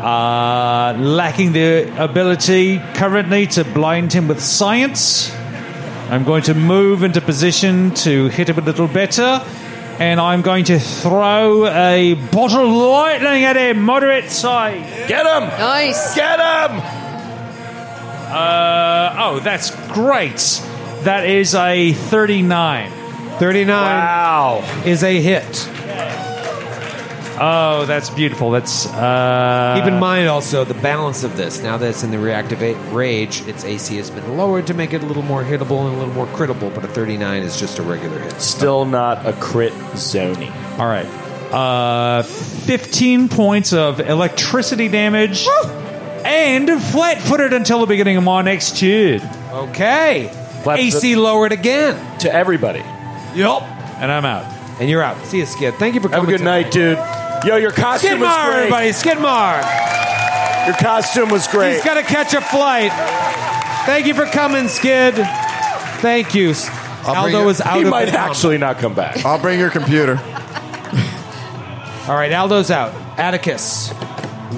Uh, lacking the ability currently to blind him with science. I'm going to move into position to hit him a little better. And I'm going to throw a bottle of lightning at him, moderate size. Get him! Nice! Get him! Uh, oh, that's great. That is a 39. 39 wow. is a hit. Oh, that's beautiful. That's. Uh, Keep in mind also the balance of this. Now that it's in the reactivate rage, its AC has been lowered to make it a little more hittable and a little more critical, but a 39 is just a regular hit. Still not a crit zoning. All right. Uh, 15 points of electricity damage and flat footed until the beginning of my next turn. Okay. AC lowered again. To everybody. Yup. And I'm out. And you're out. See you, Skid. Thank you for coming. Have a good night, dude. Yo, your costume was Skidmar, great. everybody. Skidmar. Your costume was great. He's got to catch a flight. Thank you for coming, Skid. Thank you. Aldo is out He of might the comp. actually not come back. I'll bring your computer. All right, Aldo's out. Atticus.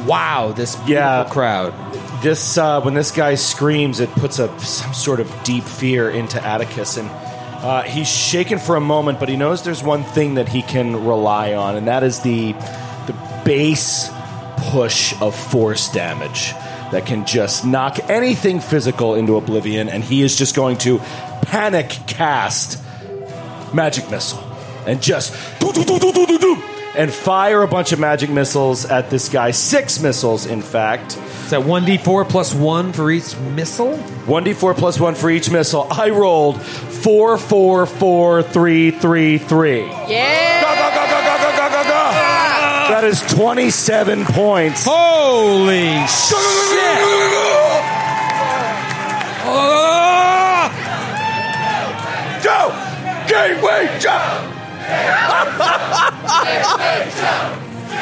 Wow, this beautiful crowd. This uh, when this guy screams, it puts a some sort of deep fear into Atticus, and uh, he's shaken for a moment, but he knows there's one thing that he can rely on, and that is the the base push of force damage that can just knock anything physical into oblivion, and he is just going to panic cast magic missile and just do do do do do do do and fire a bunch of magic missiles at this guy. Six missiles, in fact. Is that 1d4 plus 1 for each missile? 1d4 plus 1 for each missile. I rolled four, four, four, three, three, three. Yeah. That is 27 points. Holy shit! Joe! Gateway Joe!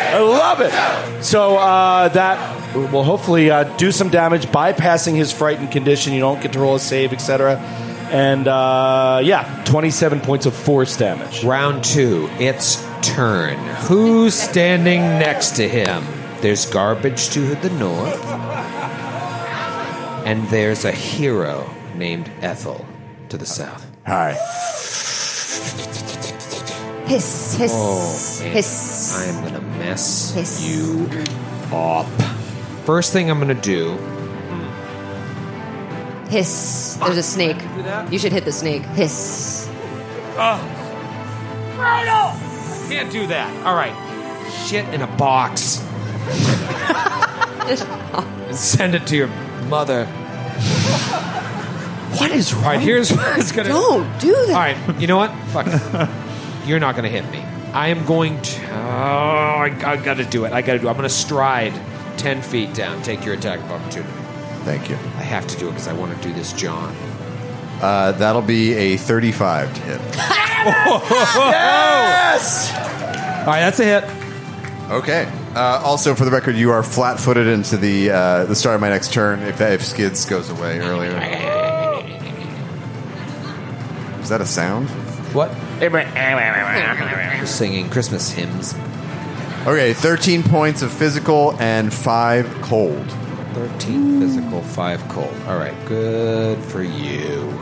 I love it. So uh, that will hopefully uh, do some damage, bypassing his frightened condition. You don't get to roll a save, etc. And uh, yeah, twenty-seven points of force damage. Round two. It's turn. Who's standing next to him? There's garbage to the north, and there's a hero named Ethel to the south. Hi. Hiss, hiss, Oh, man. hiss. I am gonna mess Hiss. you up. First thing I'm gonna do. Hiss. There's Ah. a snake. You should hit the snake. Hiss. Can't do that. All right. Shit in a box. and [laughs] send it to your mother. What is All right, here's what's gonna. Don't do All that. right, you know what? Fuck it. You're not gonna hit me. I am going to. Oh, I, I gotta do it. I gotta do. it. I'm gonna stride ten feet down. Take your attack of opportunity. Thank you. I have to do it because I want to do this, [laughs] John. Uh, that'll be a 35 to hit. yes. All right, that's a hit. Okay. Uh, also, for the record, you are flat-footed into the uh, the start of my next turn. If that, if Skids goes away earlier, Uh, is that a sound? What? Singing Christmas hymns. Okay, thirteen points of physical and five cold. 13 physical, 5 cold. All right, good for you.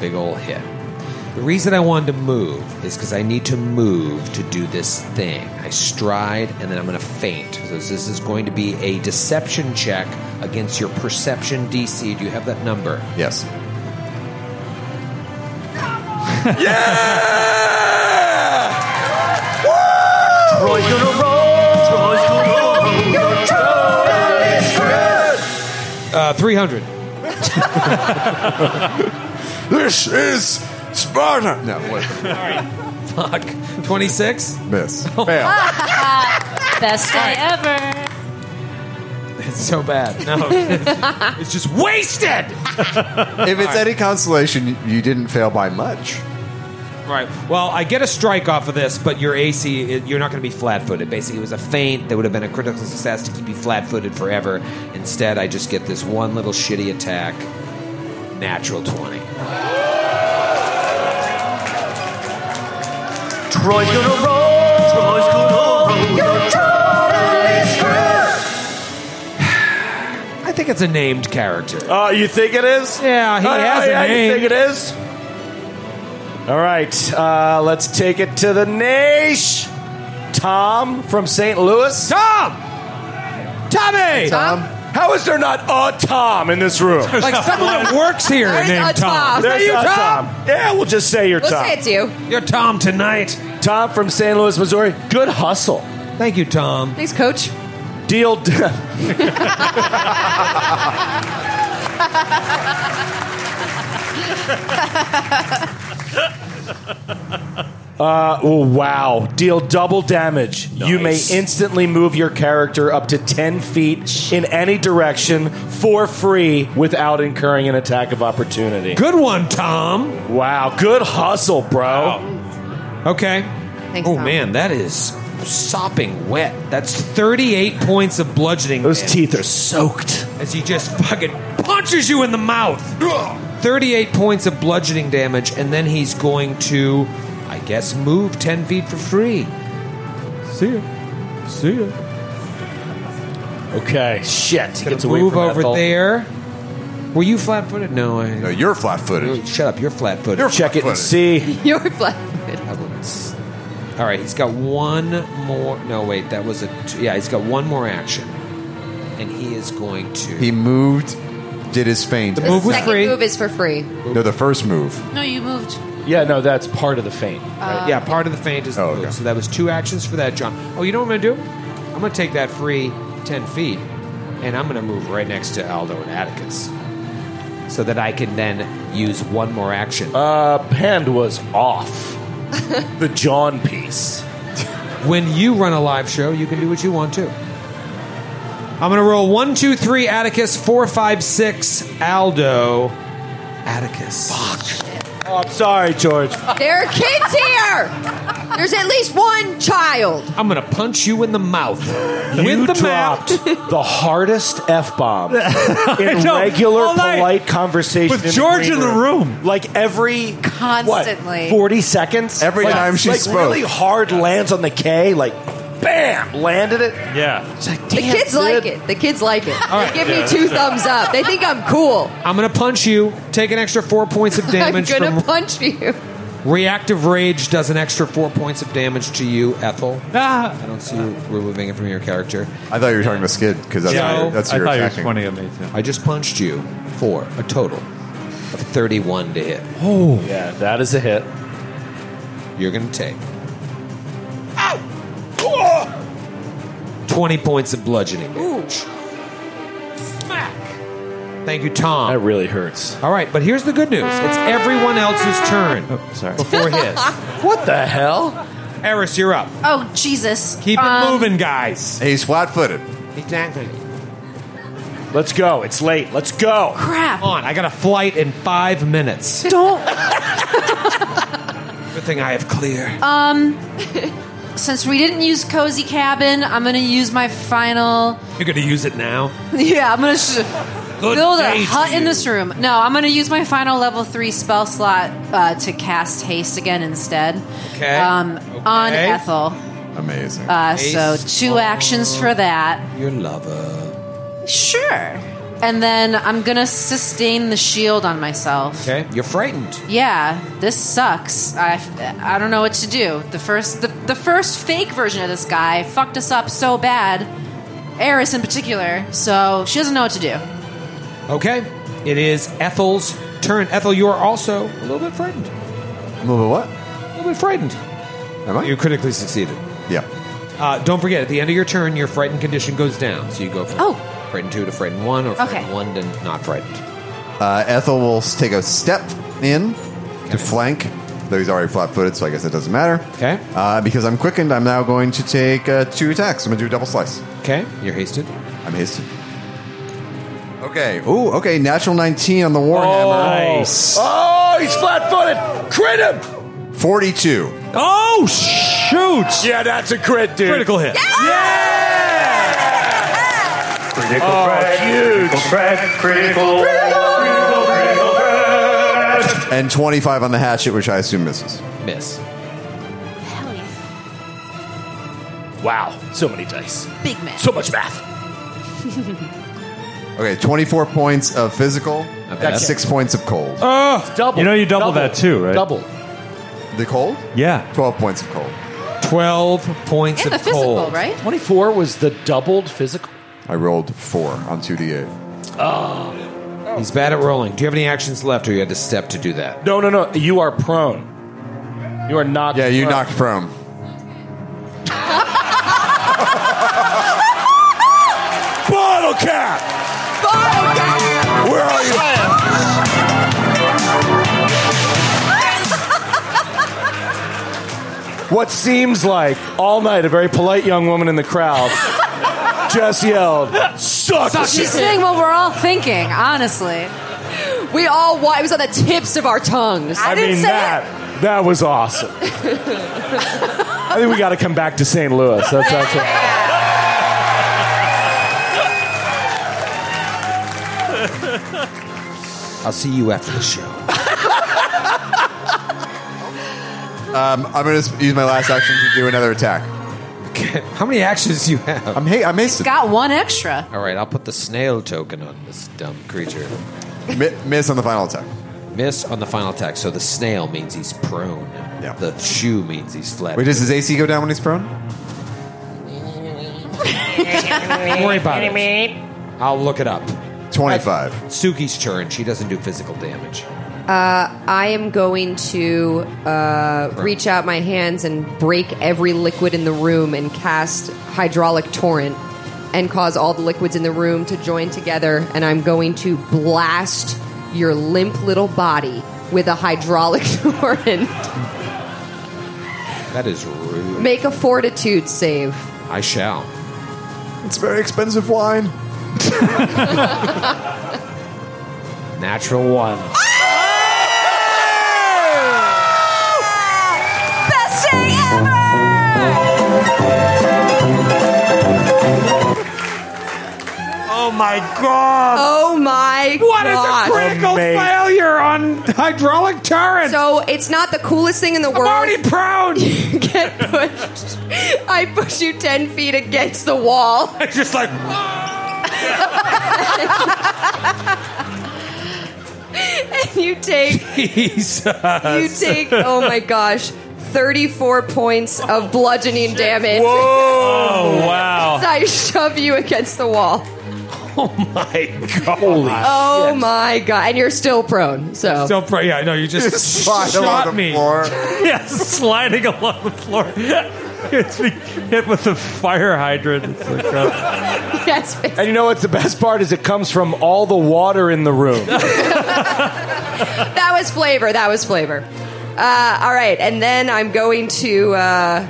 Big old hit. The reason I wanted to move is because I need to move to do this thing. I stride and then I'm going to faint. So this is going to be a deception check against your perception DC. Do you have that number? Yes. Troy's gonna roll. Troy's gonna roll. Troy is good. Uh, 300. This is Sparta. No, what? Fuck. [laughs] 26? Miss. Fail. Best day ever. It's so bad. No. [laughs] it's just wasted! if it's any consolation, you didn't fail by much. Right. Well, I get a strike off of this, but your AC, it- you're not going to be flat footed. Basically, it was a feint that would have been a critical success to keep you flat footed forever. Instead, I just get this one little shitty attack. Natural 20. Troy's gonna roll. Troy's gonna roll. You're totally screwed. [sighs] I think it's a named character. Uh, you think it is? Yeah, he Oh, has yeah, a you name. think it is? All right, uh, let's take it to the niche. Tom from St. Louis. Tom! Tommy! Tom? How is there not a Tom in this [laughs] room? Like someone that works here There's named a Tom. Tom. There's Say you, a Tom. Yeah, we'll just say you're We'll Tom. say it's you. You're Tom tonight. Tom from St. Louis, Missouri. Good hustle. Thank you, Tom. Thanks, coach. Deal. D- [laughs] uh, oh, wow. Deal double damage. You may instantly move your character up to 10 feet in any direction for free without incurring an attack of opportunity. Good one, Tom. Wow. Good hustle, bro. Okay. Thanks, oh, Tom. man, that is sopping wet. That's 38 points of bludgeoning. Those damage. teeth are soaked. as he just fucking punches you in the mouth. 38 points of bludgeoning damage, and then he's going to, I guess, move 10 feet for free. See ya. See ya. Okay. Shit. He Gonna gets away move from over Ethel. there. Were you flat footed? No, I. No, you're flat-footed. Shut up, you're flat footed. You're Check it and see. flat-footed. [laughs] You're flat. All right, he's got one more. No, wait, that was a. Two, yeah, he's got one more action. And he is going to. He moved, did his feint. The move was Second free. move is for free. No, the first move. No, you moved. Yeah, no, that's part of the feint. Right? yeah, part of the feint is the move. So that was two actions for that, John. Oh, you know what I'm going to do? I'm going to take that free 10 feet, and I'm going to move right next to Aldo and Atticus so that I can then use one more action. Uh, Pand was off. the John piece. when you run a live show, you can do what you want to. I'm going to roll one, two, three, Atticus, four, five, six, Aldo, Atticus. Oh, I'm sorry, George. There are kids here. There's at least one child. I'm going to punch you in the mouth. you With the dropped the hardest f bomb in know, regular all night. polite conversation With in George green in the room. Like every Constantly. what, forty seconds. Every Like- time she like spoke. really hard lands on the K. Like, bam, landed it. Yeah. It's like, The damn, kids like it. The kids like it. All right. They give Yeah, me two yeah. thumbs up. They think I'm cool. I'm going to punch you, take an extra [laughs] four points of damage I'm gonna from punch you. Reactive Rage does an extra four points of damage to you, Ethel. Ah. I don't see you removing it from your character. I thought you were talking to Skid because that's, Yeah. your, that's I your thought you were attacking. pointing at me, I just punched you for a total of 31 to hit. Oh. Yeah, that is a hit. You're going to take 20 points of bludgeoning damage. Smack! Thank you, Tom. That really hurts. All right, but here's the good news it's everyone else's turn sorry. before [laughs] his. what the hell? Eris, you're up. Oh Jesus! Keep it Um, moving, guys. He's flat footed. Exactly. Let's go. It's late. Let's go. Crap. Come on, I got a flight in five minutes. Don't. [laughs] Good thing I have clear. Um, since we didn't use cozy cabin, I'm gonna use my final. [laughs] You're going to use it now? Yeah, I'm gonna sh- Good build a day to hut in you. this room. No, I'm gonna use my final level three spell slot uh, to cast haste again instead. Okay. Um, on Okay. Ethel. Amazing. Uh, so two actions for that. Your lover. Sure. And then I'm gonna sustain the shield on myself. Okay. You're frightened. Yeah, this sucks. I, I don't know what to do. The first the, the first fake version of this guy fucked us up so bad. Eris in particular, so she doesn't know what to do. Okay. It is Ethel's turn. Ethel, you are also a little bit frightened. A little bit what? A little bit frightened. Am I? You critically succeeded. Yeah. Uh, don't forget, at the end of your turn, your frightened condition goes down. So you go from Oh. frightened two to frightened one, or frightened Okay. one to not frightened. Uh, Ethel will s- take a step in to flank, though he's already flat footed, so I guess it doesn't matter. Okay. Uh, because I'm quickened, I'm now going to take uh, two attacks. I'm going to do a double slice. Okay. You're hasted. I'm hasted. Okay. Ooh, okay. Natural 19 on the Warhammer. Nice. Oh, he's flat footed. Crit him. 42. Oh, shoot! Yeah, that's a crit, dude. Critical hit. Critical Oh, threat. Huge. Threat. Critical. Critical. Critical threat. And 25 on the hatchet, which I assume misses. Miss. Wow. So many dice. Big man. So much math. Okay, 24 points of physical and That's- 6 points of cold. Oh, double. You know you double, that too, right? Double. The cold? [laughs] Yeah. 12 points of cold. 12 points And the of physical, cold. right? 24 was the doubled physical. I rolled 4 on 2d8. He's bad at rolling. Do you have any actions left, or you had to step to do that? No, no, no. You are prone. You are knocked Yeah, you prone. knocked [laughs] prone. Bottle cap! Where are you? What seems like all night a very polite young woman in the [laughs] crowd just yelled, Suck, She's saying what we're all thinking, honestly. We all wa- it was on the tips of our tongues. I, mean, that, that. was awesome. I think we got to come back to St. Louis. That's, that's what- [laughs] I'll see you after the show. Um, I'm going to use my last action to do another attack. How many actions do you have? I'm, ha- I'm It's hasted. got one extra. All right, I'll put the snail token on this dumb creature. Mi- miss on the final attack. Miss on the final attack. So the snail means he's prone. Yeah. The shoe means he's flat. Wait, does his AC go down when he's prone? Don't worry about it. I'll look it up. 25. Suki's turn. She doesn't do physical damage. Uh, I am going to uh, reach out my hands and break every liquid in the room and cast hydraulic torrent and cause all the liquids in the room to join together. And I'm going to blast your limp little body with a hydraulic [laughs] torrent. That is rude. Make a fortitude save. I shall. It's very expensive wine. Natural one. Best day Oh my god! Oh my What is God. a critical Amazing. failure on hydraulic turret? So it's not the coolest thing in the world. already proud. [laughs] You [laughs] [laughs] get pushed. I push you ten feet against the wall. It's just like [laughs] and you take Jesus. you take oh my gosh 34 points of bludgeoning damage Oh, Whoa! [laughs] As i shove you against the wall oh my god! Holy oh my god and you're still prone so Still pro- yeah, no, you just Just slide shot along the me. floor. [laughs] yeah, sliding along the floor. [laughs] it's being hit with a fire hydrant. It's like, uh, [laughs] Yes. And you know what's the best part is it comes from all the water in the [laughs] room. Oh, that was flavor that was flavor uh, all right and then i'm going to uh...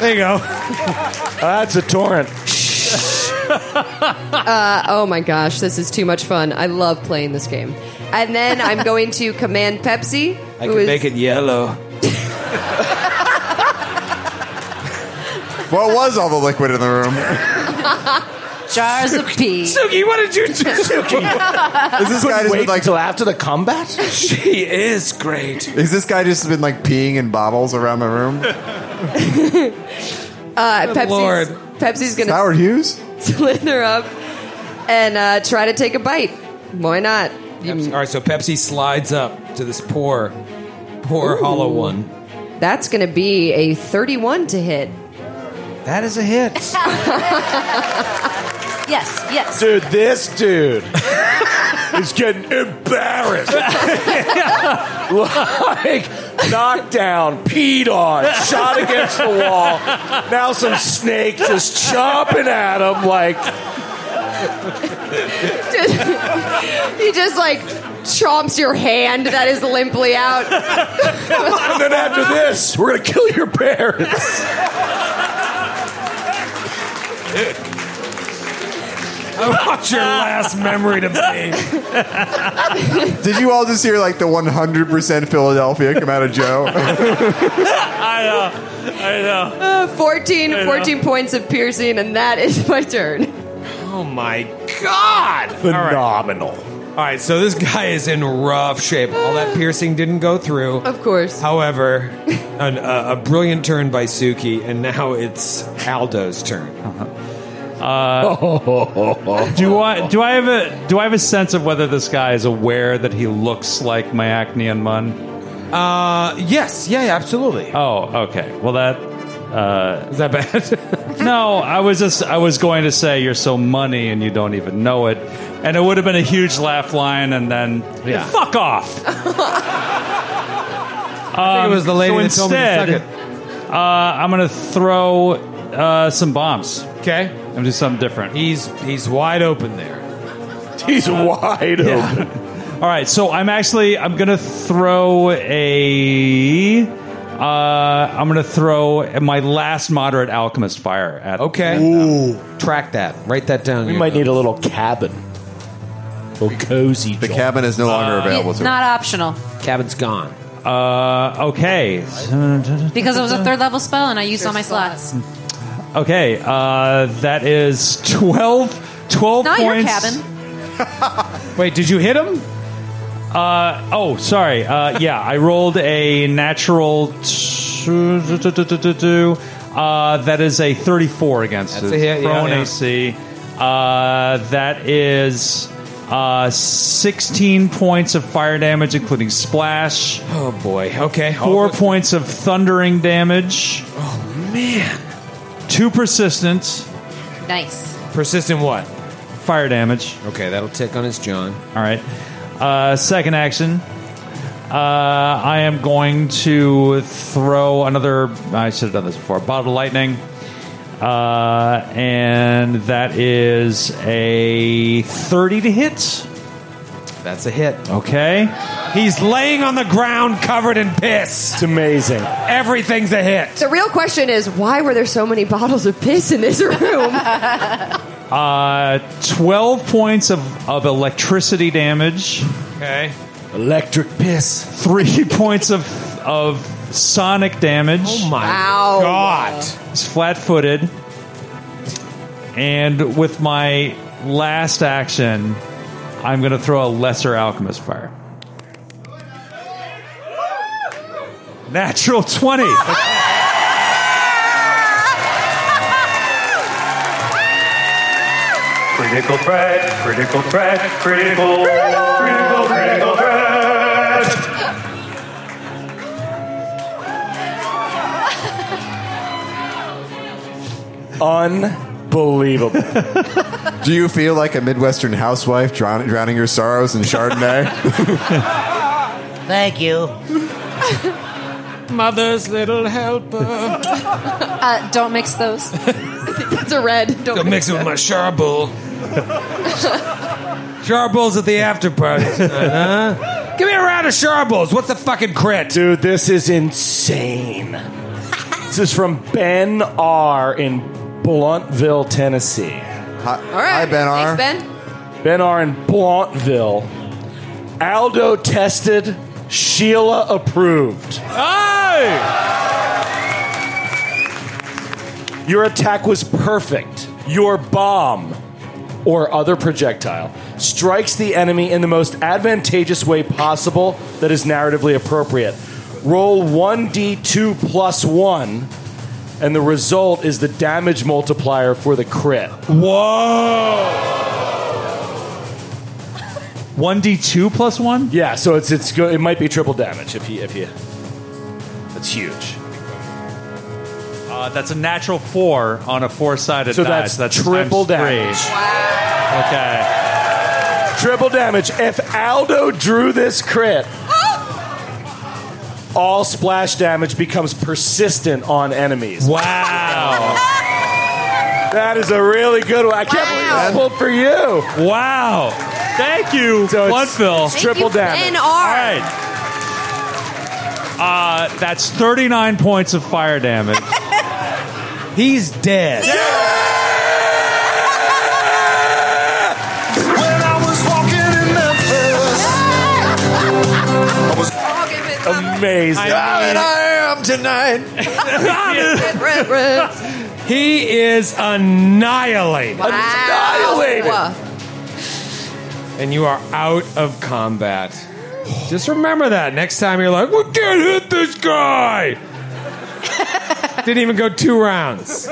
there you go. That's a torrent. uh, oh my gosh this is too much fun i love playing this game and then i'm going to command pepsi I who can is- make it yellow. What was all the liquid in the room? Jars of pee. Suki, what did you do, Suki? Is this guy just been, like till after the combat? [laughs] she is great. Is this guy just been like peeing in bottles around the room? uh, Good pepsi's, Lord. pepsi's gonna Howard Hughes? [laughs] slither up and uh, try to take a bite. Why not? All right, so Pepsi slides up to this poor, poor Ooh. hollow one. That's going to be a 31 to hit. That is a hit. yes, yes. Dude, this dude is getting embarrassed. [laughs] like knocked down, peed on, shot against the wall. Now some snake just chomping at him like he just like chomps your hand that is limply out. and then after this, we're gonna kill your parents. I want your last memory to be. Did you all just hear like the 100% Philadelphia come out of Joe? I know. I know. Uh, 14, 14 points of piercing, and that is [laughs] my turn. oh my god! Phenomenal. All right, so this guy is in rough shape. All that piercing didn't go through. Of course. However, an, uh, a brilliant turn by Suki, and now it's Aldo's turn. Uh, do I do I have a do I have a sense of whether this guy is aware that he looks like my acne and mun? Uh, yes, yeah, yeah, absolutely. Oh, okay. Well, that uh, [laughs] is that bad? [laughs] no, I was just I was going to say you're so money and you don't even know it, and it would have been a huge laugh line, and then Yeah. fuck off. I think it was the lady so that told me to instead, suck it. Uh, I'm gonna throw uh, some bombs. Okay, I'm gonna do something different. He's he's wide open there. He's wide open. All right, so I'm actually I'm gonna throw a. Uh, I'm gonna throw my last moderate alchemist fire at. Okay. Ooh. Track that. Write that down. We might need a little cabin. little cozy. [laughs] The cabin is no longer available to Not optional Cabin's gone. Uh, okay. because it was a third level spell and I used all my slots. Okay, uh, that is 12, 12 Not your points. cabin. Wait, did you hit him? Uh, oh, sorry. Uh, yeah, I rolled a natural. uh, Two, two, two, two, two, two, two. Uh, that is a 34 against That's his a hit, yeah, prone yeah. AC. Uh, that is uh, 16 points of fire damage, including splash. Oh, boy. Okay. Oh, Four points of thundering damage. Man. Two persistent. Nice. Persistent what? Fire damage. Okay, that'll tick on his John. All right. Uh, second action. Uh, I am going to throw another. I should have done this before. Bolt of lightning. Uh, and that is a 30 to hit. That's a hit. Okay. He's laying on the ground covered in piss. It's amazing. Everything's a hit. The real question is why were there so many bottles of piss in this room? Uh, 12 points of, of electricity damage. Okay. Electric piss. Three [laughs] points of of sonic damage. Oh my Wow. god. He's flat footed. And with my last action, I'm going to throw a lesser alchemist fire. Natural 20. Critical threat, critical threat, critical, critical, critical threat. Unbelievable. Do you feel like a Midwestern housewife drown- drowning your sorrows in Chardonnay? Thank you. Mother's little helper. Uh, don't mix those. That's a red. Don't [laughs] Go mix it with my [laughs] Charbull. Charbull's at the after party. tonight, huh? Give me a round of Charbull's. What's the fucking crit? Dude, this is insane. this is from Ben R. in Bluntville, Tennessee. Hi, right. Ben R. Thanks, Ben. Ben R. in Bluntville. Aldo tested, Sheila approved. Your attack was perfect. Your bomb or other projectile strikes the enemy in the most advantageous way possible that is narratively appropriate. Roll 1d2 plus 1, and the result is the damage multiplier for the crit. Whoa! 1d2 plus 1? Yeah, so it's it's go, it might be triple damage if you if you That's huge. Uh, that's a natural 4 on a 4 sided So die. that's times triple three. damage. Okay. Triple damage. If Aldo drew this crit, all splash damage becomes persistent on enemies. Wow. [laughs] that is a really good one. I can't believe I pulled for you. Wow. Thank you, so it's- Bloodville. it's triple damage. All right. Uh, that's 39 points of fire [laughs] damage. He's dead. When I was walking in Memphis, I was Amazing. and I am [laughs] tonight. red, red. [laughs] he is annihilated. Wow. And you are out of combat. Just remember that next time you're like, we can't hit this [laughs] guy. Didn't even go two rounds.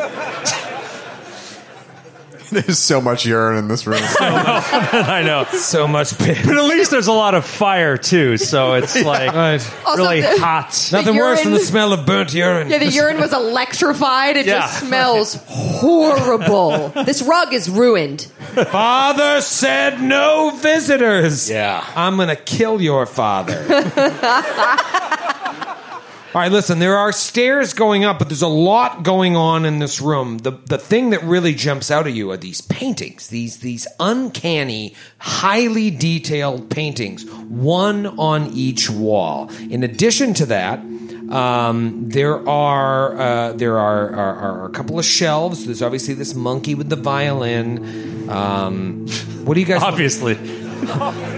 There's so much urine in this room. [laughs] I know. So much piss. But at least there's a lot of fire, too, so [laughs] it's like Also, really the- hot. the Nothing worse than the urine- smell of burnt urine. Yeah, the urine was electrified. It Yeah. just smells Horrible. This rug is ruined. Father said no visitors. Yeah. I'm going to kill your father. All right, listen, there are stairs going up, but there's a lot going on in this room. The the thing that really jumps out at you are these paintings, these these uncanny, highly detailed paintings, one on each wall. In addition to that, um, there are uh, there are, are, are a couple of shelves. There's obviously this monkey with the violin. Um, what do you guys obviously?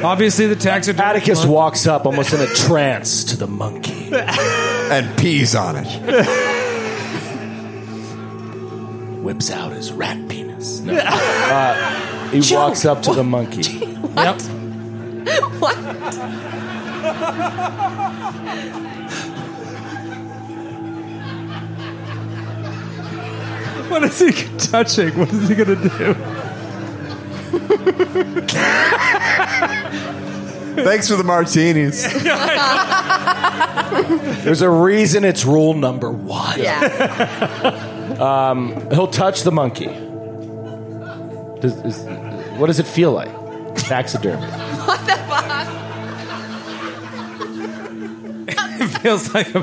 obviously, the taxidermist Atticus walks up almost in a trance to the monkey and pees on it. Whips out his rat penis. No. Uh, he walks up to the monkey. Yep. what? [laughs] What is he touching? What is he going to do? Thanks for the martinis. There's a reason it's rule number one. Yeah. Um, he'll touch the monkey. Does, is, what does it feel like? Taxidermy. What the fuck? It [laughs] feels like a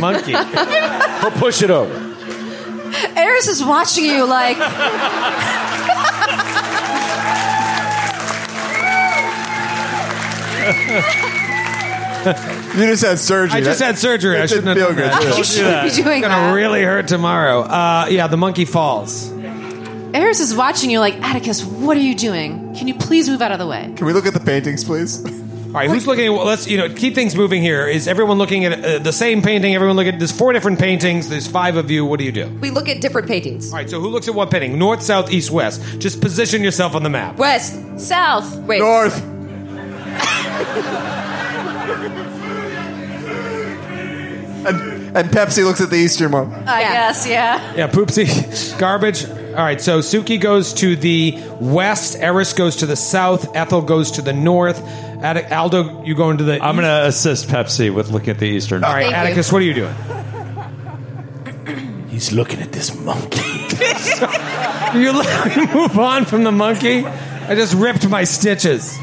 [laughs] monkey. or push it over. Eris is watching you like. You just had I surgery. just That- had surgery. That I shouldn't didn't have done feel good. that. Yeah. Don't do that. [laughs] it's gonna really hurt tomorrow. Uh, yeah, the monkey falls. Eris is watching you like, Atticus, what are you doing? Can you please move out of the way? Can we look at the paintings, please? All right, who's looking? At, well, let's you know keep things moving here. Is everyone looking at uh, the same painting? Everyone look at there's four different paintings. There's five of you. What do you do? We look at different paintings. All right, so who looks at what painting? North, south, east, west. Just position yourself on the map. West, south, wait, north. and, and Pepsi looks at the eastern one. I guess, yeah. Yeah, poopsie, [laughs] garbage. All right, so Suki goes to the west. Eris goes to the south. Ethel goes to the north. Attic- Aldo, you go into the. I'm going to assist Pepsi with looking at the Eastern. [laughs] All right, Atticus, what are you doing? [laughs] He's looking at this monkey. Do you let me move on from the monkey? I just ripped my stitches.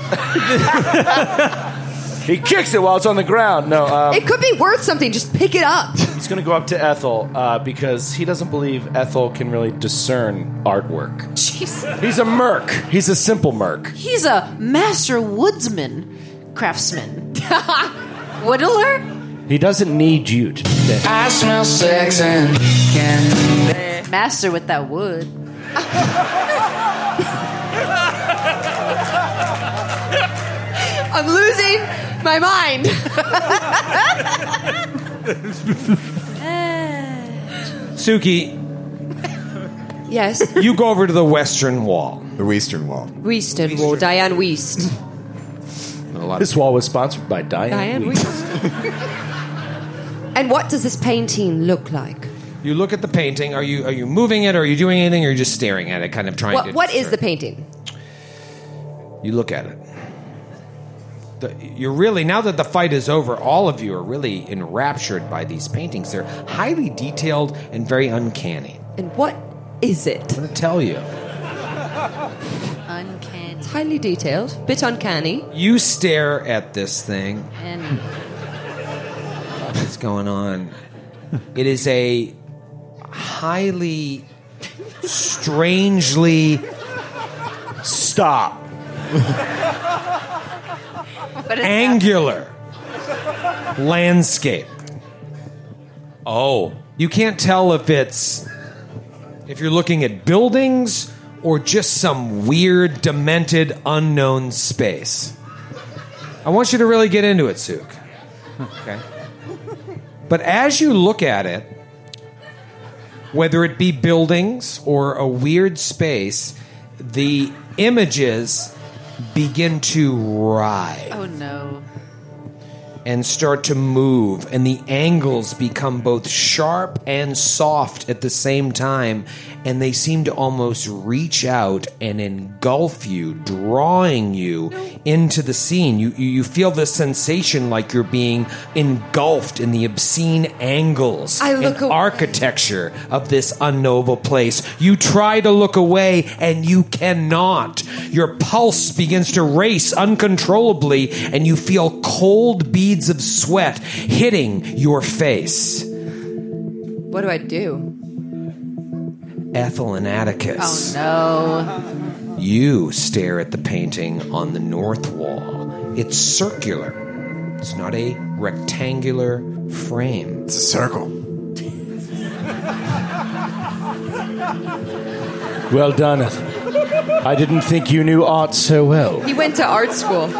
He kicks it while it's on the ground. No, um, It could be worth something. Just pick it up. he's going to go up to Ethel uh, because he doesn't believe Ethel can really discern artwork. Jeez. He's a merc. He's a simple merc. He's a master woodsman, [laughs] craftsman. Whittler? He doesn't need you to. I smell sex and candy. Master with that wood. I'm losing my mind. Suki, yes, you go over to the western wall. The western wall. Weaston Wall, Diane Weast. This wall was sponsored by Diane. Diane Weist. and what does this painting look like? You look at the painting. Are you are you moving it? Or are you doing anything? Or are you just staring at it, kind of trying What, to? what is the discern? painting? You look at it. The- you're really now that the fight is over. All of you are really enraptured by these paintings. They're highly detailed and very uncanny. And what is it? I'm going to tell you. Uncanny. It's highly detailed, bit uncanny. You stare at this thing. And What's going on? It is a highly, strangely. Stop. angular landscape. Oh. You can't tell if it's if you're looking at buildings or just some weird, demented, unknown space. I want you to really get into it, Suk. Okay. But as you look at it, whether it be buildings or a weird space, the images begin to rise oh no. and start to move, and the angles become both sharp and soft at the same time, and they seem to almost reach out and engulf you, drawing you into the scene. You, you, you feel the sensation like you're being engulfed in the obscene angles I look and architecture of this unknowable place. You try to look away and you cannot. Your pulse begins to race uncontrollably and you feel cold beads of sweat hitting your face. What do I do? Ethel and Atticus, Oh, Oh, No. you stare at the painting on the north wall. It's circular, it's not a rectangular frame, it's a circle. Well done, Ethel. I didn't think you knew art so well. He went to art school.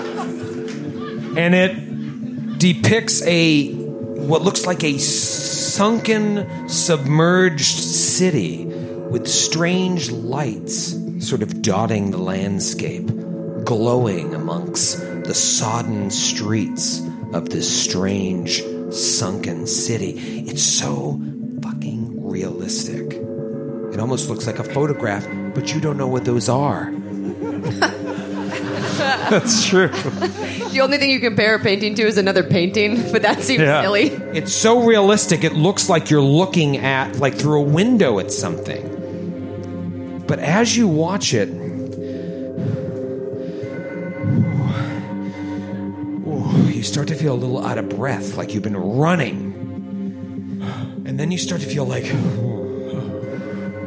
and it depicts a what looks like a sunken submerged city with strange lights sort of dotting the landscape glowing amongst the sodden streets of this strange sunken city it's so fucking realistic it almost looks like a photograph but you don't know what those are that's true The only thing you compare a painting to is another painting, but that seems silly. It's so realistic, it looks like you're looking at, like through a window at something. But as you watch it, you start to feel a little out of breath, like you've been running. And then you start to feel like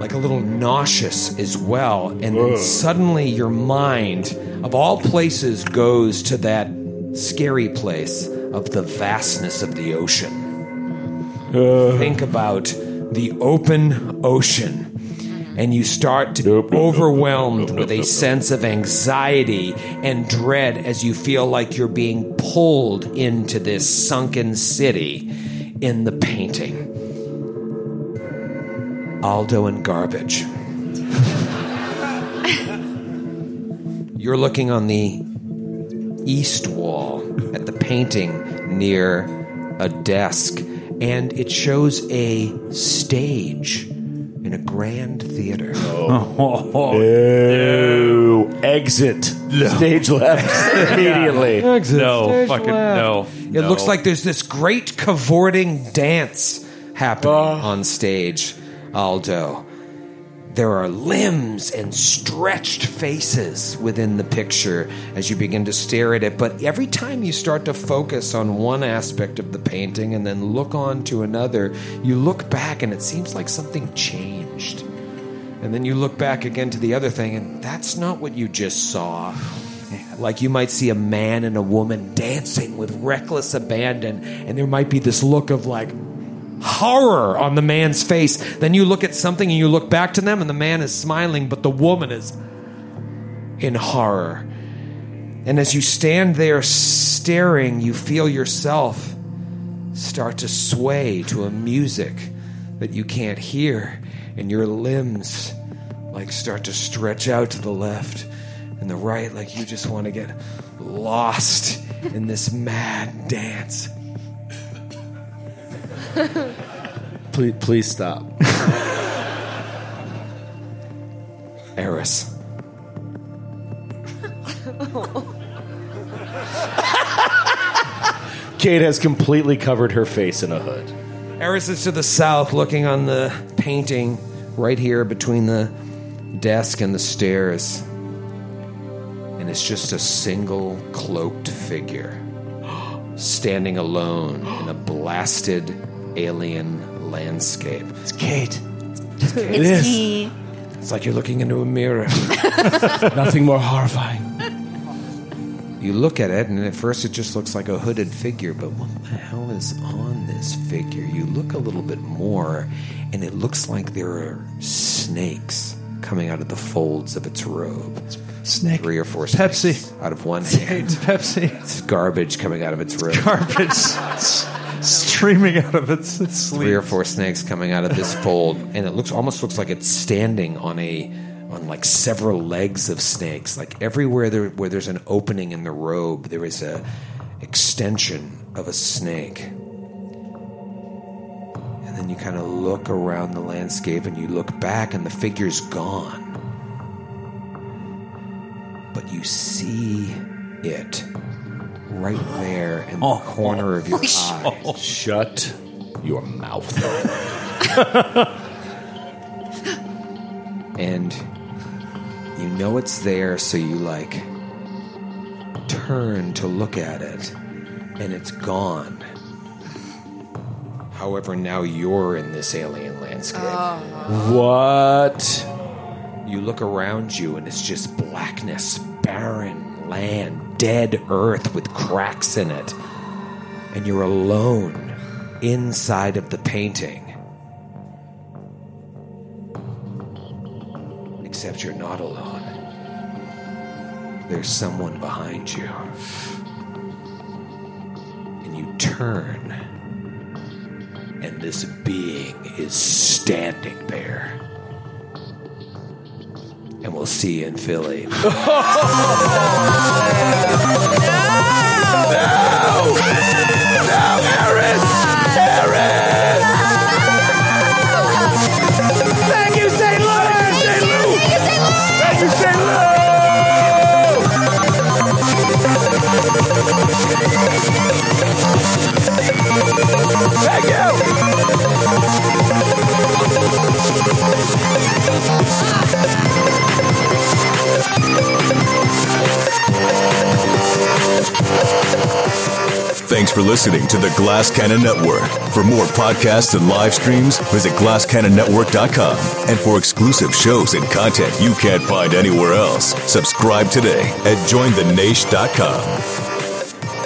like a little nauseous as well. And Whoa. then suddenly your mind, of all places, goes to that scary place of the vastness of the ocean. Think about the open ocean. And you start to be overwhelmed with a sense of anxiety and dread as you feel like you're being pulled into this sunken city in the painting. Aldo and Garbage. You're looking on the east wall at the painting near a desk, and it shows a stage in a grand theater. Oh. Ew. Exit. Stage left immediately. No, Stage fucking left. no. It No. looks like there's this great cavorting dance happening Uh. on stage, Aldo. There are limbs and stretched faces within the picture as you begin to stare at it, but every time you start to focus on one aspect of the painting and then look on to another, you look back and it seems like something changed. And then you look back again to the other thing, and that's not what you just saw. Like you might see a man and a woman dancing with reckless abandon, and there might be this look of like horror on the man's face. Then you look at something and you look back to them, and the man is smiling, but the woman is in horror. And as you stand there staring, you feel yourself start to sway to a music that you can't hear, and your limbs like start to stretch out to the left and the right, like you just want to get lost in this mad dance. Please, please stop. Eris. Kate has completely covered her face in a hood. Eris is to the south, looking on the painting right here between the desk and the stairs. And it's just a single cloaked figure [gasps] standing alone in a blasted alien landscape. It's Kate. It's, It's It is. me. It's like you're looking into a mirror. [laughs] Nothing more horrifying. You look at it, and at first it just looks like a hooded figure, but what the hell is on this figure? You look a little bit more, and it looks like there are snakes coming out of the folds of its robe. Snake. Three or four Pepsi. snakes out of [laughs] one It's hand. Pepsi. It's garbage coming out of its robe. Garbage s- [laughs] streaming out of its Three sleeve. or four snakes coming out of this fold, and it looks almost looks like it's standing on a on like several legs of snakes. Like everywhere there where there's an opening in the robe, there is a extension of a snake. And then you kind of look around the landscape and you look back, and the figure's gone. But you see it right there in the corner of your eye. Shut your mouth. and you know it's there, so you like turn to look at it, and it's gone. However, now you're in this alien landscape. What? You look around you and it's just blackness, barren land, dead earth with cracks in it. And you're alone inside of the painting. Except you're not alone. There's someone behind you. And you turn, and this being is standing there and we'll see you in Philly. Thank you, St. Louis! St. Louis! Thank you, St. Louis! Thank you! for listening to the Glass Cannon Network. For more podcasts and live streams, visit glasscannonnetwork.com. And for exclusive shows and content you can't find anywhere else, subscribe today at jointhenaish.com.